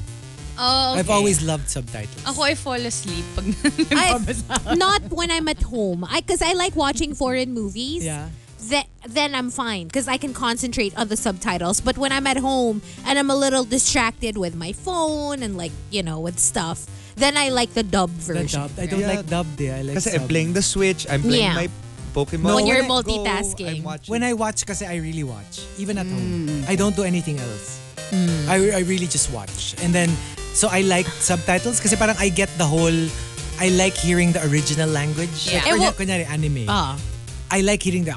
Oh, okay.
I've always loved subtitles.
Ako, I fall asleep pag
I-
nagbabasa.
Not when I'm at home. I Because I like watching foreign movies.
Yeah.
Th- then I'm fine because I can concentrate on the subtitles. But when I'm at home and I'm a little distracted with my phone and like you know with stuff, then I like the dub
The
version.
dub. I don't
Yeah.
like dubbed eh. I like
Kasi I'm
sub.
playing the Switch. I'm playing
Yeah.
my Pokemon.
No,
when you're
I
go,
multitasking.
I'm watching.
When I watch kasi I really watch. Even at home. I don't do anything else. I, I really just watch. And then, so I like subtitles kasi parang I get the whole, I like hearing the original language.
Yeah.
Like,
Eh,
kunya- kunyari, anime.
Ah.
I like hearing the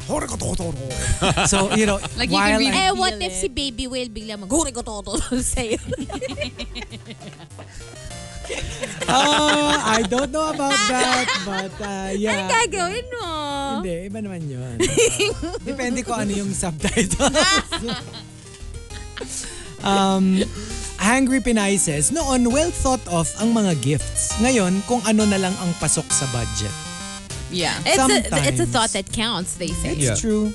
So, you know,
*laughs* Like, you
while
can be-
I-
Eh, what
Feel
if si
it.
Baby Whale bigla mag huri ko toto sa'yo?
oh, I don't know about that. But, uh, yeah.
Anong gagawin mo?
Hindi, iba naman yun. Ah, depende ko ano yung subtitles. *laughs* um, Hangry Pinay says, Noon, well thought of ang mga gifts. Ngayon, kung ano na lang ang pasok sa budget.
yeah.
It's a,
Sometimes.
it's a thought that counts, they say.
It's
Yeah.
true.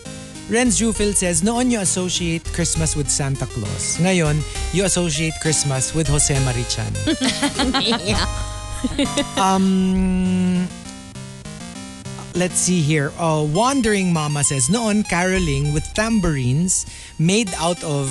Renz Jufil says, Noon you associate Christmas with Santa Claus. Ngayon, you associate Christmas with Jose Marichan. um, let's see here. Uh, Wandering Mama says, Noon caroling with tambourines made out of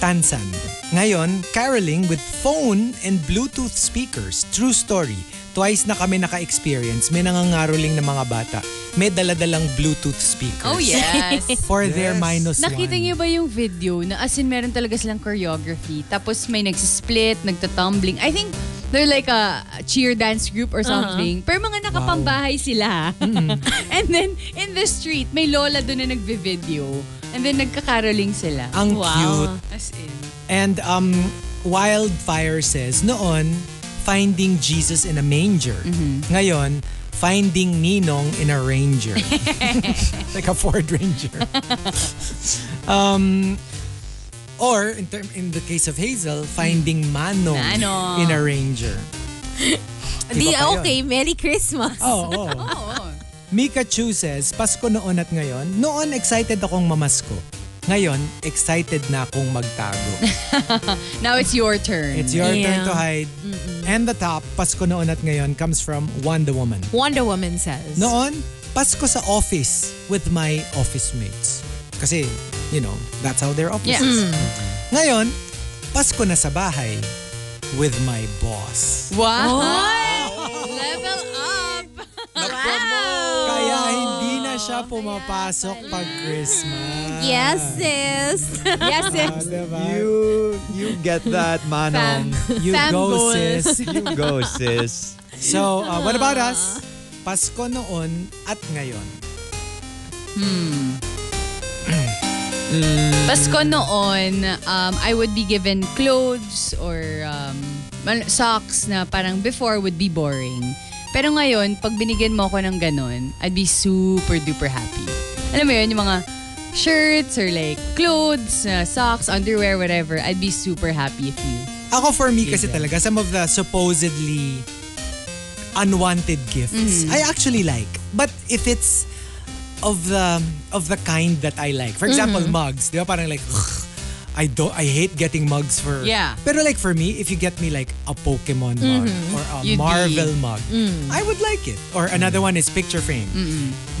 tansan. Ngayon, caroling with phone and Bluetooth speakers. True story. Twice na kami naka-experience. May nangangaroling na mga bata. May daladalang Bluetooth speakers.
Oh, *laughs* yes.
For their minus
Nakita
one.
niyo ba yung video na as in meron talaga silang choreography tapos may nagsisplit, nagtatumbling. I think they're like a cheer dance group
Uh-huh.
or something. Pero mga nakapambahay sila.
Mm-hmm.
*laughs* And then in the street, may lola doon na nagbe-video. And then nagkakaroling sila.
Ang cute.
As in.
And um, Wildfire says, noon, finding Jesus in a manger. Ngayon, finding Ninong in a ranger. like a Ford Ranger. um, or, in, term, in the case of Hazel, finding Manong
Manong.
in a ranger.
Di,
Iba pa yun.
okay, Merry Christmas.
Oh, oh.
Oo.
Mika Chu says, Pasko noon at ngayon, noon excited akong mamasko. Ngayon, excited na akong magtago.
Now it's your turn.
It's your
Yeah.
turn to hide. And the top, Pasko noon at ngayon, comes from Wonder Woman.
Wonder Woman says.
Noon, Pasko sa office with my office mates. Kasi, you know, that's how they're
yeah.
offices. Mm-hmm. Ngayon, Pasko na sa bahay with my boss.
Wow! Level up! wow!
Kaya hindi na siya pumapasok pag Christmas.
Yes, sis.
*laughs* Ah,
Yes, yes.
diba?
You you get
*laughs*
that, Manong.
You go,
Fangirl.
sis.
*laughs* you go, sis.
So, uh, what about us? Pasko noon at ngayon.
Pasko noon, um, I would be given clothes or um, mal- socks na parang before would be boring. Pero ngayon, pag binigyan mo ako ng ganun, I'd be super duper happy. Alam mo yun, yung mga shirts or like clothes, na socks, underwear, whatever, I'd be super happy if you.
Ako for me kasi talaga, some of the supposedly unwanted gifts. I actually like. But if it's of the of the kind that I like. For example, mugs. Di ba parang like, "Ugh, I don't I hate getting mugs for
Yeah.
Pero like for me, if you get me like a Pokemon mug or a
You'd be-
Marvel mug, I would like it. Or another one is picture frame.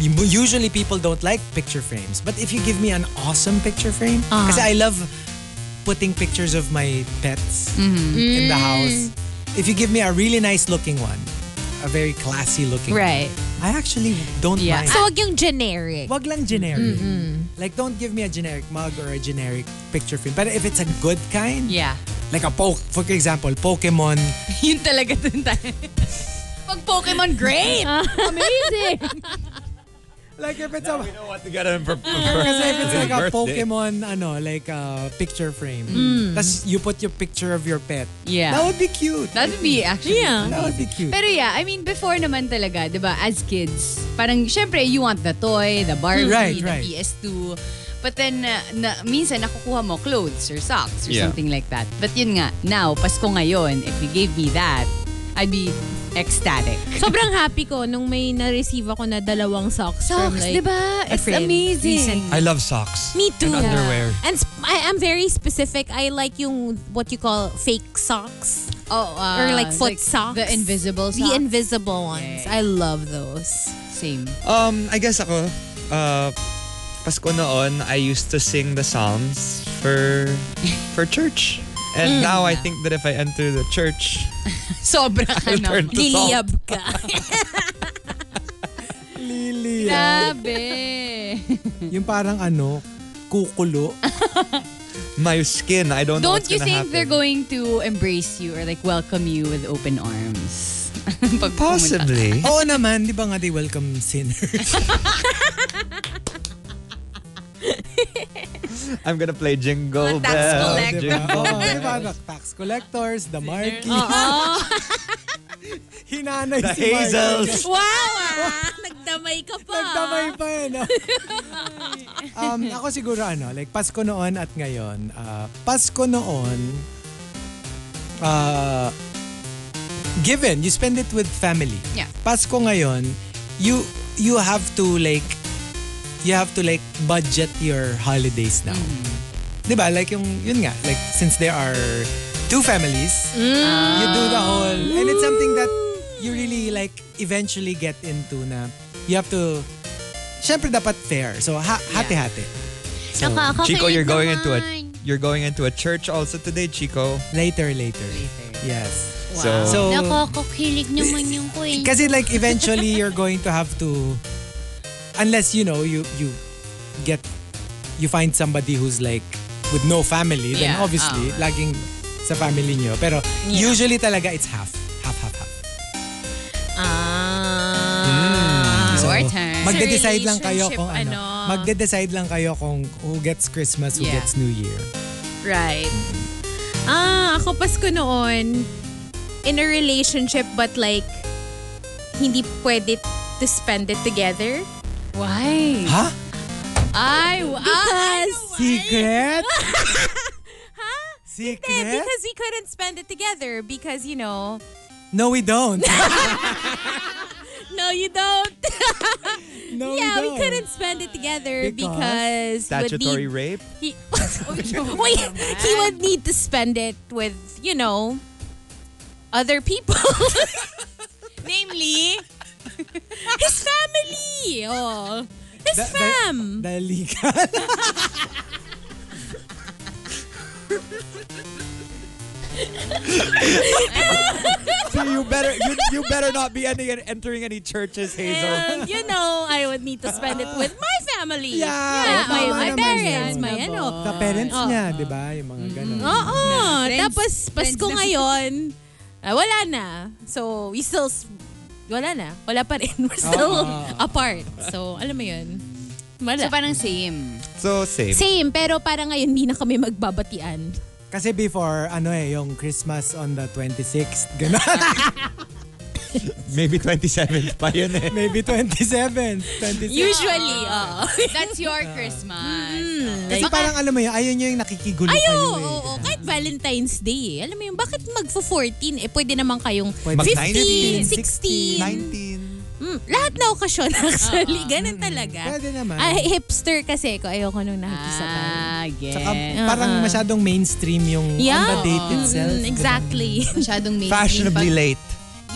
You- Usually people don't like picture frames, but if you give me an awesome picture frame, kasi I love putting pictures of my pets
Mm-hmm.
in the house. If you give me a really nice looking one, a very classy looking
Right.
one, I actually don't
Yeah.
mind.
So, wag yung generic.
Wag lang generic. Like, don't give me a generic mug or a generic picture frame. But if it's a good kind,
Yeah. *laughs*
like a poke, for example, Pokemon.
Yun talaga dun tayo. Pag Pokemon, great!
*laughs*
Amazing!
Like if it's a, *laughs*
You know what to get him *laughs* for, for
kasi if it's like a
birthday.
Pokemon, ano, like a picture frame. Tapos you put your picture of your pet. That
Yeah.
would be cute.
That would be actually...
Yeah.
That would be cute.
Pero yeah, I mean, before naman talaga, di ba, as kids, parang syempre, you want the toy, the Barbie,
Right,
the
right.
PS2. But then, uh, na, minsan nakukuha mo clothes or socks or
Yeah.
something like that. But yun nga, now, Pasko ngayon, if you gave me that, I'd be ecstatic.
Sobrang happy ko nung may na-receive ako na dalawang socks. from, like,
ba?
It's amazing.
I love socks.
Me too.
And underwear.
And sp- I am very specific. I like yung what you call fake socks
Oh, uh,
or like foot socks.
The invisible socks.
The invisible ones. I
Yeah.
love those.
Same.
Um, I guess ako, uh, Pasko noon, I used to sing the psalms for for church.
Hmm.
And now I think that if I enter the church,
Sobra ka
I'll turn
naman.
to psalms.
Liliab ka.
Lily.
Grabe. *laughs*
Yung parang ano, kukulo.
My skin, I don't, know
Don't
what's
you
gonna
think they're
happen.
going to embrace you or like welcome you with open arms? Pag pumunta Oh. ka.
Possibly.
Oo naman, di ba nga they welcome sinners?
I'm gonna play Jingle
Mga tax
Bell.
Oh,
Di ba?
collector.
Jingle
Oo, di ba?
Bell.
The tax collectors, the marquis. *laughs* Hinanay
The
si
Hazels.
Marquis.
wow! ah. Nagdamay ka pa.
Nagdamay pa eh, no? um, ako siguro ano, like Pasko noon at ngayon. ah, Pasko noon, ah, given, you spend it with family.
Yeah.
Pasko ngayon, you you have to like, you have to like budget your holidays now. Diba? Like yung, yun nga, like since there are two families, you do the whole, and it's something that you really like eventually get into na you have to, syempre dapat fair. So, ha- hati-hati. So,
Chico, you're going into a you're going into a church also today, Chico.
later, later. Yes.
Oh.
So,
So,
Nakakakilig naman yung kwento.
Kasi like eventually you're going to have to unless you know you you get you find somebody who's like with no family then
Yeah, ah.
obviously laging sa family niyo pero usually talaga it's half half half half.
Hmm.
Ah, our turn.
magde-decide lang kayo
relationship,
kung ano.
ano.
Magde-decide lang kayo kung who gets Christmas, who
Yeah.
gets New Year.
Right. Ah, ako Pasko noon, in a relationship but like, hindi pwede to spend it together.
Why?
Ha?
Ay,
ah, Because,
*laughs*
Secret?
ha? Hindi,
Secret?
because we couldn't spend it together because, you know,
No, we don't. *laughs*
no, you don't.
No,
*laughs*
we
yeah, we
don't.
couldn't spend it together
Because?
because, would
statutory
need,
rape.
he, *laughs* wait, he
*laughs*
would need to spend it with, you know, other people. *laughs* Namely, his family. Oh, his
Da- da-
fam.
Dahil legal.
So you better you, you better not be any, entering any churches, Hazel.
And, you know, I would need to spend it with my family.
Yeah,
Yeah, my,
tama
my
naman
parents,
yun.
my ano.
Sa parents
Oo.
niya, di ba? Yung mga ganun.
Oo.
Friends-
Tapos, Pasko
friends na.
ngayon, ah, wala na. So, we still, s- wala na. Wala pa rin. *laughs* We're still apart. So, alam mo yun. Wala.
So parang same.
So safe.
Same, pero parang ngayon hindi na kami magbabatian.
Kasi before, ano eh, yung Christmas on the 26th, ganun.
*laughs* Maybe 27th pa yun eh.
Maybe 27th, 26th.
Usually,
*laughs*
oo.
That's your Christmas. Mm-hmm.
Kasi parang alam mo yun, ayaw niyo yung nakikigulo
Ay,
kayo
oo,
eh.
oo, oo. Kahit Valentine's Day. eh. Alam mo yun, bakit magfo-14? Eh, pwede naman kayong
Pwede.
15,
19,
16.
19.
Mm, lahat na okasyon *laughs* actually. Ganun talaga.
Pwede naman.
Ah, hipster kasi ko. Ayoko nung nakikisabay.
Ah, get.
Tsaka parang masyadong mainstream yung on the date
Mm,
itself.
exactly.
Masyadong mainstream.
Fashionably
pag-
late.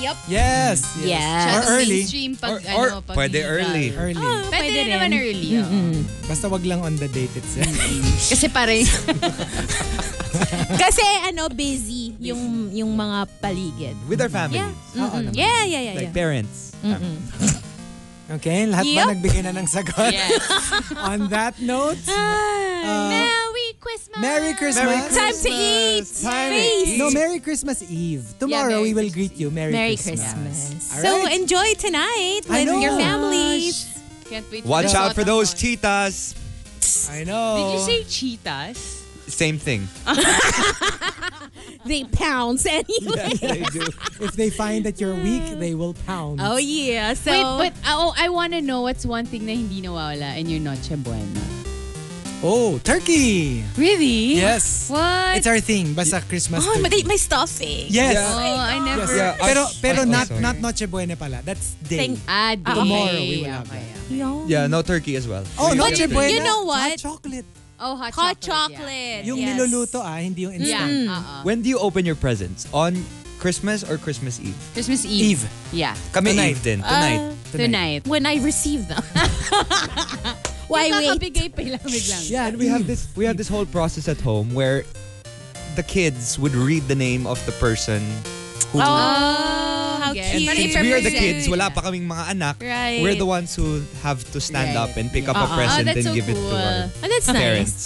Yep.
Yes. Or
Yeah.
Masyadong
early.
mainstream pag,
Or- or
ano, pag
pwede
digital.
early.
Early.
Oh,
Pwede,
pwede
rin
rin.
naman early. oh.
Basta wag lang on the date itself. *laughs*
Kasi parang,
Kasi ano, busy yung yung mga paligid.
With our family.
Yeah.
Oo
Mm,
naman.
Yeah, yeah, yeah. yeah.
Like parents.
Ah. *laughs* Okay, lahat ba
Yep.
nagbigay na ng sagot?
*laughs* Yes.
*laughs* on that note, uh,
Merry Christmas!
Merry Christmas!
Time to eat!
Time-
Feast!
No, Merry Christmas Eve. Tomorrow we
Merry
will
Christmas
greet you. Merry,
Merry
Christmas.
Christmas.
All
So
right.
enjoy tonight
I
with
know.
your families.
can't wait.
Watch
the
out for
bottom
those
one.
titas.
I know.
Did you say cheetahs?
Same thing.
They pounce anyway.
they do.
If *laughs* they find that you're weak, they will pound.
Oh yeah. So
Wait, but oh, I want to know what's one thing na hindi nawawala in your Noche Buena.
Oh, turkey.
Really?
Yes.
What?
It's our thing. Basta Christmas
oh,
turkey.
my, my stuffing.
Yes.
oh, I never.
Yes.
Yeah, us-
pero pero
us
not
also.
not Noche Buena pala. That's day.
Thank-
Ah, di.
Tomorrow we will
Okay,
have
okay.
Yum.
Yeah, no turkey as well.
Oh, Noche
you
Buena.
know what?
Hot chocolate.
Oh, hot,
Hot
chocolate.
chocolate.
Yung
yes.
niluluto ah, hindi yung
Yeah.
instant.
yeah. uh-uh.
When do you open your presents? On Christmas or Christmas Eve?
Christmas Eve.
Eve.
Yeah.
Kami
Tonight.
Eve din. Tonight.
Uh, Tonight.
When I receive them.
*laughs*
Why wait?
Nakakabigay pa lang biglang.
Yeah,
And we have this we have this whole process at home where the kids would read the name of the person who
Oh, how
yes.
cute.
But
Since
Parang
we are the
i-represent.
kids, wala pa kaming mga anak.
Right.
We're the ones who have to stand
Right.
up and pick up
Yeah.
a
Uh-uh.
present
Oh, that's
and
so
give it to
cool.
our
Oh, that's nice.
parents.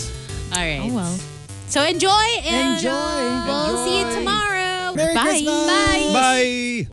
All right.
Oh well. So enjoy. and
Enjoy.
We'll see you tomorrow.
Merry
Bye.
Christmas.
Bye.
Bye.